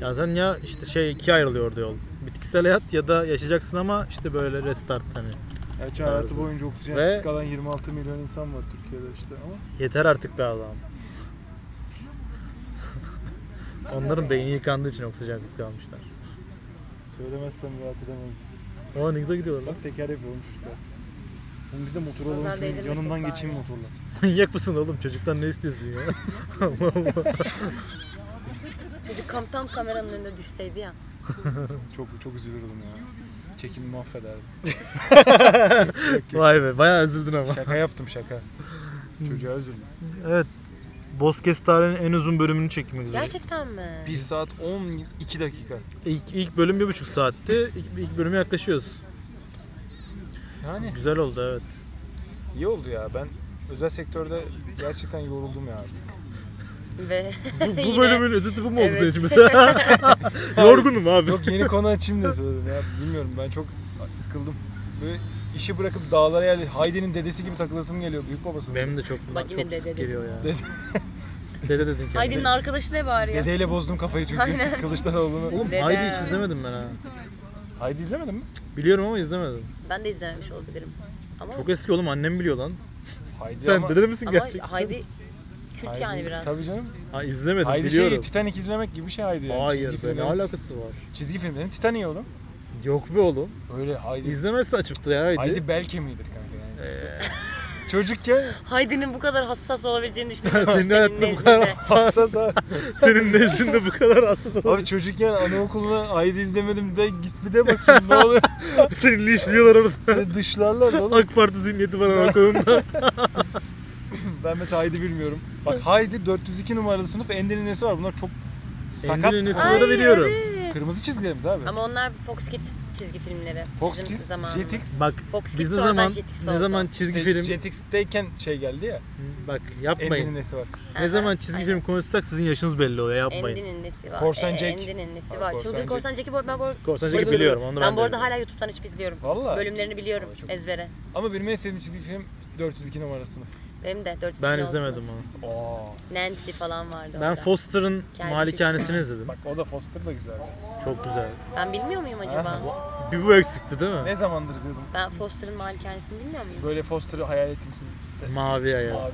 A: Ya sen ya işte şey ikiye ayrılıyor orada yol. Bitkisel hayat ya da yaşayacaksın ama işte böyle restart hani.
C: Gerçi
A: Tarzı.
C: hayatı boyunca oksijensiz
A: Ve-
C: kalan 26 milyon insan var Türkiye'de işte ama.
A: Yeter artık be Allah'ım. Onların beyni yıkandığı için oksijensiz kalmışlar.
C: Söylemezsem rahat edemem.
A: O ne güzel gidiyorlar
C: Bak teker yapıyorum çocuklar. Oğlum biz de motor alalım
E: Onlar
C: şunu,
E: değdirmesek
C: yanından
E: bari.
C: geçeyim motorla.
A: lan. Yak mısın oğlum? Çocuktan ne istiyorsun ya?
E: Çocuk kam tam kameranın önünde düşseydi ya.
C: Çok çok üzülürdüm ya. Çekimi mahvederdim.
A: Vay be bayağı üzüldün ama.
C: Şaka yaptım şaka. Çocuğa üzüldüm.
A: Evet. Bozkes tarihinin en uzun bölümünü çekmek üzere.
E: Gerçekten mi?
C: 1 saat 12 dakika.
A: İlk, ilk bölüm bir buçuk saatti. İlk, ilk bölüme yaklaşıyoruz.
C: Yani
A: Güzel oldu evet.
C: iyi oldu ya. Ben özel sektörde gerçekten yoruldum ya artık.
E: Ve
A: Bu, bu
E: Yine.
A: bölümün özeti bu mu oldu senin için
E: Evet.
A: mesela? Yorgunum abi.
C: Yok yeni konu açayım da söyledim ya. Bilmiyorum ben çok sıkıldım. Böyle işi bırakıp dağlara yerli Haydi'nin dedesi gibi takılasım geliyor. Büyük babası.
A: Benim de çok bunlar
E: Bak yine
A: çok
E: dede
A: sık
E: dedi.
A: geliyor ya.
C: Dede.
A: dede dedin kendine.
E: Haydi'nin arkadaşı ne bari ya?
C: Dedeyle bozdum kafayı çünkü.
E: Aynen.
C: Kılıçdaroğlu'nu.
A: Oğlum
E: Dede.
A: Haydi hiç izlemedim ben ha.
C: Haydi izlemedin mi?
A: Biliyorum ama izlemedim.
E: Ben de izlememiş olabilirim. Ama,
A: Çok eski oğlum annem biliyor lan.
C: Haydi
A: Sen
C: ama...
A: dede misin
E: ama
A: gerçekten?
E: Haydi kült
C: Haydi-
E: yani biraz.
C: Tabii canım.
A: Ha izlemedim
C: Haydi şey
A: biliyorum.
C: Titanic izlemek gibi bir şey Haydi yani.
A: Hayır
C: çizgi
A: be ne
C: filmlerin-
A: alakası var?
C: Çizgi filmlerin Titanic'i oğlum.
A: Yok be oğlum.
C: Öyle Haydi.
A: İzlemezse açıktı ya Haydi.
C: Haydi bel kemiğidir kanka yani. Çocukken
E: Haydi'nin bu kadar hassas olabileceğini
A: Sen,
E: düşünmüyorum.
A: senin hayatında bu
E: nezdinde.
A: kadar
C: hassas ha.
A: senin nezdinde bu kadar hassas olan
C: Abi çocukken anaokuluna Haydi izlemedim de git bir de bakayım ne oluyor.
A: seni linçliyorlar orada.
C: Seni dışlarlar oğlum.
A: AK Parti zihniyeti var anaokulunda.
C: Ben mesela Haydi bilmiyorum. Bak Haydi 402 numaralı sınıf Ender'in nesi var. Bunlar çok sakat.
A: Ender'in nesi
E: Ay,
A: Bunları biliyorum.
E: evet.
C: Kırmızı çizgilerimiz abi.
E: Ama onlar Fox Kids çizgi filmleri.
C: Fox
E: Bizim
C: Kids,
E: zamanımız.
C: Jetix.
A: Bak
E: Fox
A: biz
E: Kids
A: ne
E: sonradan
A: zaman
E: Jetix
A: ne
E: oldu.
A: zaman çizgi
C: İşte
A: film
C: Jetix'teyken şey geldi ya.
A: bak yapmayın.
C: Ender'in nesi var.
A: Ne zaman çizgi
E: Aynen.
A: film konuşsak sizin yaşınız belli oluyor yapmayın.
E: Endi'nin nesi var?
C: Korsan
E: E,
C: Jack.
E: Endi'nin nesi
C: Ay,
E: var?
C: Korsan
E: Çılgın
C: Jack.
E: Korsan Jack'i bu- ben bu arada...
A: Korsan
E: bu
A: Jack'i
E: arada-
A: biliyorum onu ben,
E: Ben bu
A: de
E: arada
A: biliyorum.
E: hala YouTube'dan açıp izliyorum.
C: Vallahi.
E: Bölümlerini biliyorum
C: Çok-
E: ezbere.
C: Ama benim en sevdiğim çizgi film 402 numaralı sınıf.
E: Benim de 400
A: Ben
E: kilo
A: izlemedim
E: olsun.
A: onu.
C: Aa.
E: Nancy falan vardı
A: Ben
E: orada.
A: Foster'ın
E: Kendi
A: malikanesini izledim.
C: Bak o da Foster da güzel.
A: Çok güzel.
E: Ben bilmiyor muyum acaba?
A: Bir bu eksikti değil mi?
C: Ne zamandır diyordum.
E: Ben Foster'ın malikanesini bilmiyor muyum?
C: Böyle Foster'ı hayal etmişsin. İşte.
A: Mavi ayağı.
C: Abi.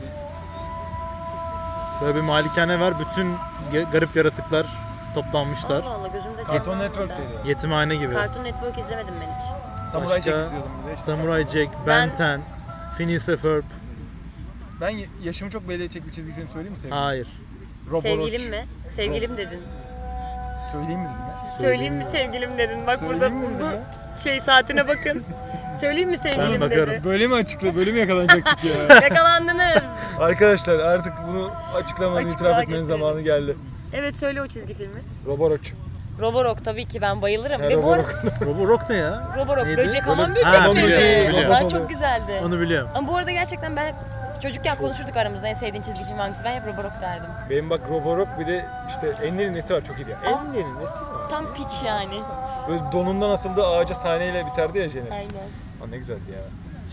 A: Böyle bir malikane var. Bütün ge- garip yaratıklar toplanmışlar.
E: Allah Allah gözümde canlandı.
C: Cartoon Network'teydi.
A: Yetimhane gibi.
E: Cartoon Network izlemedim ben hiç.
C: Samuray Jack
A: Başka-
C: izliyordum bir de. işte.
A: Samurai Jack, Ben
E: Ben-
A: 10, Phineas and Ferb.
C: Ben ya- yaşımı çok belli edecek bir çizgi film söyleyeyim mi sevgilim?
A: Hayır.
C: Robo
E: Sevgilim
C: Roach.
E: mi? Sevgilim dedin.
C: Söyleyeyim mi dedim ya?
E: Söyleyeyim mi sevgilim dedin? Bak burada
C: Söyleyeyim mi dedim
E: bu
C: ya?
E: şey saatine bakın. Söyleyeyim mi
A: Ben
E: sevgilim
A: bakarım.
E: dedi?
C: Böyle mi açıkla? Böyle mi yakalanacaktık ya?
E: Yakalandınız.
C: Arkadaşlar artık bunu açıklamanın,
E: Açıklığa
C: itiraf etmenin
E: getirelim.
C: zamanı geldi.
E: Evet söyle o çizgi filmi.
C: Robo Roach.
F: Roborock tabii ki ben bayılırım.
C: Ya,
F: Ve bu arada
C: Roborock.
A: Robo Rock ne ya?
F: Roborock
A: Neydi?
F: böcek hamam
A: Böyle-
F: böcek
A: Ha,
F: miydi?
A: biliyorum, biliyorum.
F: Onlar çok güzeldi.
A: Onu biliyorum.
F: Ama bu arada gerçekten ben çocukken konuşurduk aramızda en sevdiğin çizgi film hangisi. Ben hep Roborock derdim.
C: Benim bak Robo Roach bir de işte Ender'in nesi var çok iyi
F: Ah.
C: ya. Ender'in nesi var?
F: Tam piç yani.
C: Böyle donundan asıldığı ağaca sahneyle biterdi ya Jenny.
F: Aynen.
C: Aa, ne güzeldi ya.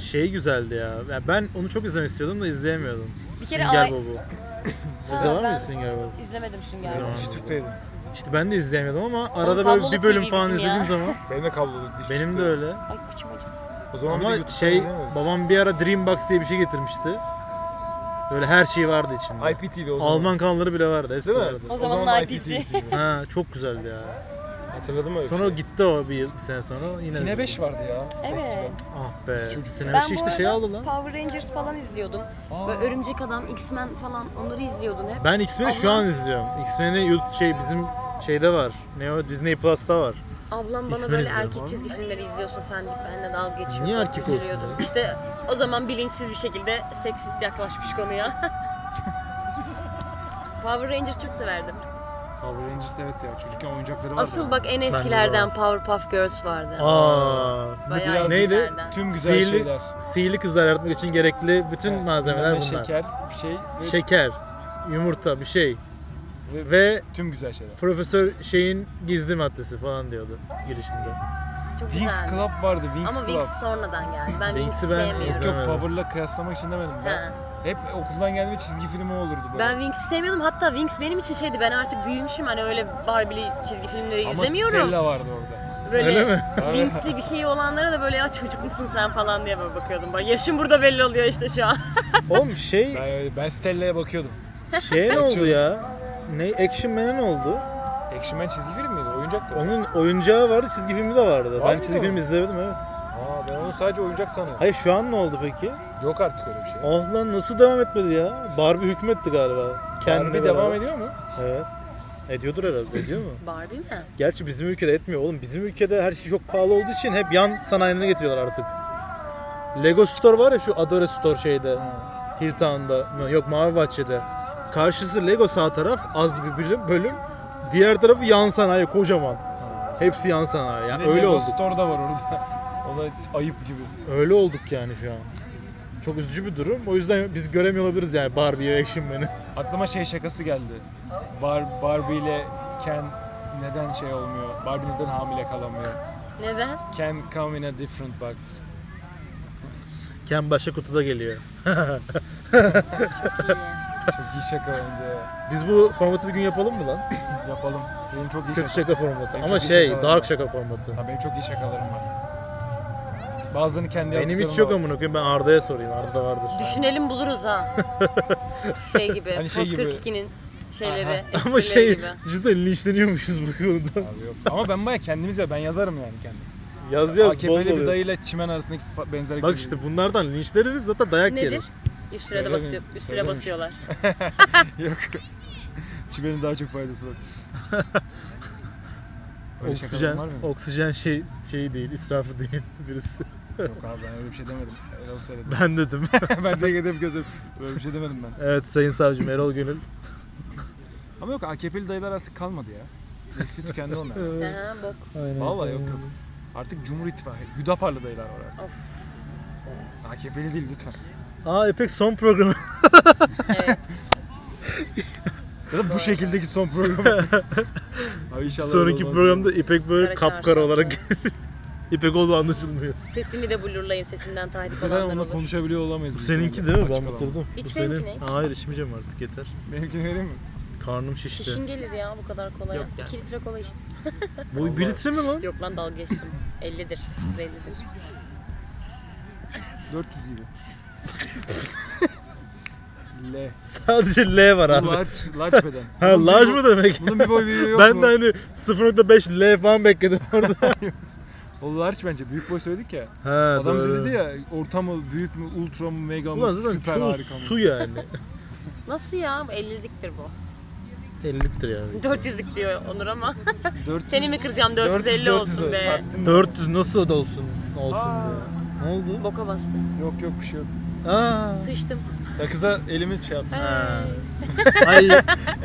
A: Şey güzeldi ya. ya. Ben onu çok izlemek istiyordum da izleyemiyordum.
F: Bir kere
A: Sünger
F: ay-
A: Bob'u.
F: Ha,
A: Sizde var
F: ben
A: mıydı Sünger Bob?
F: İzlemedim Sünger
A: İzlemedim.
F: Bob'u.
C: Dişi Türk'teydim.
A: İşte ben de izleyemiyordum ama arada böyle
F: kablolu
A: bir bölüm
F: TV
A: falan
F: bizim ya.
A: izlediğim zaman
C: Benim de kablolu dişi
A: benim de
C: Türk'teydim.
A: öyle.
F: Ay kıçım acıdı.
C: O zaman bir de
A: Ama
C: YouTube'dan
A: şey
C: izlemedim.
A: babam bir ara Dreambox diye bir şey getirmişti. Böyle her şey vardı içinde.
C: IPTV o zaman.
A: Alman kanalları bile vardı. Hepsi
C: Değil mi?
A: vardı.
F: O zamanın
C: zaman
F: IP'si.
C: IPTV'siydi.
A: Ha çok güzeldi ya.
C: Hatırladın mı öyle
A: Sonra
C: bir
A: o
C: şey?
A: gitti o bir, yıl, bir sene sonra. Yine
C: Sine 5 vardı ya.
F: Evet.
C: eskiden.
A: Ah be.
C: Çocuk.
A: Sine
F: Ben
A: 5
F: bu
A: işte
F: arada
A: şey aldı lan.
F: Power Rangers falan izliyordum.
C: Aa.
F: Böyle Örümcek Adam, X-Men falan onları izliyordum hep.
A: Ben X-Men'i şu
F: Allah.
A: an izliyorum. X-Men'i YouTube şey bizim şeyde var. Ne o? Disney Plus'ta var.
E: Ablam bana
A: X-Men
E: böyle
A: izliyorum
E: erkek
A: abi.
E: çizgi filmleri izliyorsun sen deyip benimle dalga geçiyordu.
A: Niye erkek olsun
E: Üzülüyordum. İşte o zaman bilinçsiz bir şekilde seksist yaklaşmış konuya. Power Rangers çok severdim.
C: Power Rangers evet ya çocukken oyuncakları vardı.
E: Asıl bak en
A: de
E: eskilerden Powerpuff Girls vardı.
A: Aa.
E: Bayağı
A: Neydi?
E: eskilerden.
C: Tüm güzel
A: Sihirli-
C: şeyler.
A: Sihirli kızlar yaratmak için gerekli bütün
C: Evet,
A: malzemeler
C: bunlar
A: bunlar.
C: Şeker, bir şey ve,
A: Şeker, yumurta, bir şey
C: ve,
A: ve
C: tüm güzel şeyler.
A: Profesör şeyin gizli maddesi falan diyordu girişinde.
E: Çok
C: Wings
E: güzeldi.
C: Club vardı, Wings
E: Ama
C: Club.
E: Wings sonradan geldi. Ben
A: Wings'i
E: Wings'i
A: ben
E: sevmiyorum.
A: izlemedim.
C: Yok Power'la kıyaslamak için demedim ben.
E: Ha.
C: Hep okuldan geldiğimde çizgi filmi olurdu böyle.
E: Ben Wings'i sevmiyordum. Hatta Wings benim için şeydi. Ben artık büyümüşüm. Hani öyle Barbie'li çizgi filmleri
C: Ama
E: izlemiyorum.
C: Stella vardı orada.
E: Böyle
A: Öyle mi?
E: Wings'li bir şey olanlara da böyle ya çocuk musun sen falan diye böyle bakıyordum. Bak yaşım burada belli oluyor işte şu an.
A: Oğlum şey
C: Ben, ben Stella'ya bakıyordum.
A: şey ne oldu ya? Ne Action Man'e ne oldu?
C: Action Man çizgi film miydi? Oyuncaktı o.
A: Onun oyuncağı vardı, çizgi filmi de vardı.
C: Var
A: ben
C: mı?
A: çizgi film izlemedim evet.
C: Aa, ben onu sadece oyuncak sanıyorum.
A: Hayır şu an ne oldu peki?
C: Yok artık öyle bir şey.
A: Ah lan nasıl devam etmedi ya? Barbie hükmetti galiba. Kendine
C: Barbie
A: beraber.
C: devam ediyor mu?
A: Evet. Ediyordur herhalde ediyor mu?
E: Barbie mi?
A: Gerçi bizim ülkede etmiyor oğlum. Bizim ülkede her şey çok pahalı olduğu için hep yan sanayini getiriyorlar artık. Lego Store var ya şu Adore Store şeyde. Hilltown'da. Yok Mavi Bahçe'de. Karşısı Lego sağ taraf az bir bölüm. bölüm. Diğer tarafı yan sanayi kocaman. Hepsi yan sanayi.
C: Bir
A: Yani
C: de
A: öyle
C: Lego
A: olduk.
C: Store da var orada. o da ayıp gibi.
A: Öyle olduk yani şu an. Çok üzücü bir durum. O yüzden biz göremiyor olabiliriz yani Barbie ve Action Man'i.
C: Aklıma şey şakası geldi. Bar Barbie ile Ken neden şey olmuyor? Barbie neden hamile kalamıyor?
E: Neden?
C: Ken come in a different box.
A: Ken başka kutuda geliyor.
C: Çok iyi şaka bence.
A: Biz bu formatı bir gün yapalım mı lan?
C: Yapalım. Benim çok iyi
A: Kötü
C: şaka-
A: şaka formatı.
C: Benim
A: Ama
C: çok iyi
A: şey,
C: şakalar
A: dark
C: var.
A: şaka formatı.
C: Ha, benim çok iyi şakalarım var. Bazılarını kendi
A: Benim hiç
C: yazdıklarım
A: yok
C: da var.
A: amına koyayım. Ben Arda'ya sorayım. Arda vardır.
E: Düşünelim buluruz ha. şey gibi.
C: Hani
E: Hani
C: şey gibi.
E: 42'nin şeyleri.
A: Ama şey,
E: gibi.
A: düşünsene linçleniyormuşuz bu konuda.
C: Abi yok. Ama ben baya kendimiz ya ben yazarım yani kendim.
A: Yaz yaz bol
C: AKP'li
A: bol
C: bir
A: yaz.
C: dayıyla çimen arasındaki fa- benzerlik.
A: Bak işte bunlardan linçleniriz zaten dayak
E: Nedir?
A: yeriz.
E: Üstüne de
C: Söylemeyin,
E: basıyor, üstüne
C: söylemeyin.
E: basıyorlar.
C: Yok. Çimenin daha çok faydası var. Öyle şakaların
A: Oksijen,
C: var mı?
A: oksijen şey şeyi değil, israfı değil birisi.
C: Yok abi ben öyle bir şey demedim. Öyle olsa öyle dedim.
A: Ben dedim.
C: ben de gidip gözüm. Böyle bir şey demedim ben.
A: evet Sayın Savcım Erol Gönül.
C: Ama yok AKP'li dayılar artık kalmadı ya. Nesli tükendi onlar.
E: Aha, bok.
A: Aynen.
C: Vallahi yok yok. Artık Cumhur İttifakı, Hüdaparlı dayılar var artık. AKP'li değil lütfen.
A: Aa İpek son programı.
C: Ya da bu şekildeki son programı. Abi inşallah
A: Sonraki
C: olmaz.
A: programda İpek böyle
E: Kara
A: kapkara
E: çarşamba.
A: olarak İpek olduğu anlaşılmıyor.
E: Sesimi de blurlayın sesimden tahrip
C: Zaten
E: olanlar
C: onunla
E: olur.
C: konuşabiliyor olamayız.
A: Bu
C: biz
A: seninki
C: yani.
A: değil mi?
C: Açık
A: Ben
C: alan.
A: bitirdim.
E: İç
A: Bu
E: benimki
A: senin.
E: ne?
A: Hayır içmeyeceğim artık yeter.
C: Benimkini vereyim mi?
A: Karnım şişti.
E: Şişin gelir ya bu kadar kolay.
A: Yok
E: 2 litre kola içtim.
A: Bu bir litre mi lan?
E: Yok lan dalga geçtim. 50'dir. 0.50'dir.
C: 400 gibi. L.
A: Sadece L var abi.
C: Bu large, large beden.
A: Ha
C: Bunun
A: large
C: bir
A: mı
C: boy-
A: demek?
C: Bunun bir boy büyüğü yok
A: ben
C: mu?
A: de hani 0.5 L falan bekledim orada.
C: O large bence. Büyük boy söyledik ya.
A: ha,
C: Adam bize dedi ya orta mı, büyük mü, ultra mı, mega mı,
A: Ulan zaten
C: süper
A: çoğu
C: harika mı?
A: su yani.
E: Nasıl ya? Bu 50'liktir bu.
A: 50 litre yani.
E: 400'lük diyor Onur ama.
C: 400,
E: Seni mi kıracağım 450 olsun be.
C: Taktım.
A: 400 nasıl da olsun olsun diye. Ne oldu?
E: Boka bastı.
C: Yok yok bir şey yok.
A: Aa,
E: Sıçtım.
C: Sakıza elimi şey yaptım.
A: ay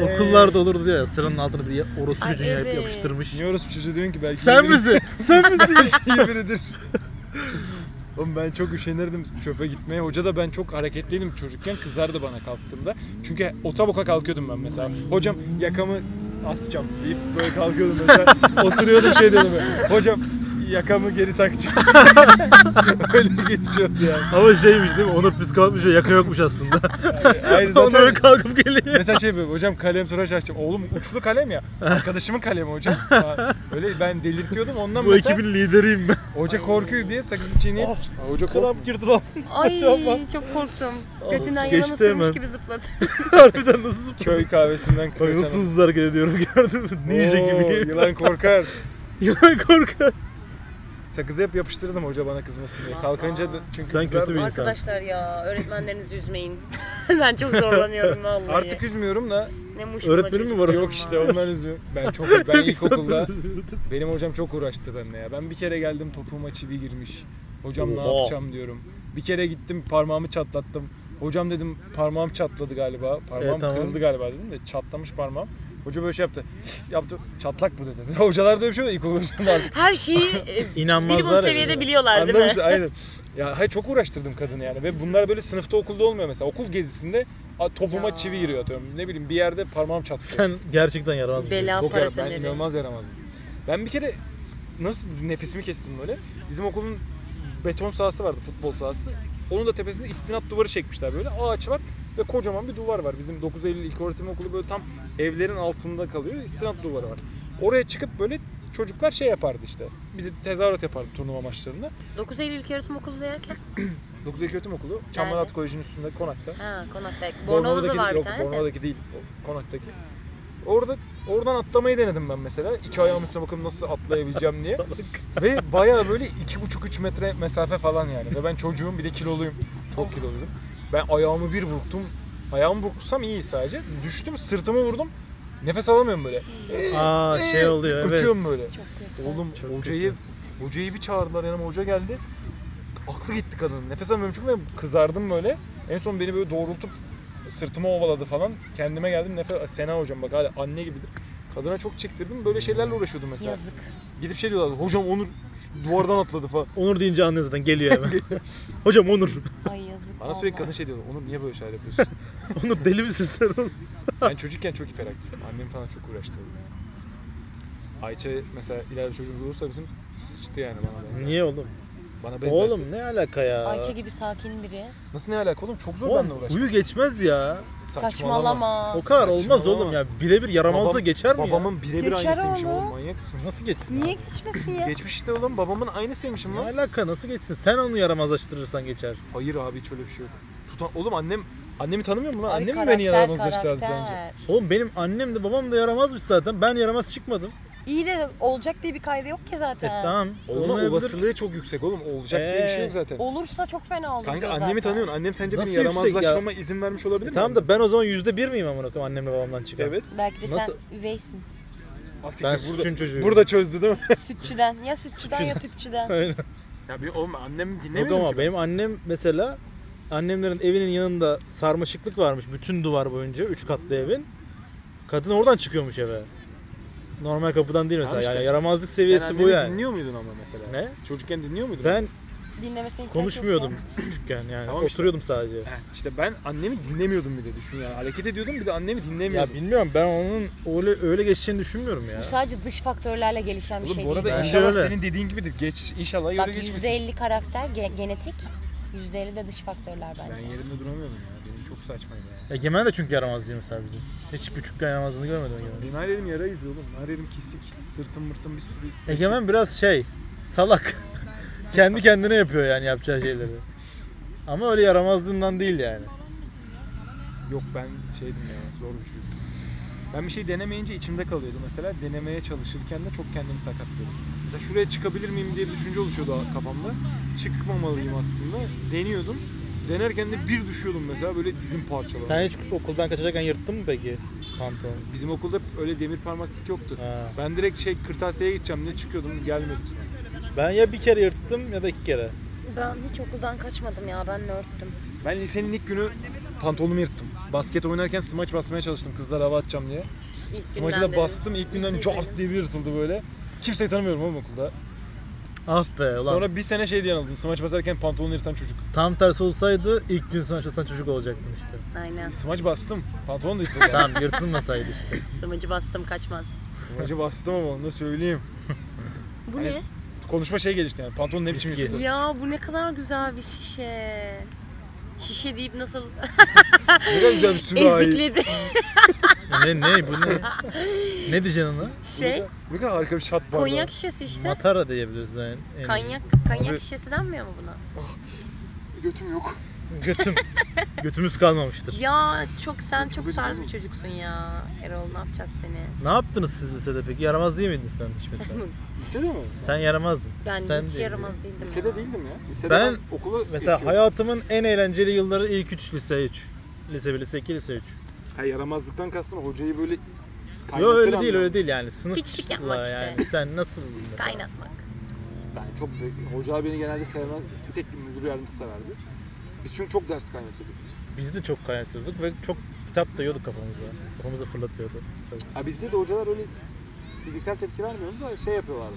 A: okullarda olurdu ya sıranın altına bir orospu
E: Ay,
A: çocuğun yap-
E: evet.
A: yapıştırmış.
C: Niye orası bir çocuğu diyorsun ki belki iyi
A: Sen
C: biri-
A: misin? Sen misin?
C: iyi biridir. Oğlum ben çok üşenirdim çöpe gitmeye. Hoca da ben çok hareketliydim çocukken. Kızardı bana kalktığımda. Çünkü otaboka kalkıyordum ben mesela. Hocam yakamı asacağım deyip böyle kalkıyordum mesela. Oturuyordum şey diyordum böyle. Hocam yakamı geri takacağım. Öyle geçiyordu yani.
A: Ama şeymiş değil mi? Onur psikologmuş yaka yokmuş aslında.
C: Hayır
A: Onur
C: zaten
A: öyle kalkıp geliyor.
C: Mesela şey böyle hocam kalem tıraş açacağım. Oğlum uçlu kalem ya. Arkadaşımın kalemi hocam. Ha, Öyle ben delirtiyordum ondan
A: Bu
C: mesela.
A: ekibin Ah, lideriyim ben.
C: Hoca korkuyor diye sakızı çiğneyip. hoca
A: Kram girdi lan.
E: Ay
A: Yapma.
E: çok korktum. Götünden yalan
A: Geçti
E: ısırmış
A: hemen.
E: gibi zıpladı.
A: Harbiden nasıl?
C: Köy kahvesinden
A: Bak
C: kaçan.
A: nasıl hızlı hareket ediyorum gördün mü? Ninja
C: Oo,
A: gibi.
C: Yılan korkar.
A: Yılan korkar.
C: Sakızı hep yapıştırdım hoca bana kızmasın diye. Kalkınca da çünkü
A: Sen
C: kızar-
A: kötü bir insansın.
E: Arkadaşlar ya öğretmenlerinizi üzmeyin. ben çok zorlanıyorum vallahi.
C: Artık üzmüyorum da
E: Ne muş
A: Öğretmenim mi var? o?
C: Yok işte onlar üzüyor. Ben çok ben ilkokulda benim hocam çok uğraştı benimle ya. Ben bir kere geldim topuğuma çivi girmiş. Hocam ne
A: Oha.
C: yapacağım diyorum. Bir kere gittim parmağımı çatlattım. Hocam dedim parmağım çatladı galiba. Parmağım
A: E, tamam.
C: kırıldı galiba dedim de çatlamış parmağım. Hoca böyle şey yaptı. yaptı. Çatlak bu dedi. Hocalar da bir şey yok. İlkokul hocalar
E: Her şeyi e,
A: İnanmazlar.
E: minimum
A: ya.
E: seviyede biliyorlar değil mi?
C: Anlamışlar aynen. Ya hayır çok uğraştırdım kadını yani ve bunlar böyle sınıfta okulda olmuyor mesela. Okul gezisinde a- topuma çivi giriyor atıyorum. Ne bileyim bir yerde parmağım çatlıyor.
A: Sen gerçekten yaramaz. bir
E: Bela
C: Çok yaramaz. Ben
E: paratoneri.
C: inanılmaz yaramazdım. Ben bir kere nasıl nefesimi kestim böyle. Bizim okulun beton sahası vardı futbol sahası. Onun da tepesinde istinat duvarı çekmişler böyle. Ağaç var ve kocaman bir duvar var. Bizim 9 Eylül İlköğretim Okulu böyle tam evlerin altında kalıyor. İstinat duvarı var. Oraya çıkıp böyle çocuklar şey yapardı işte. Bizi tezahürat yapardı turnuva maçlarında.
E: 9 Eylül İlköğretim Okulu derken?
C: 9 Eylül Öğretim Okulu Çamlırat Koleji'nin üstünde konakta.
E: Ha konaktaki. Bornova'da da var bir
C: yok,
E: tane de.
C: Bornova'daki değil, o konaktaki. Orada oradan atlamayı denedim ben mesela. İki ayağım üstüne bakayım nasıl atlayabileceğim diye. Ve bayağı böyle iki buçuk üç metre mesafe falan yani. Ve ben çocuğum bir de kiloluyum. Çok kiloluydum. Ben ayağımı bir burktum. Ayağımı burksam iyi sadece. Düştüm sırtımı vurdum. Nefes alamıyorum böyle.
A: Aa şey oluyor evet.
C: Ötüyorum böyle. Oğlum
A: Çok
C: hocayı hocayı bir çağırdılar yanıma hoca geldi. Aklı gitti kadının. Nefes alamıyorum çünkü ben kızardım böyle. En son beni böyle doğrultup sırtımı ovaladı falan. Kendime geldim nefes Sena hocam bak hala anne gibidir. Kadına çok çektirdim. Böyle şeylerle uğraşıyordum mesela.
F: Yazık.
C: Gidip şey diyorlardı. Hocam Onur duvardan atladı falan.
A: Onur deyince anlıyor zaten geliyor hemen. Hocam Onur.
F: Ay yazık.
C: Bana sürekli
F: vallahi.
C: kadın şey diyordu. Onur niye böyle şeyler yapıyorsun?
A: Onur deli misin sen oğlum?
C: ben çocukken çok hiperaktiftim. Annem falan çok uğraştırdı. Ayça mesela ileride çocuğumuz olursa bizim sıçtı yani bana. benzer.
A: Niye oğlum?
C: Bana benzer.
A: Oğlum ne alaka ya?
F: Ayça gibi sakin biri.
C: Nasıl ne alaka oğlum? Çok zor benimle
A: Oğlum
C: uğraşmak.
A: huyu geçmez ya.
F: Saçmalama.
A: O kadar olmaz
C: saçmalama.
A: oğlum ya. Birebir yaramaz da geçer mi ya?
C: Babamın birebir
F: Geçer
C: aynısıymışım
F: oğlum.
C: oğlum manyak mısın?
A: Nasıl geçsin?
F: Niye geçmesin ya?
C: Geçmiş işte oğlum babamın aynısıymışım
A: Ne
C: lan.
A: alaka nasıl geçsin? Sen onu yaramazlaştırırsan geçer.
C: Hayır abi hiç öyle bir şey yok. Tutan oğlum annem annemi tanımıyor mu lan?
F: Ay,
C: Annem mi
F: karakter,
C: beni yaramazlaştırdı sence?
F: karakter.
A: Oğlum benim annem de babam da yaramazmış zaten. Ben yaramaz çıkmadım.
F: İyi de olacak diye bir kaydı yok ki
A: E
F: zaten.
A: tamam.
C: Olma
A: olmayabilir.
C: olasılığı çok yüksek oğlum. Olacak diye bir şey
A: Ee.
C: yok zaten.
F: Olursa çok fena olur.
C: Kanka
F: diyor
C: annemi
F: zaten.
C: tanıyorsun. Annem sence
A: Nasıl
C: benim
A: yüksek ya?
C: yaramazlaşmama izin vermiş olabilir
A: E
C: mi?
A: tamam da ben o zaman yüzde bir miyim amına koyayım annemle babamdan çıkan?
C: Evet.
F: Belki de
A: Nasıl?
F: sen üveysin.
C: Asiktir,
A: Ben
C: burada,
A: suçun çocuğuyum.
C: burada çözdü değil mi?
F: Sütçüden. Ya sütçüden ya tüpçüden.
A: Aynen.
C: ya bir oğlum annem
A: Yok ama benim annem mesela annemlerin evinin yanında sarmaşıklık varmış bütün duvar boyunca. Üç
C: Hmm.
A: katlı evin. Kadın oradan çıkıyormuş eve. Normal kapıdan değil mesela.
C: Tamam işte.
A: Yani yaramazlık seviyesi bu yani.
C: dinliyor muydun ama mesela?
A: Ne?
C: Çocukken dinliyor muydun?
A: Ben
F: Dinlemesine ihtiyaç
A: konuşmuyordum
F: yok
A: küçükken yani.
C: Tamam işte.
A: Oturuyordum sadece.
C: Heh, İşte ben annemi dinlemiyordum bir de düşün yani. Hareket ediyordum bir de annemi
A: Ya
C: dinlemiyordum.
A: bilmiyorum ben onun öyle öyle geçeceğini düşünmüyorum
E: Bu
A: ya.
E: sadece dış faktörlerle gelişen bir
C: Oğlum
E: şey
C: bu arada
E: değil.
A: Bence
C: inşallah
A: öyle.
C: senin dediğin gibidir. Geç inşallah
E: Bak
C: yere geçmesin.
E: %50 karakter ge- genetik, %50 de dış faktörler
C: Ben
E: bence.
C: yerimde duramıyordum ya. Benim çok saçmaydı yani.
A: Egemen de çünkü yaramazlıyım mesela bizim. Hiç küçükken yaramazlığını görmedim Egemen.
C: Benim her yerim yara izi oğlum. Her yerim kesik. Sırtım mırtım bir sürü.
A: Egemen biraz şey, salak. Kendi kendine yapıyor yani yapacağı şeyleri. Ama öyle yaramazlığından değil yani.
C: Yok ben şeydim ya zor bir çocuktum. Ben bir şey denemeyince içimde kalıyordu mesela. Denemeye çalışırken de çok kendimi sakatlıyordum. Mesela şuraya çıkabilir miyim diye bir düşünce oluşuyordu kafamda. Çıkmamalıyım aslında. Deniyordum. Denerken de bir düşüyordum mesela böyle dizim parçalanıyordu.
A: Sen hiç okuldan kaçarken yırttın mı peki pantolonu?
C: Bizim okulda öyle demir parmaklık yoktu.
A: Ha.
C: Ben direkt şey kırtasiyeye gideceğim diye çıkıyordum gelmedi.
A: Ben ya bir kere yırttım ya da iki kere.
E: Ben hiç okuldan kaçmadım ya, ben nörttüm.
C: Ben lisenin ilk günü pantolonumu yırttım. Basket oynarken smaç basmaya çalıştım kızlara hava atacağım diye.
E: İlk
C: Smaçı
E: günden
C: da
E: beri.
C: bastım ilk günden cart diye bir yırtıldı böyle. Kimseyi tanımıyorum oğlum okulda.
A: Ah be ulan.
C: Sonra bir sene şey diye anıldım. Smaç basarken pantolonu yırtan çocuk.
A: Tam tersi olsaydı ilk gün sonra sen çocuk olacaktın işte.
E: Aynen.
C: Smaç bastım. Pantolon da yırtıldı. yani.
A: Tamam yırtılmasaydı işte.
E: Sımacı bastım kaçmaz.
C: Smaçı bastım ama onu da söyleyeyim.
E: Bu
C: Hani-
E: ne?
C: Konuşma şey gelişti yani. Pantolon ne biçim
A: Eski.
C: yırtıldı.
E: Ya bu ne kadar güzel bir şişe. Şişe deyip nasıl
C: Ne kadar güzel bir sürahi.
E: ezikledi
A: ne ne bu ne? Ne diyeceksin ona?
E: şey.
C: Ne kadar harika bir şat bardağı.
E: Konyak şişesi işte.
A: Matara diyebiliriz yani. en-
E: Kanyak, kanyak
C: Abi-
E: şişesi denmiyor mu buna?
C: Götüm yok.
A: Götüm. Götümüz kalmamıştır.
E: Ya çok sen çok tarz bir çocuksun ya. Erol ne yapacağız seni?
A: Ne yaptınız siz lisede peki? Yaramaz değil miydin sen hiç mesela?
C: Lisede mi?
A: sen yaramazdın.
E: Ben
A: sen
E: hiç
A: değil.
E: yaramaz değildim ya.
C: Lisede değildim ya. Lisede
A: Ben-
C: ben, okula
A: Mesela
C: geçiyordum.
A: hayatımın en eğlenceli yılları ilk 3 lise 3. Lise 1, lise 2, lise 3.
C: Ha, yaramazlıktan kastım hocayı böyle
A: Yok
C: kaynatır
A: öyle değil
C: anlamda.
A: öyle değil yani sınıf
E: Piçlik yapmak işte.
A: yani sen nasıl
E: Kaynatmak.
C: Ben çok hoca beni genelde sevmezdi. Bir tek müdür yardımcısı severdi. Biz çünkü çok ders kaynatıyorduk.
A: biz de çok kaynatıyorduk ve çok kitap da yiyorduk kafamıza kafamıza fırlatıyordu tabii.
C: Ha bizde de hocalar öyle s- fiziksel tepki vermiyordu da şey yapıyorlardı.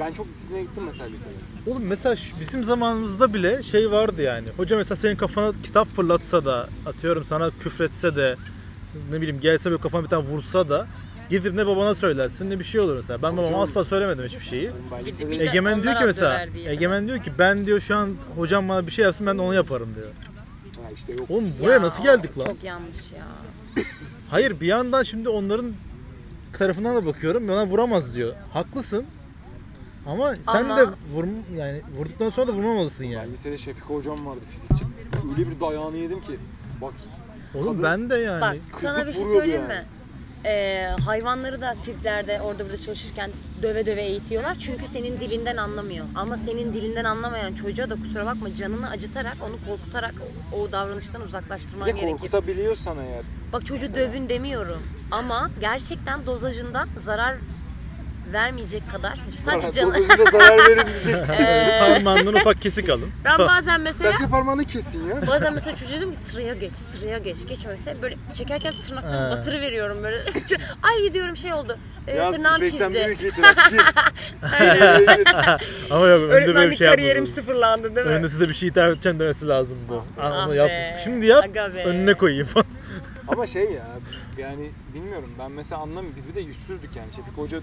C: Ben çok disipline gittim mesela lisede.
A: Oğlum mesela şu- bizim zamanımızda bile şey vardı yani. Hoca mesela senin kafana kitap fırlatsa da atıyorum sana küfretse de ne bileyim gelse böyle kafana bir tane vursa da gidip ne babana söylersin ne bir şey olur mesela. Ben babama
C: Hocam-
A: asla söylemedim hiçbir şeyi.
C: Benim ben
E: Gidip
C: lisede-
E: bir de
A: Egemen diyor
E: onlar
A: ki mesela
E: döver diye.
A: Egemen diyor ki ben diyor şu an hocam bana bir şey yapsın ben de onu yaparım diyor.
C: Ha işte yok.
A: Oğlum buraya
E: Ya,
A: nasıl geldik lan?
E: Çok yanlış ya.
A: Hayır bir yandan şimdi onların tarafından da bakıyorum bana vuramaz diyor. Haklısın. Ama sen
E: Ama-
A: de vurm yani vurduktan sonra da vurmamalısın yani.
C: Ben lisede Şefik hocam vardı fizikçi. Öyle bir dayağını yedim ki. Bak
A: Oğlum
C: Kadın-
A: ben de yani.
E: Bak
C: Hani kızıp
E: sana bir şey
C: vuruyordu
E: söyleyeyim
C: yani.
E: mi? Ee, hayvanları da sirklerde orada burada çalışırken döve döve eğitiyorlar çünkü senin dilinden anlamıyor. Ama senin dilinden anlamayan çocuğa da kusura bakma canını acıtarak onu korkutarak o, o davranıştan
C: bir
E: uzaklaştırman
C: de
E: gerekir.
C: korkutabiliyorsan eğer.
E: Bak çocuğu dövün demiyorum ama gerçekten dozajında zarar vermeyecek kadar sadece
C: Sana
E: canı.
C: dozajında zarar verir diyecektim.
E: Ee, e-
A: Parmağından ufak kesik alın.
E: Ben bazen mesela
C: Sadece parmağını kesin ya.
E: Bazen mesela çocuğa diyorum ki sıraya geç, sıraya geç. Geçmemesi böyle çekerken tırnaklarımı
A: Ha.
E: batırı veriyorum böyle. Ay diyorum şey oldu. E,
C: Yaz
E: tırnağım
C: İpek'ten
E: çizdi.
C: büyük itiraf. Gir. Ee, Gir.
A: Ama yok önde böyle bir
F: Öğretmenlik
A: şey
F: kariyerim
A: yapmasın.
F: sıfırlandı değil mi?
A: Önde size bir şey ithaf edeceğim demesi lazımdı. Aa,
E: ah
A: onu
E: be,
A: yap. Şimdi yap.
E: aga be.
A: Önüne koyayım.
C: Ama şey ya yani bilmiyorum ben mesela anlamıyorum. Biz bir de yüzsüzdük yani. Şefik Hoca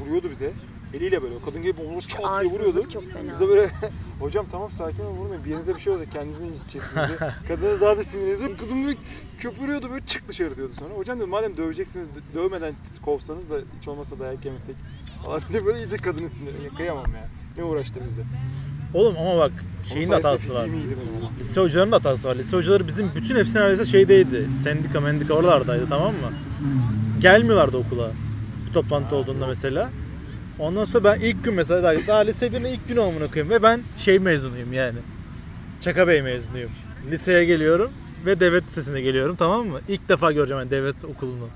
C: vuruyordu bize. Eliyle böyle o kadın gibi omuz çat diye
E: Arsızlık
C: vuruyordu.
E: çok fena.
C: Biz de böyle hocam tamam sakin olun vurmayın. Bir yerinize bir şey olacak kendinizi inciteceksiniz. diye. Kadına daha da sinirleniyordu. Kadın böyle köpürüyordu böyle çık dışarı diyordu sonra. Hocam dedim madem döveceksiniz dö- dövmeden kovsanız da hiç olmazsa dayak yemesek falan diye böyle iyice kadını sinirleniyor. Kıyamam ya. Ne uğraştı bizde.
A: Oğlum ama bak
C: Onun
A: şeyin de
C: sayesinde
A: hatası var.
C: fiziğim iyiydi benim.
A: Lise hocalarının da hatası var. Lise hocaları bizim bütün hepsi neredeyse şeydeydi. Sendika mendika oralardaydı tamam mı? Gelmiyorlardı okula. Bir toplantı olduğunda mesela. Ondan sonra ben ilk gün mesela daha, daha lise 1'in ilk günü amına koyayım ve ben şey mezunuyum yani. Çaka Bey mezunuyum. Liseye geliyorum ve devlet lisesine geliyorum tamam mı? İlk defa göreceğim ben devlet okulunu.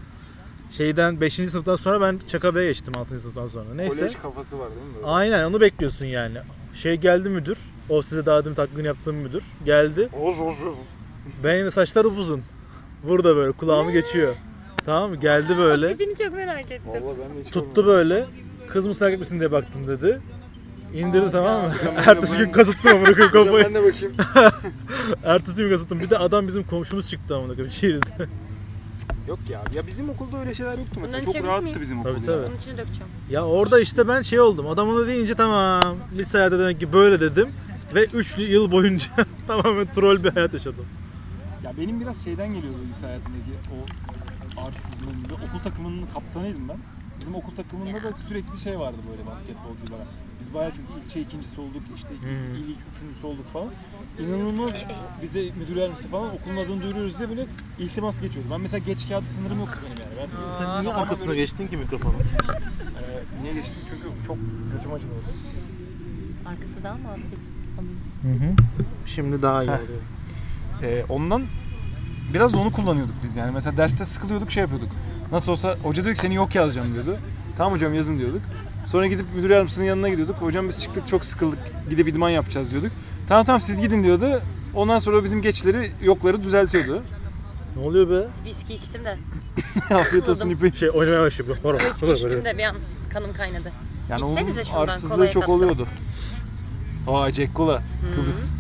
A: Şeyden 5. sınıftan sonra ben Çaka Bey'e geçtim 6. sınıftan sonra. Neyse.
C: Kolej kafası var değil mi? Böyle?
A: Aynen onu bekliyorsun yani. Şey geldi müdür. O size daha demin taklidini yaptığım müdür. Geldi.
C: Oz oz oz.
A: Benim de saçlar upuzun. Burada böyle kulağımı geçiyor. Tamam mı? Geldi böyle.
F: Tipini çok merak ettim.
C: Vallahi ben de hiç görmedim.
A: Tuttu böyle. Kız mısın erkek misin diye baktım dedi. İndirdi tamam mı?
C: Hocam ben de
A: Ertesi gün
C: ben-
A: kazıttım amına koyayım
C: Hocam
A: kafayı.
C: ben de bakayım.
A: Ertesi gün kazıttım. Bir de adam bizim komşumuz çıktı amına koyayım. Şehirde.
C: Yok ya. Ya bizim okulda öyle şeyler yoktu mesela.
E: Bundan
C: Çok
E: içebilir
C: rahattı
E: miyim?
C: bizim okul.
A: Tabii
C: ya.
A: tabii.
E: Bunun içine dökeceğim.
A: Ya orada işte ben şey oldum. Adam onu deyince tamam. Lise hayatı demek ki böyle dedim. Ve 3 yıl boyunca tamamen troll bir hayat yaşadım.
C: Ya benim biraz şeyden geliyordu lise hayatındaki o arsızlığım. Bir de Okul takımının kaptanıydım ben. Bizim okul takımında da sürekli şey vardı böyle basketbolculara. Biz bayağı çünkü ilçe ikincisi olduk, işte
A: Hmm.
C: il ilk üçüncüsü olduk falan. İnanılmaz bize müdür yardımcısı falan okulun adını duyuruyoruz diye böyle iltimas geçiyordu. Ben mesela geç kağıdı sınırım yoktu benim yani. Ben
A: Sen niye arkasına geçtin ki mikrofonu?
C: Ee, niye geçtim? Çünkü çok götüm acıdı.
E: Arkası daha mı az ses?
A: Şimdi daha iyi oluyor.
C: Ee, ondan biraz da onu kullanıyorduk biz yani. Mesela derste sıkılıyorduk şey yapıyorduk. Nasıl olsa hoca diyor ki seni yok yazacağım diyordu. Tamam hocam yazın diyorduk. Sonra gidip müdür yardımcısının yanına gidiyorduk. Hocam biz çıktık çok sıkıldık. Gidip idman yapacağız diyorduk. Tamam tamam siz gidin diyordu. Ondan sonra bizim geçleri yokları düzeltiyordu.
A: Ne oluyor be?
E: Viski içtim de.
C: Afiyet olsun İpek.
A: Şey oynamaya başlıyor. Hor,
E: Viski içtim de bir an kanım kaynadı.
C: Yani onun
E: İçsenize şundan,
C: arsızlığı
E: kolaya
C: çok
E: tattım.
C: oluyordu. Aa Jack Cola.
E: Hmm.
C: Kıbrıs.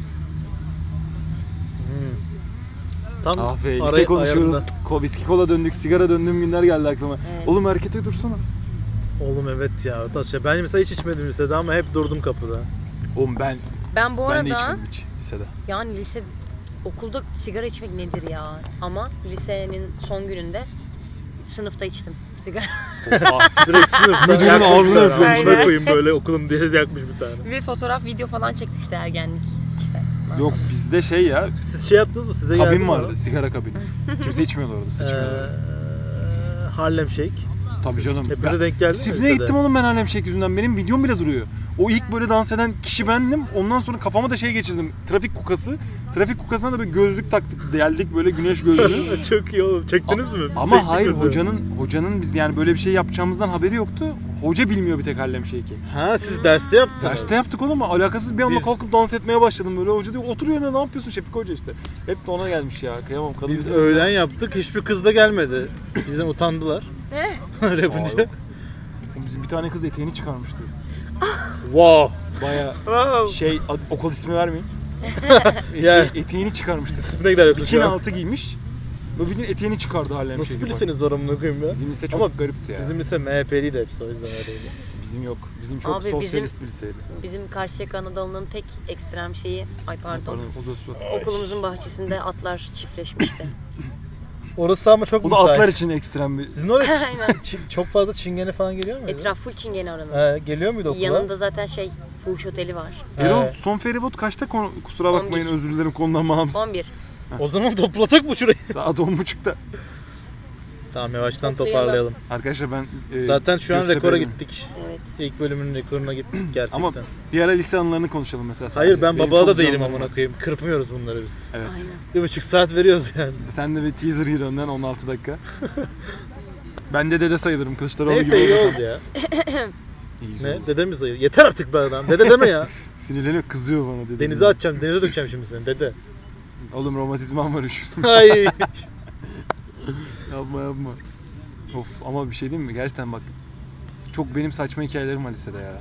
A: Tam
C: Ah be, lise
A: arayı
C: konuşuyoruz.
A: ayarında.
C: Ko, viski kola döndük, sigara döndüğüm günler geldi aklıma. Oğlum harekete dursana.
A: Oğlum evet ya. o tarz şey. Ben mesela hiç içmedim lisede ama hep durdum kapıda.
C: Oğlum ben,
E: Ben bu
C: ben de
E: arada
C: içmedim hiç lisede.
E: yani lise okulda sigara içmek nedir ya? Ama lisenin son gününde sınıfta içtim sigara.
C: Oha,
A: Direkt sınıfta
C: Müdürün
A: yakmışlar
C: ağzına
A: abi.
C: öpüyormuş.
A: Şöyle
F: Aynen.
A: koyayım böyle okulum diye yakmış bir tane.
E: Ve fotoğraf, video falan çektik işte ergenlik. işte.
C: Yok bizde şey ya
A: Siz şey yaptınız mı? Size geldi
C: kabin
A: mi?
C: vardı sigara kabini. Kimse içmiyordu orada
A: Ee,
C: sıçmıyordu.
A: Harlem Shake.
C: Tabii canım.
A: Hepinize denk geldi mi?
C: Sibne'ye
A: lisede?
C: gittim oğlum ben Harlem Shake yüzünden. şey Benim videom bile duruyor. O ilk böyle dans eden kişi bendim. Ondan sonra kafama da şey geçirdim. Trafik kukası. Trafik kukasına da böyle gözlük taktık. Deldik böyle güneş gözlüğü.
A: Çok iyi oğlum. Çektiniz mi? Biz çektik
C: Ama hayır
A: mesela.
C: hocanın hocanın biz yani böyle bir şey yapacağımızdan haberi yoktu. Hoca bilmiyor bir tek hallem şey ki.
A: Ha siz derste yaptınız.
C: Derste yaptık oğlum ama alakasız bir anda
A: Biz-
C: kalkıp dans etmeye başladım böyle. Hoca diyor otur yerine ne yapıyorsun Şefik Hoca işte. Hep de ona gelmiş ya kıyamam kadın.
A: Biz
C: bize-
A: öğlen yaptık. Hiçbir kız da gelmedi. Bizden utandılar. Ne? Öyle yapınca.
C: Abi. Bizim bir tane kız eteğini çıkarmıştı.
A: Wow.
C: Baya şey ad- okul ismi vermeyeyim. Ete-
A: Yani
C: eteğini çıkarmıştı kız.
A: ne gider yoksa
C: Bikini
A: şu an?
C: altı giymiş. Böyle bildiğin eteğini çıkardı hallem şey
A: Nasıl bir
C: gibi.
A: liseniz var amına koyayım ya?
C: Bizim lise çok
A: Ama
C: garipti ya. Bizim,
A: Bizim lise MHP'liydi hepsi o yüzden öyleydi.
C: yok. Bizim çok
E: Abi bizim-
C: sosyalist bir liseydi.
E: Bizim Karşıyaka Anadolu'nun tek ekstrem şeyi, ay pardon,
C: Pardon, uzat, uzat.
E: okulumuzun bahçesinde atlar çiftleşmişti.
A: Orası ama çok
C: Bu da
A: müsait.
C: atlar için ekstrem bir
A: Sizin oraya çi-
E: Aynen.
A: çi- çok fazla çingene falan geliyor muydu?
E: Etraf full çingene oranın.
A: He, geliyor muydu okula?
E: Yanında zaten şey, fuhuş oteli var.
C: Erol
A: Evet.
C: son feribot kaçta konu- kusura bakmayın
E: 11.
C: özür dilerim konudan bağımsız.
E: 11.
A: O zaman toplasak mı şurayı?
C: Saat 10.30'da.
A: tamam yavaştan
E: Toplayalım.
A: toparlayalım.
C: Arkadaşlar ben e,
A: Zaten şu an rekora
C: Göztepe'deyim.
A: gittik.
E: Evet.
A: İlk bölümün rekoruna gittik gerçekten.
C: Ama bir ara lise anılarını konuşalım mesela. sadece.
A: Hayır ben
C: Benim
A: babala
C: çok
A: da
C: güzel
A: değilim
C: anılarım
A: amına
C: var.
A: koyayım. Kırpmıyoruz bunları biz.
C: Evet.
A: Bir buçuk saat veriyoruz yani.
C: Sen de bir teaser hero'ndan 16 dakika. ben de dede sayılırım Kılıçdaroğlu
A: Neyse
C: gibi.
A: iyi
C: oldu.
A: oldu ya.
C: İyi, güzel
A: Ne?
C: oldu.
A: Dede mi sayıyor? Yeter artık be adam. Dede deme ya.
C: Sinirleniyor kızıyor bana dede.
A: Denize atacağım, denize dökeceğim şimdi seni dede.
C: Oğlum romatizmam var üş.
A: Ay.
C: yapma yapma. Of ama bir şey diyeyim mi? Gerçekten bak çok benim saçma hikayelerim var lisede ya.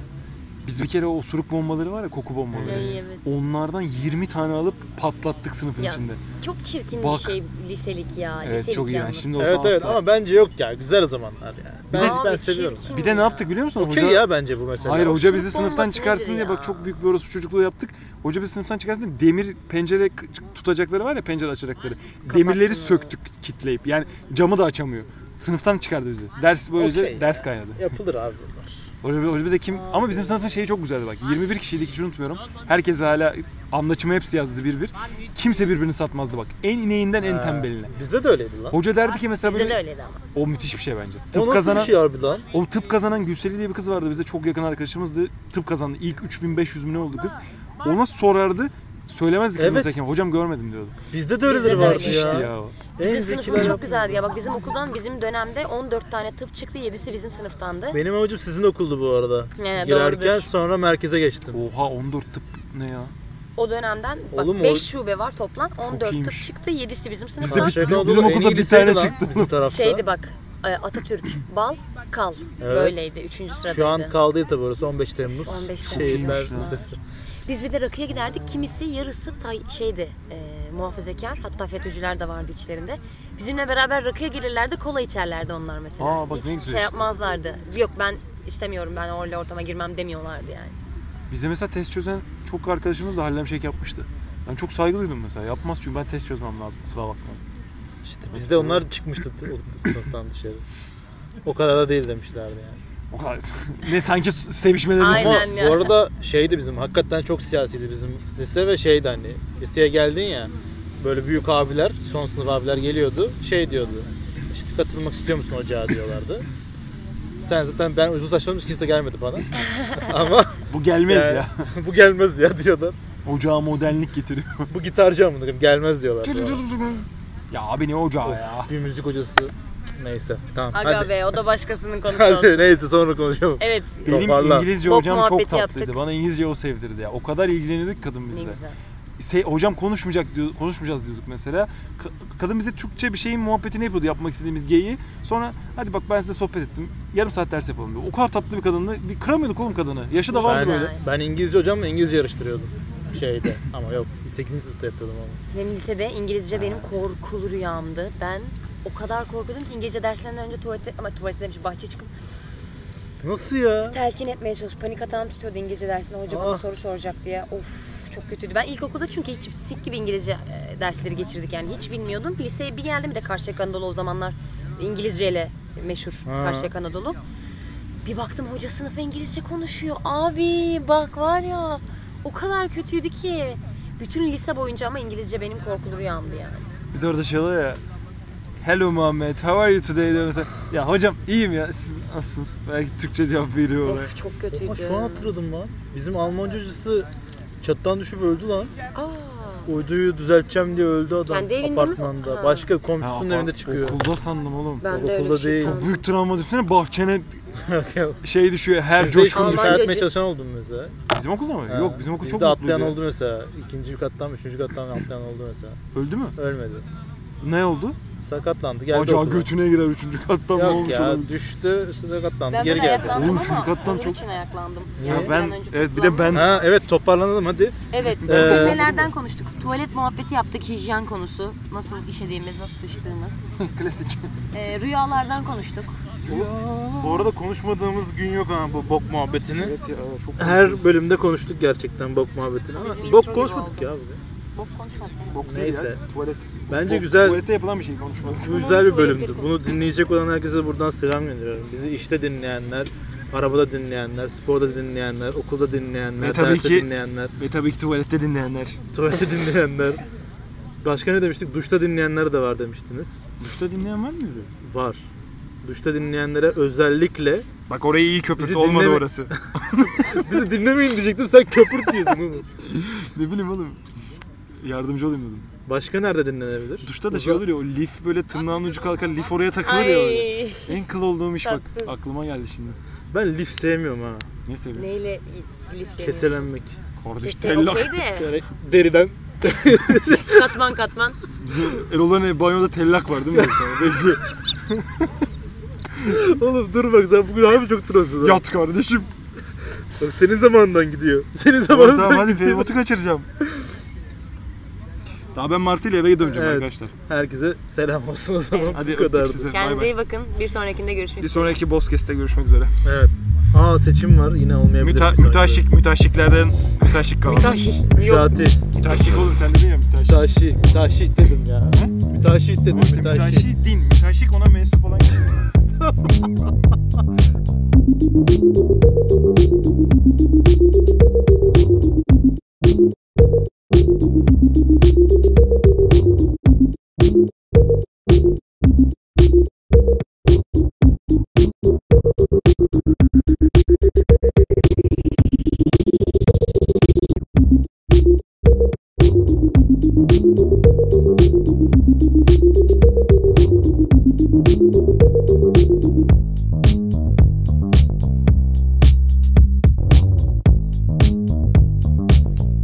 C: Biz bir kere o osuruk bombaları var ya koku bombaları.
E: Ay evet.
C: Onlardan 20 tane alıp patlattık sınıfın
E: Ya,
C: içinde.
E: Çok çirkin
C: Bak.
E: bir şey liselik ya.
C: Evet,
E: liselik
C: çok iğrenç.
E: yalnız.
C: Şimdi o-
A: evet
C: Olsa
A: evet
C: asla.
A: ama bence yok ya. Güzel o zamanlar yani. Ben,
C: de- şey
A: ben
E: Abi,
A: seviyorum.
E: çirkin
C: Bir de ne
E: ya.
C: yaptık biliyor musun?
A: Okey ya bence bu mesela.
C: Hayır hoca bizi
E: sınıf
C: sınıftan
E: bombası
C: çıkarsın
E: nedir
C: diye
E: ya?
C: bak çok büyük bir orospu çocukluğu yaptık. Hoca bizi sınıftan çıkarsın diye demir pencere k- tutacakları var ya pencere açacakları. Demirleri söktük kitleyip yani camı da açamıyor. Sınıftan çıkardı bizi. Ders böylece
A: Okey.
C: ders kaynadı.
A: Yapılır abi bunlar.
C: Hoca, hoca bize kim ama bizim sınıfın şeyi çok güzeldi bak. 21 kişiydik hiç unutmuyorum. Herkes hala anlaşımı hepsi yazdı bir bir. Kimse birbirini satmazdı bak. En ineğinden en tembeline.
A: Bizde de öyleydi lan.
C: Hoca derdi ki mesela
E: Bizde de
C: böyle
E: öyleydi ama.
C: o müthiş bir şey bence.
A: o
C: Tıp
A: nasıl bir
C: kazanan
A: şey abi lan?
C: Oğlum tıp kazanan Gülseli diye bir kız vardı bize çok yakın arkadaşımızdı. Tıp kazandı. İlk 3500 mü ne oldu kız? Ona sorardı. Söylemezdi kız
A: Evet.
C: mesela kendine. Hocam görmedim diyordu.
A: Bizde de öyleleri
E: Bizde de
A: vardı
E: öyleydi.
A: ya.
C: İşte ya o.
A: En
E: Bizim sınıfımız
A: zekiler.
E: çok güzeldi ya. Bak bizim okuldan bizim dönemde 14 tane tıp çıktı. 7'si bizim sınıftandı.
A: Benim amacım sizin okuldu bu arada.
E: He,
A: Girerken
E: doğrudur.
A: sonra merkeze geçtim.
C: Oha 14 tıp ne ya?
E: O dönemden
A: Oğlum o-
E: bak 5 şube var toplam. 14 tıp
C: iyiymiş.
E: çıktı. 7'si bizim
C: Bizde
E: sınıftan.
C: bir-
A: Şaka
C: bizim
A: oldu, en
C: okulda
A: iyi
C: bir
A: liseydi
C: tane
A: lan
C: çıktı.
A: Bizim tarafta.
E: Şeydi bak. e, Atatürk bal kal
A: Evet.
E: böyleydi 3. sıradaydı.
A: Şu an kaldı tabi orası 15 Temmuz.
E: 15 Temmuz.
A: Şehirler
C: Çok iyiymiş lan.
A: Lisesi.
E: Biz bir de rakıya giderdik. Kimisi yarısı tay, şeydi e, muhafazakar. Hatta FETÖ'cüler de vardı içlerinde. Bizimle beraber rakıya gelirlerdi. Kola içerlerdi onlar mesela.
C: Aa, bak
E: Hiç
C: ne güzel
E: şey
C: işte.
E: yapmazlardı. Yok ben istemiyorum ben orada ortama girmem demiyorlardı yani.
C: Bize mesela test çözen çok arkadaşımız da hallem şek yapmıştı. Ben çok saygı duydum mesela. Yapmaz çünkü ben test çözmem lazım. Kusura bakma.
A: İşte bizde onlar çıkmıştı t- o sınıftan dışarı. O kadar da değil demişlerdi yani.
C: O kadar. ne sanki sevişmelerimiz
E: Aynen.
A: Ama
E: ya.
A: bu arada şeydi bizim hakikaten çok siyasiydi bizim lise ve şeydi hani liseye geldin ya böyle büyük abiler son sınıf abiler geliyordu şey diyordu işte katılmak istiyor musun ocağa diyorlardı. Sen zaten ben uzun saçlarım hiç kimse gelmedi bana. Ama
C: Bu gelmez
A: yani
C: ya.
A: bu gelmez ya diyorlar.
C: Ocağa modernlik getiriyor.
A: Bu gitarcı amına koyayım, gelmez diyorlar.
C: ya abi ne ocağı ya?
A: Of, bir müzik hocası. Cık, Neyse tamam
E: Aga
A: hadi.
E: be o da başkasının konusu olsun.
A: Hadi neyse sonra konuşalım.
E: Evet.
C: Benim
A: Toparla.
C: İngilizce
E: Bok
C: hocam çok
E: muhabbeti
C: tatlıydı.
E: yaptık.
C: Bana İngilizce o sevdirdi ya. O kadar ilgilenirdik kadın
E: Ne
C: bizle.
E: güzel.
C: Se- hocam konuşmayacak diyor, konuşmayacağız diyorduk mesela. Ka- kadın bize Türkçe bir şeyin muhabbetini yapıyordu yapmak istediğimiz geyiği. Sonra hadi bak ben size sohbet ettim. Yarım saat ders yapalım diyor. O kadar tatlı bir kadındı. Bir kıramıyorduk oğlum kadını. Yaşı da vardı
A: Ben,
E: Güzel.
C: böyle.
A: ben İngilizce hocamla İngilizce yarıştırıyordum şeyde ama yok 8. sınıfta yapıyordum onu.
E: Benim lisede İngilizce benim korkulu rüyamdı. Ben o kadar korkuyordum ki İngilizce derslerinden önce tuvalete ama tuvalete demişim bahçeye çıkıp
A: Nasıl ya?
E: telkin etmeye çalış. Panik atağım tutuyordu İngilizce dersinde hoca bana
A: Ah.
E: soru soracak diye. Of çok kötüydü. Ben ilkokulda çünkü hiç sik gibi İngilizce e, dersleri geçirdik yani hiç bilmiyordum. Liseye bir geldim bir de Karşıyaka Anadolu o zamanlar İngilizceyle meşhur
A: Ha.
E: Karşıyaka Anadolu. Bir baktım hoca sınıfa İngilizce konuşuyor. Abi bak var ya o kadar kötüydü ki. Bütün lise boyunca ama İngilizce benim korkulu rüyamdı yani.
C: Bir de orada şey oluyor ya. Hello Muhammed, how are you today diyor mesela. Ya hocam iyiyim ya, siz nasılsınız? Belki Türkçe cevap veriyor oraya.
B: Of çok kötüydü.
A: Ama şu an hatırladım lan. Bizim Almanca hocası çatıdan düşüp öldü lan.
B: Aa,
A: Uyduyu düzelteceğim diye öldü adam
B: Kendi evinde mi?
A: apartmanda.
B: Ha.
A: Başka
C: Ha,
A: komşusunun
C: apart-
A: evinde çıkıyor.
C: Okulda sandım oğlum.
B: ben de öyle
A: Okulda
B: bir şey
A: değil.
B: sandım.
C: Büyük travma düşünsene bahçene
A: Yok.
C: şey düşüyor, her
A: Bizde hiç
C: coşkun
A: bunu
B: Almancacı-
C: düşüyor.
A: düzeltmeye çalışan oldum mesela.
C: Bizim okulda mı?
A: Ha.
C: Yok bizim okul çok
A: Bizde
C: mutluydu.
A: atlayan oldu mesela. İkinci kattan mı, üçüncü kattan mı atlayan oldu mesela.
C: Öldü mü?
A: Ölmedi.
C: Ne oldu?
A: Sakatlandı geldi
C: Bacağı
A: okula.
C: götüne girer üçüncü kattan ne
A: Yok
C: olmuş
A: ya
C: olabilir?
A: düştü sakatlandı
E: Ben
A: geri
E: ben
A: geldi.
E: ayaklandım
C: Oğlum
E: ama
C: çünkü kattan
E: onun
C: çok-
E: için ayaklandım.
C: Ya
E: Yani
C: ben
E: bir an önce
C: evet bir de ben
A: Ha evet toparlanalım hadi.
E: Evet,
A: Ee,
E: teknelerden konuştuk. Tuvalet muhabbeti yaptık, hijyen konusu. Nasıl işediğimiz, nasıl sıçtığımız.
C: klasik.
E: Ee, rüyalardan konuştuk.
A: Bu arada konuşmadığımız gün yok ha bu bok muhabbetini.
C: Evet ya çok
A: Her bölümde konuştuk gerçekten bok muhabbetini ama
E: Bizim intro
A: bok
E: gibi
A: konuşmadık
E: oldu.
A: ya bugün.
E: Bok konuşmadık.
C: bok değil
A: Neyse.
C: ya, Tuvalet.
A: Bence
C: Bok-
A: güzel
C: Tuvalette yapılan bir şey konuşmadık.
A: Bu güzel bir bölümdü. Bunu dinleyecek olan herkese buradan selam gönderiyorum. Bizi işte dinleyenler, arabada dinleyenler, sporda dinleyenler, okulda dinleyenler,
C: Ve E, tabii
A: derste
C: ki-
A: dinleyenler,
C: Ve E, tabii ki tuvalette dinleyenler.
A: tuvalette dinleyenler. Başka ne demiştik? Duşta dinleyenler de var demiştiniz.
C: Duşta dinleyen var mı bizi?
A: Var. Duşta dinleyenlere özellikle
C: Bak orayı iyi köpürt
A: Bizi
C: olmadı
A: dinleme-
C: orası.
A: bizi dinlemeyin diyecektim sen köpürt diyorsun oğlum.
C: ne bileyim oğlum. Yardımcı olayım dedim.
A: Başka nerede dinlenebilir?
C: Duşta da şey
A: Uza-
C: olur ya o lif böyle tırnağın ucu kalkar lif oraya takılır ya böyle.
B: Ay.
C: En kıl olduğum iş bak
B: Tatsız.
C: aklıma geldi şimdi.
A: Ben lif sevmiyorum ha.
C: Ne seviyorsun?
B: Neyle lifleniyor?
A: Keselenmek.
C: Kardeş
B: Kese
C: tellak.
B: okey de
A: Yani deriden
B: katman katman.
C: Bizim Erol'ların ev hani banyoda tellak var değil mi? Bekliyor.
A: Oğlum dur bak sen bugün harbi çok trollsün.
C: Yat kardeşim.
A: Bak senin zamanından gidiyor. Senin
C: Tamam,
A: zamanından
C: tamam hadi
A: gidiyor.
C: Feribot'u kaçıracağım. Daha ben Martı ile eve döneceğim
A: Evet.
C: arkadaşlar.
A: Herkese selam olsun o zaman.
C: Hadi
A: Bu
C: öptük
A: kadardı.
C: size. Bay
E: Kendinize
C: bay.
E: iyi bakın. Bir sonrakinde görüşmek
C: Bir sonraki Bozkes'te görüşmek üzere.
A: Evet. Aa seçim var yine olmayabilir.
C: Müta,
A: bir sonraki
C: müteaşik, müteaşiklerden müteaşik kalalım.
A: bölüm. Müşati.
C: müteaşik olur sen dedin ya müteaşik.
A: Müteaşik. Müteaşik dedim ya. Müteaşik dedim. Müteaşik.
C: Müteaşik din, müteaşik ona mensup olan kişi.